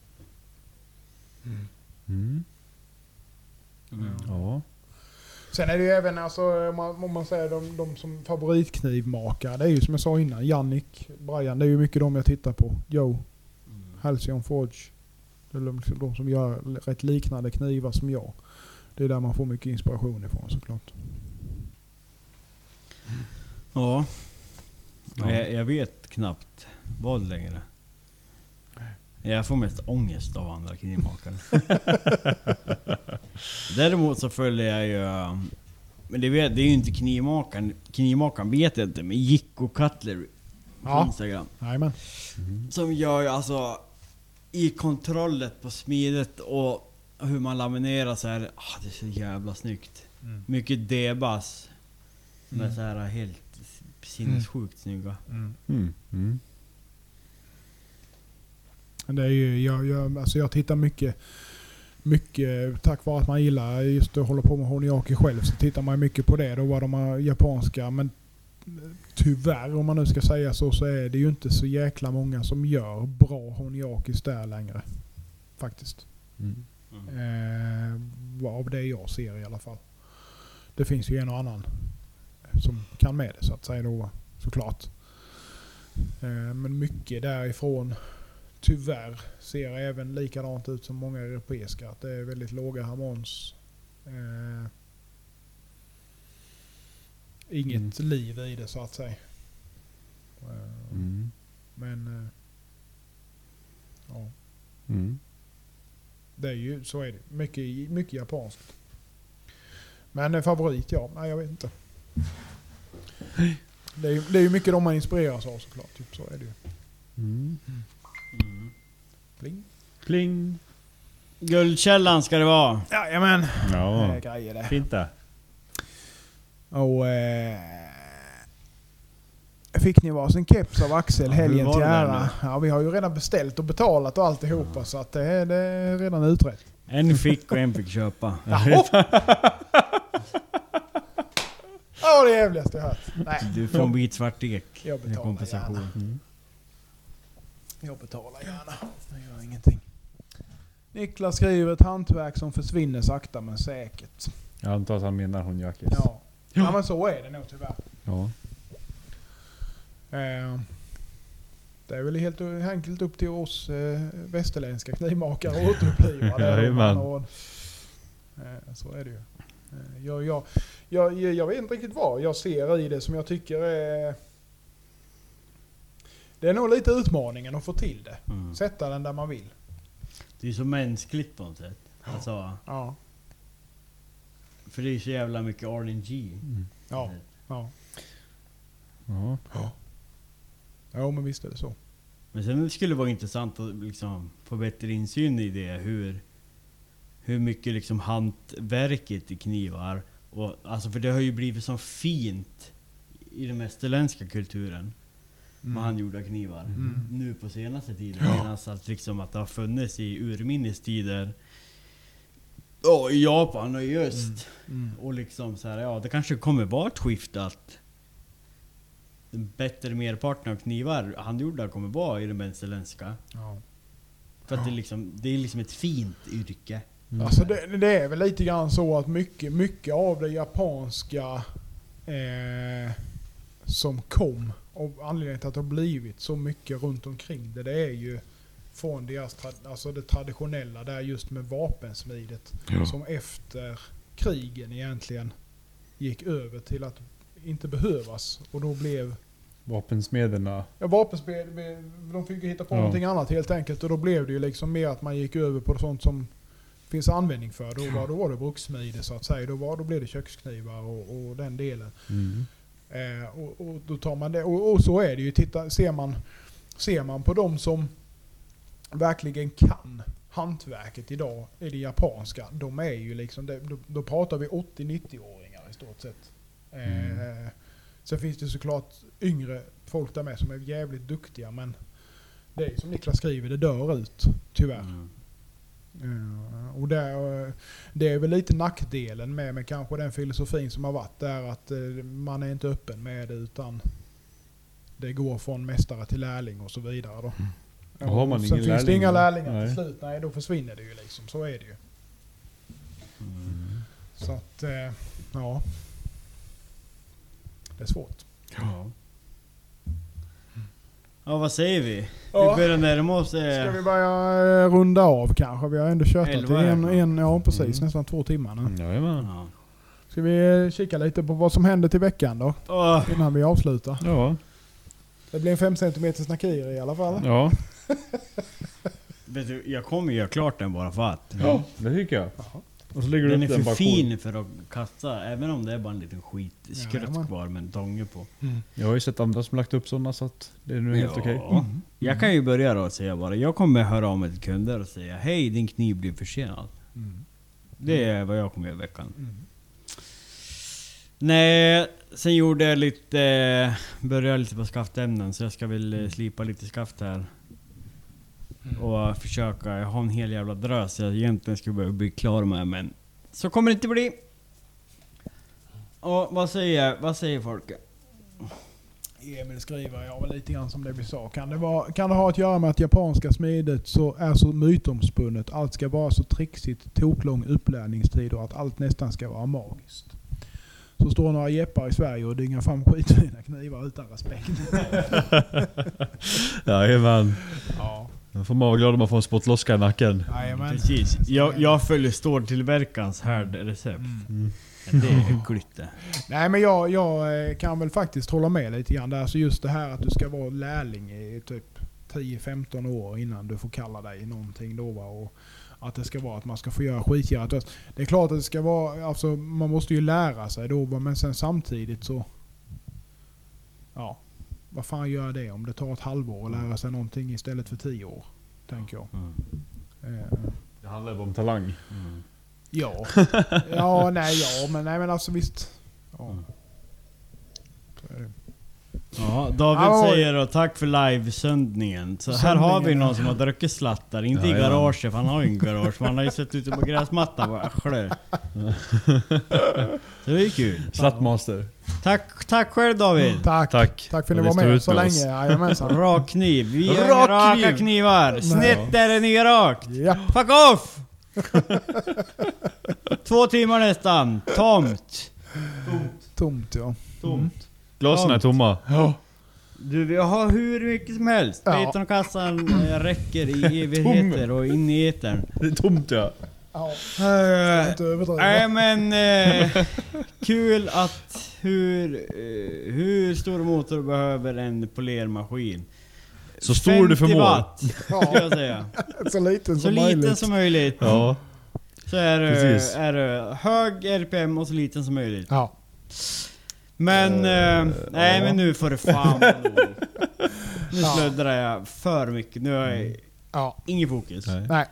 D: Mm. Ja.
C: Sen är det ju även, alltså, om, man, om man säger de, de som favoritknivmakare, det är ju som jag sa innan, Jannik, Brian, det är ju mycket de jag tittar på. Joe, Halcyon Forge. Det är de, de som gör rätt liknande knivar som jag. Det är där man får mycket inspiration ifrån såklart.
I: Ja. Men Jag, jag vet knappt vad längre. Jag får mest ångest av andra knivmakare. Däremot så följer jag ju... eh, Men det, vet, det är ju inte knivmakaren. Knivmakaren vet jag inte, men Jicko Cutler på
C: Ja.
I: Instagram.
C: Jajamän.
I: Som gör ju alltså... I kontrollet på smidet och hur man laminerar så här. Ah, det är så jävla snyggt.
C: Mm.
I: Mycket debas. Som är så här ah, helt sinnessjukt snygga.
D: Mm. Mm.
C: Men Det är ju, jag, jag, alltså jag tittar mycket, mycket tack vare att man gillar just att hålla på med Honiaki själv så tittar man mycket på det då vad de har japanska. Men tyvärr om man nu ska säga så så är det ju inte så jäkla många som gör bra Honiakis där längre. Faktiskt.
D: Mm.
C: Eh, vad av det jag ser i alla fall. Det finns ju en och annan som kan med det så att säga då såklart. Eh, men mycket därifrån tyvärr ser även likadant ut som många europeiska. Att det är väldigt låga harmons. Eh, inget liv i det så att säga. Eh,
D: Mm.
C: men eh, ja,
D: Mm.
C: det är ju så är det. Mycket, mycket japanskt. Men eh, favorit ja, nej jag vet inte. Det är ju det är ju mycket de man inspireras av såklart. Typ så är det ju.
D: Mm.
C: Pling.
D: Pling.
I: Guldkällan ska det vara.
C: Jajamän.
D: Ja.
C: Eh, grejer det.
D: Fint det.
C: Och... Eh, fick ni varsin keps av Axel
I: hur
C: helgen
I: var
C: till
I: det där
C: ära?
I: nu?
C: Ja, vi har ju redan beställt och betalat och alltihopa så att det, är- det är redan utrett.
I: En fick och en fick köpa.
C: Jaha! Ja, det är det jävligaste jag hört. Nej,
I: Du får en bit svart ek
C: Jag
I: i
C: betalar
I: kompensation.
C: gärna. jag betalar gärna. Jag gör ingenting. Niklas skriver ett hantverk som försvinner sakta men säkert.
D: Jag antar att han menar honjakis.
C: Ja, ja men så är det nog tyvärr.
D: ja.
C: Eh, Det är väl helt enkelt upp till oss eh, västerländska knivmakare att återuppliva det.
D: Jajamän.
C: Och, eh, Så är det ju. Eh, Jag, jag, jag, jag, jag vet inte riktigt vad jag ser i det som jag tycker är... Det är nog lite utmaningen att få till det.
I: Mm.
C: Sätta den där man vill.
I: Det är så mänskligt på något sätt. Alltså,
C: Ja.
I: för det är så jävla mycket RNG.
C: Ja. Ja.
F: Ja.
C: Jo men visst är det så.
I: Men sen skulle det vara intressant att liksom få bättre insyn i det. Hur, hur mycket liksom hantverket i knivar. Och, alltså för det har ju blivit så fint i den västerländska kulturen. Med handgjorda knivar. Nu på senaste tiden. Medan att, liksom att det har funnits i urminnes tider. Ja, i Japan och i öst. Och liksom så här, ja det kanske kommer vara ett skift att den bättre merparten av knivar handgjorda kommer vara i den västerländska.
C: Ja.
I: För att det, är liksom, det är liksom ett fint yrke.
C: Alltså det, det är väl lite grann så att mycket, mycket av det japanska eh, som kom och anledningen till att det har blivit så mycket runt omkring det, det är ju från deras tra- alltså det traditionella där just med vapensmidet som efter krigen egentligen gick över till att inte behövas och då blev
F: Vapensmederna.
C: Ja, vapenspel, de fick ju hitta på
F: Ja.
C: någonting annat helt enkelt. Och då blev det ju liksom mer att man gick över på sånt som finns användning för. Då var, då var det brukssmide så att säga. Då, var, då blev det köksknivar och, och den delen.
D: Mm.
C: Eh, och, och då tar man det. Och, och så är det ju. Titta, ser, man, ser man på de som verkligen kan hantverket idag i det japanska. De är ju liksom, det, då, då pratar vi 80-90-åringar i stort sett. Eh, sen finns det såklart yngre folk där med som är jävligt duktiga men det är ju som Niklas skriver, det dör ut tyvärr.
I: Mm.
C: Eh, och där, eh, det är väl lite nackdelen med, med kanske den filosofin som har varit där att eh, man är inte öppen med det utan det går från mästare till lärling och så vidare. Då.
F: Då Mm. har man
C: Sen
F: ingen
C: finns det
F: lärling
C: inga
F: då.
C: lärlingar till
F: Nej.
C: slut. Nej, då försvinner det ju liksom. Så är det ju.
F: Mm.
C: Så att, eh, ja. Det är svårt.
I: Ja. Ja vad säger vi?
C: Ja.
I: Vi börjar närma oss...
C: Ska vi
I: Eh,
C: börja eh, runda av kanske? Vi har ändå tjötat i
I: Elva
C: en,
I: här.
C: en, ja precis,
F: Mm.
C: nästan två timmar nu.
F: Jajamän.
I: ja.
C: Ska vi eh, kika lite på vad som händer till veckan då?
I: Åh,
C: Innan vi avslutar.
F: Ja.
C: Det blir en 5 cm nakiri i alla fall.
F: Ja.
I: vet du, jag kommer göra klart den bara för att.
F: ja, det tycker jag. Och så lägger du
I: Den är
F: upp den
I: för
F: bara
I: fin för att kasta, även om det är bara en liten skitskrutt
C: Jajamän.
I: kvar med en donge på.
F: Jag har ju sett andra som lagt upp sådana så att det är nu helt
I: Ja.
F: okej. Mm.
I: Jag kan ju börja då och säga bara, jag kommer höra av mig till kunder och säga Hej din kniv blev försenad. Det är vad jag kommer göra i veckan. Nej, sen gjorde jag lite... eh, Började lite på skaftämnen så jag ska väl eh, slipa lite skaft här. Och försöka, jag har en hel jävla drös jag egentligen skulle behöva bli klar med men så kommer det inte bli. Och vad säger, vad säger folk?
C: Emil skriver, ja men lite grann som det vi sa. Kan det, vara, kan det ha att göra med att japanska smidet så är så mytomspunnet? Allt ska vara så trixigt, toklång upplärningstid och att allt nästan ska vara magiskt. Så står några jeppar i Sverige och dyngar fram skitfina knivar utan respekt.
F: Jajamän.
C: Ja.
F: Då får man vara glad om man får en spottloska i nacken.
C: Jajamän.
I: Precis. Jag, jag följer ståltillverkarens härdrecept.
F: Mm.
I: Men Det är hyggligt det.
C: Nej men jag, jag eh, kan väl faktiskt hålla med lite grann där. Så just det här att du ska vara lärling i typ 10-15 år innan du får kalla dig någonting då va. Och att det ska vara att man ska få göra skitgörat. Det är klart att det ska vara, alltså man måste ju lära sig då va. Men sen samtidigt så... Ja. Vad fan gör det om det tar ett halvår att lära sig någonting istället för 10 år? Tänker jag. Eh,
F: Det handlar ju bara om talang.
C: Ja. Ja, nej, ja, men, nej, men alltså visst. Ja. Så är det.
I: Mm. Ja, David
C: Ja, oj.
I: säger då, tack för livesändningen. Så här har vi någon som har druckit slattar. Inte
F: Ja,
I: i
F: ja.
I: garaget, för han har ju ingen garage. Men han har ju suttit ute på gräsmattan och bara Så det är kul.
F: Slattmaster.
I: Tack, tack själv David.
C: Tack.
F: Tack.
C: Tack för att
F: Och
C: ni
F: ni
C: var
F: står
C: med
F: ut med
C: så
F: oss.
C: länge. Jajamensan.
I: Rak kniv. Vi
F: Rak
I: har raka
F: kniv.
I: knivar. Snett är det nya rakt.
C: Ja.
I: Fuck off! Två timmar nästan. Tomt.
C: Tomt ja.
I: Tomt.
F: Glasen är tomma.
I: Du, vi har hur mycket som helst.
C: Ja.
I: Biten och kassan eh, räcker i evigheter och in i etern.
F: Det är tomt ja.
C: Ja,
E: Eh,
C: inte överdriva.
E: Nej men... Eh,
I: Kul att hur, eh, hur stor motor behöver en polermaskin?
F: Så stor du
I: 50
F: förmår.
I: watt, ska
C: Ja,
I: jag säga.
C: så liten
I: Så
C: som
I: liten
C: möjligt.
I: som möjligt.
F: Ja.
I: Så är det,
F: Precis.
I: är det hög RPM och så liten som möjligt.
C: Ja.
I: Men... eh, nej men nu får det fan vara nog. Nu
C: Ja.
I: sluddrar jag för mycket. Nu har jag
C: Ja.
I: ingen fokus.
F: Nej.
C: Nej.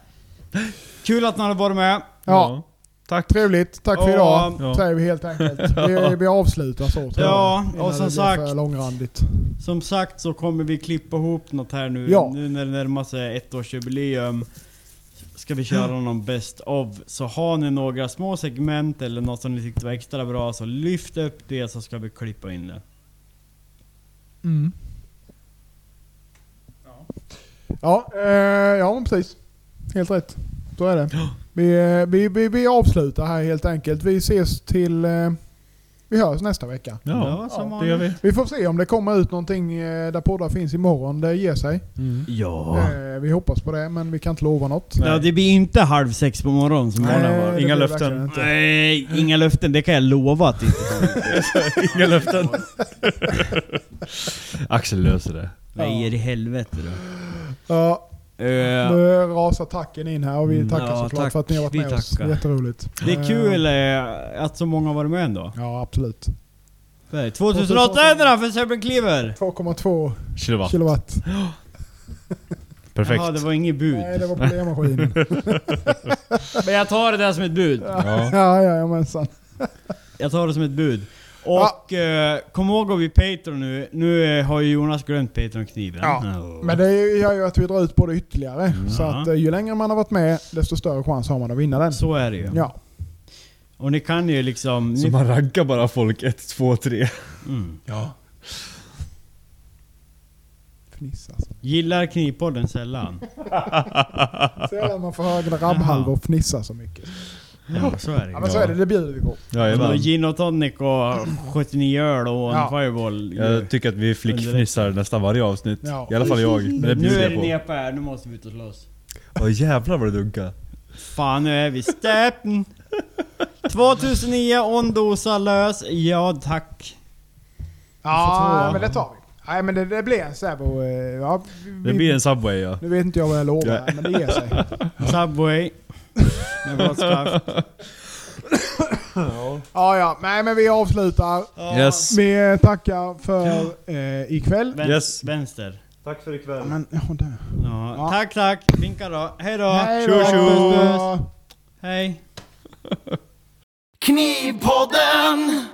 I: Kul att ni har varit med.
C: Ja.
F: Tack.
C: Trevligt. Tack för
I: Ja.
C: idag.
F: Ja.
C: Säger vi helt enkelt. Vi, vi avslutar så tror
I: Ja,
C: jag. Innan
I: och som
C: det blir
I: sagt-
C: för långrandigt.
I: Som sagt så kommer vi klippa ihop något här nu.
C: Ja.
I: Nu när det närmar sig ettårsjubileum ska vi köra
C: Mm.
I: någon Best of. Så har ni några små segment eller något som ni tyckte var extra bra så lyft upp det så ska vi klippa in det.
C: Mm. Ja, eh, ja men precis. Helt rätt. Så är det. Vi, eh, vi, vi, vi avslutar här helt enkelt. Vi ses till... Eh, vi hörs nästa vecka.
F: Ja,
I: som
F: det gör vi.
C: Vi får se om det kommer ut någonting eh, där poddar finns imorgon. Det ger sig.
F: Mm.
I: Ja.
C: Eh, vi hoppas på det, men vi kan inte lova något.
I: ja, det blir inte halv sex på morgonen som
C: Nej,
I: morgonen
C: det
I: var.
C: blir
F: Inga
C: det
F: löften.
C: verkligen inte.
I: Nej, inga löften. Det kan jag lova att det inte kommer.
F: Inga löften. Axel löser det.
I: Nej, i helvete då.
C: Ja,
I: Eh,
C: nu rasar tacken in här och vi tackar
I: Mm. Ja,
C: såklart
I: tack.
C: för att ni har varit
I: Vi
C: med oss.
I: tackar.
C: Jätteroligt.
I: det är kul eh, att så många har varit med ändå.
C: Ja, absolut.
I: 2800 för Sebben Cleaver!
C: 2,2
F: Kilowatt.
C: kilowatt.
F: Perfekt.
I: Jaha, det var inget bud.
C: Nej, det var problemmaskinen.
I: Men jag tar det där som ett bud.
F: Ja.
C: ja, jajamensan.
I: Jag tar det som ett bud. Och eh, kom ihåg att vi Patreon nu. Nu eh, har ju Jonas glömt Patreon-kniven.
C: Ja, Men det gör ju att vi drar ut på det ytterligare. Så att eh, ju längre man har varit med, desto större chans har man att vinna den.
I: Så är det ju.
C: Ja.
I: Och ni kan ju liksom...
F: Så
I: Ni,
F: man rankar bara folk 1, 2, 3.
I: mm.
C: Fniss alltså.
I: Gillar Knivpodden sällan.
C: Sällan man får höra grabbhalvor fnissa så mycket.
I: Ja, så är det
C: Ja
I: ju.
C: men så är det, det bjuder vi på.
I: Både
F: Jajamän.
I: Gin och tonic och 79 öl och en
C: Ja.
I: fireball.
F: Jag tycker att vi flickfnissar nästan varje avsnitt.
C: Ja.
F: I alla fall jag. Men det
I: nu
F: bjuder
I: är
F: jag
I: det
F: på.
I: nepa här, nu måste vi ut och slåss.
F: Åh jävlar vad det dunkar.
I: Fan, nu är vi steppen! 2009, ondosa lös. Ja, tack.
C: Ja
I: två.
C: men det tar vi. Nej men det, det blir en Säbo... eh, Ja, vi-
F: Det blir en Subway ja.
C: Nu vet inte jag vad jag lovar
F: Ja.
C: men det ger sig.
I: Subway. Med vodkaft.
C: Ja ja, nej men vi avslutar.
F: Yes.
C: Vi eh, tackar för eh, ikväll.
I: Vän-
F: Yes.
I: Vänster.
F: Tack för ikväll.
C: Men, ja, där.
I: Ja.
C: Ja.
I: Tack, tack. Vinka då. Hej då.
C: Hej
F: tjo,
C: då.
I: tjo. Hej.
B: Knivpodden!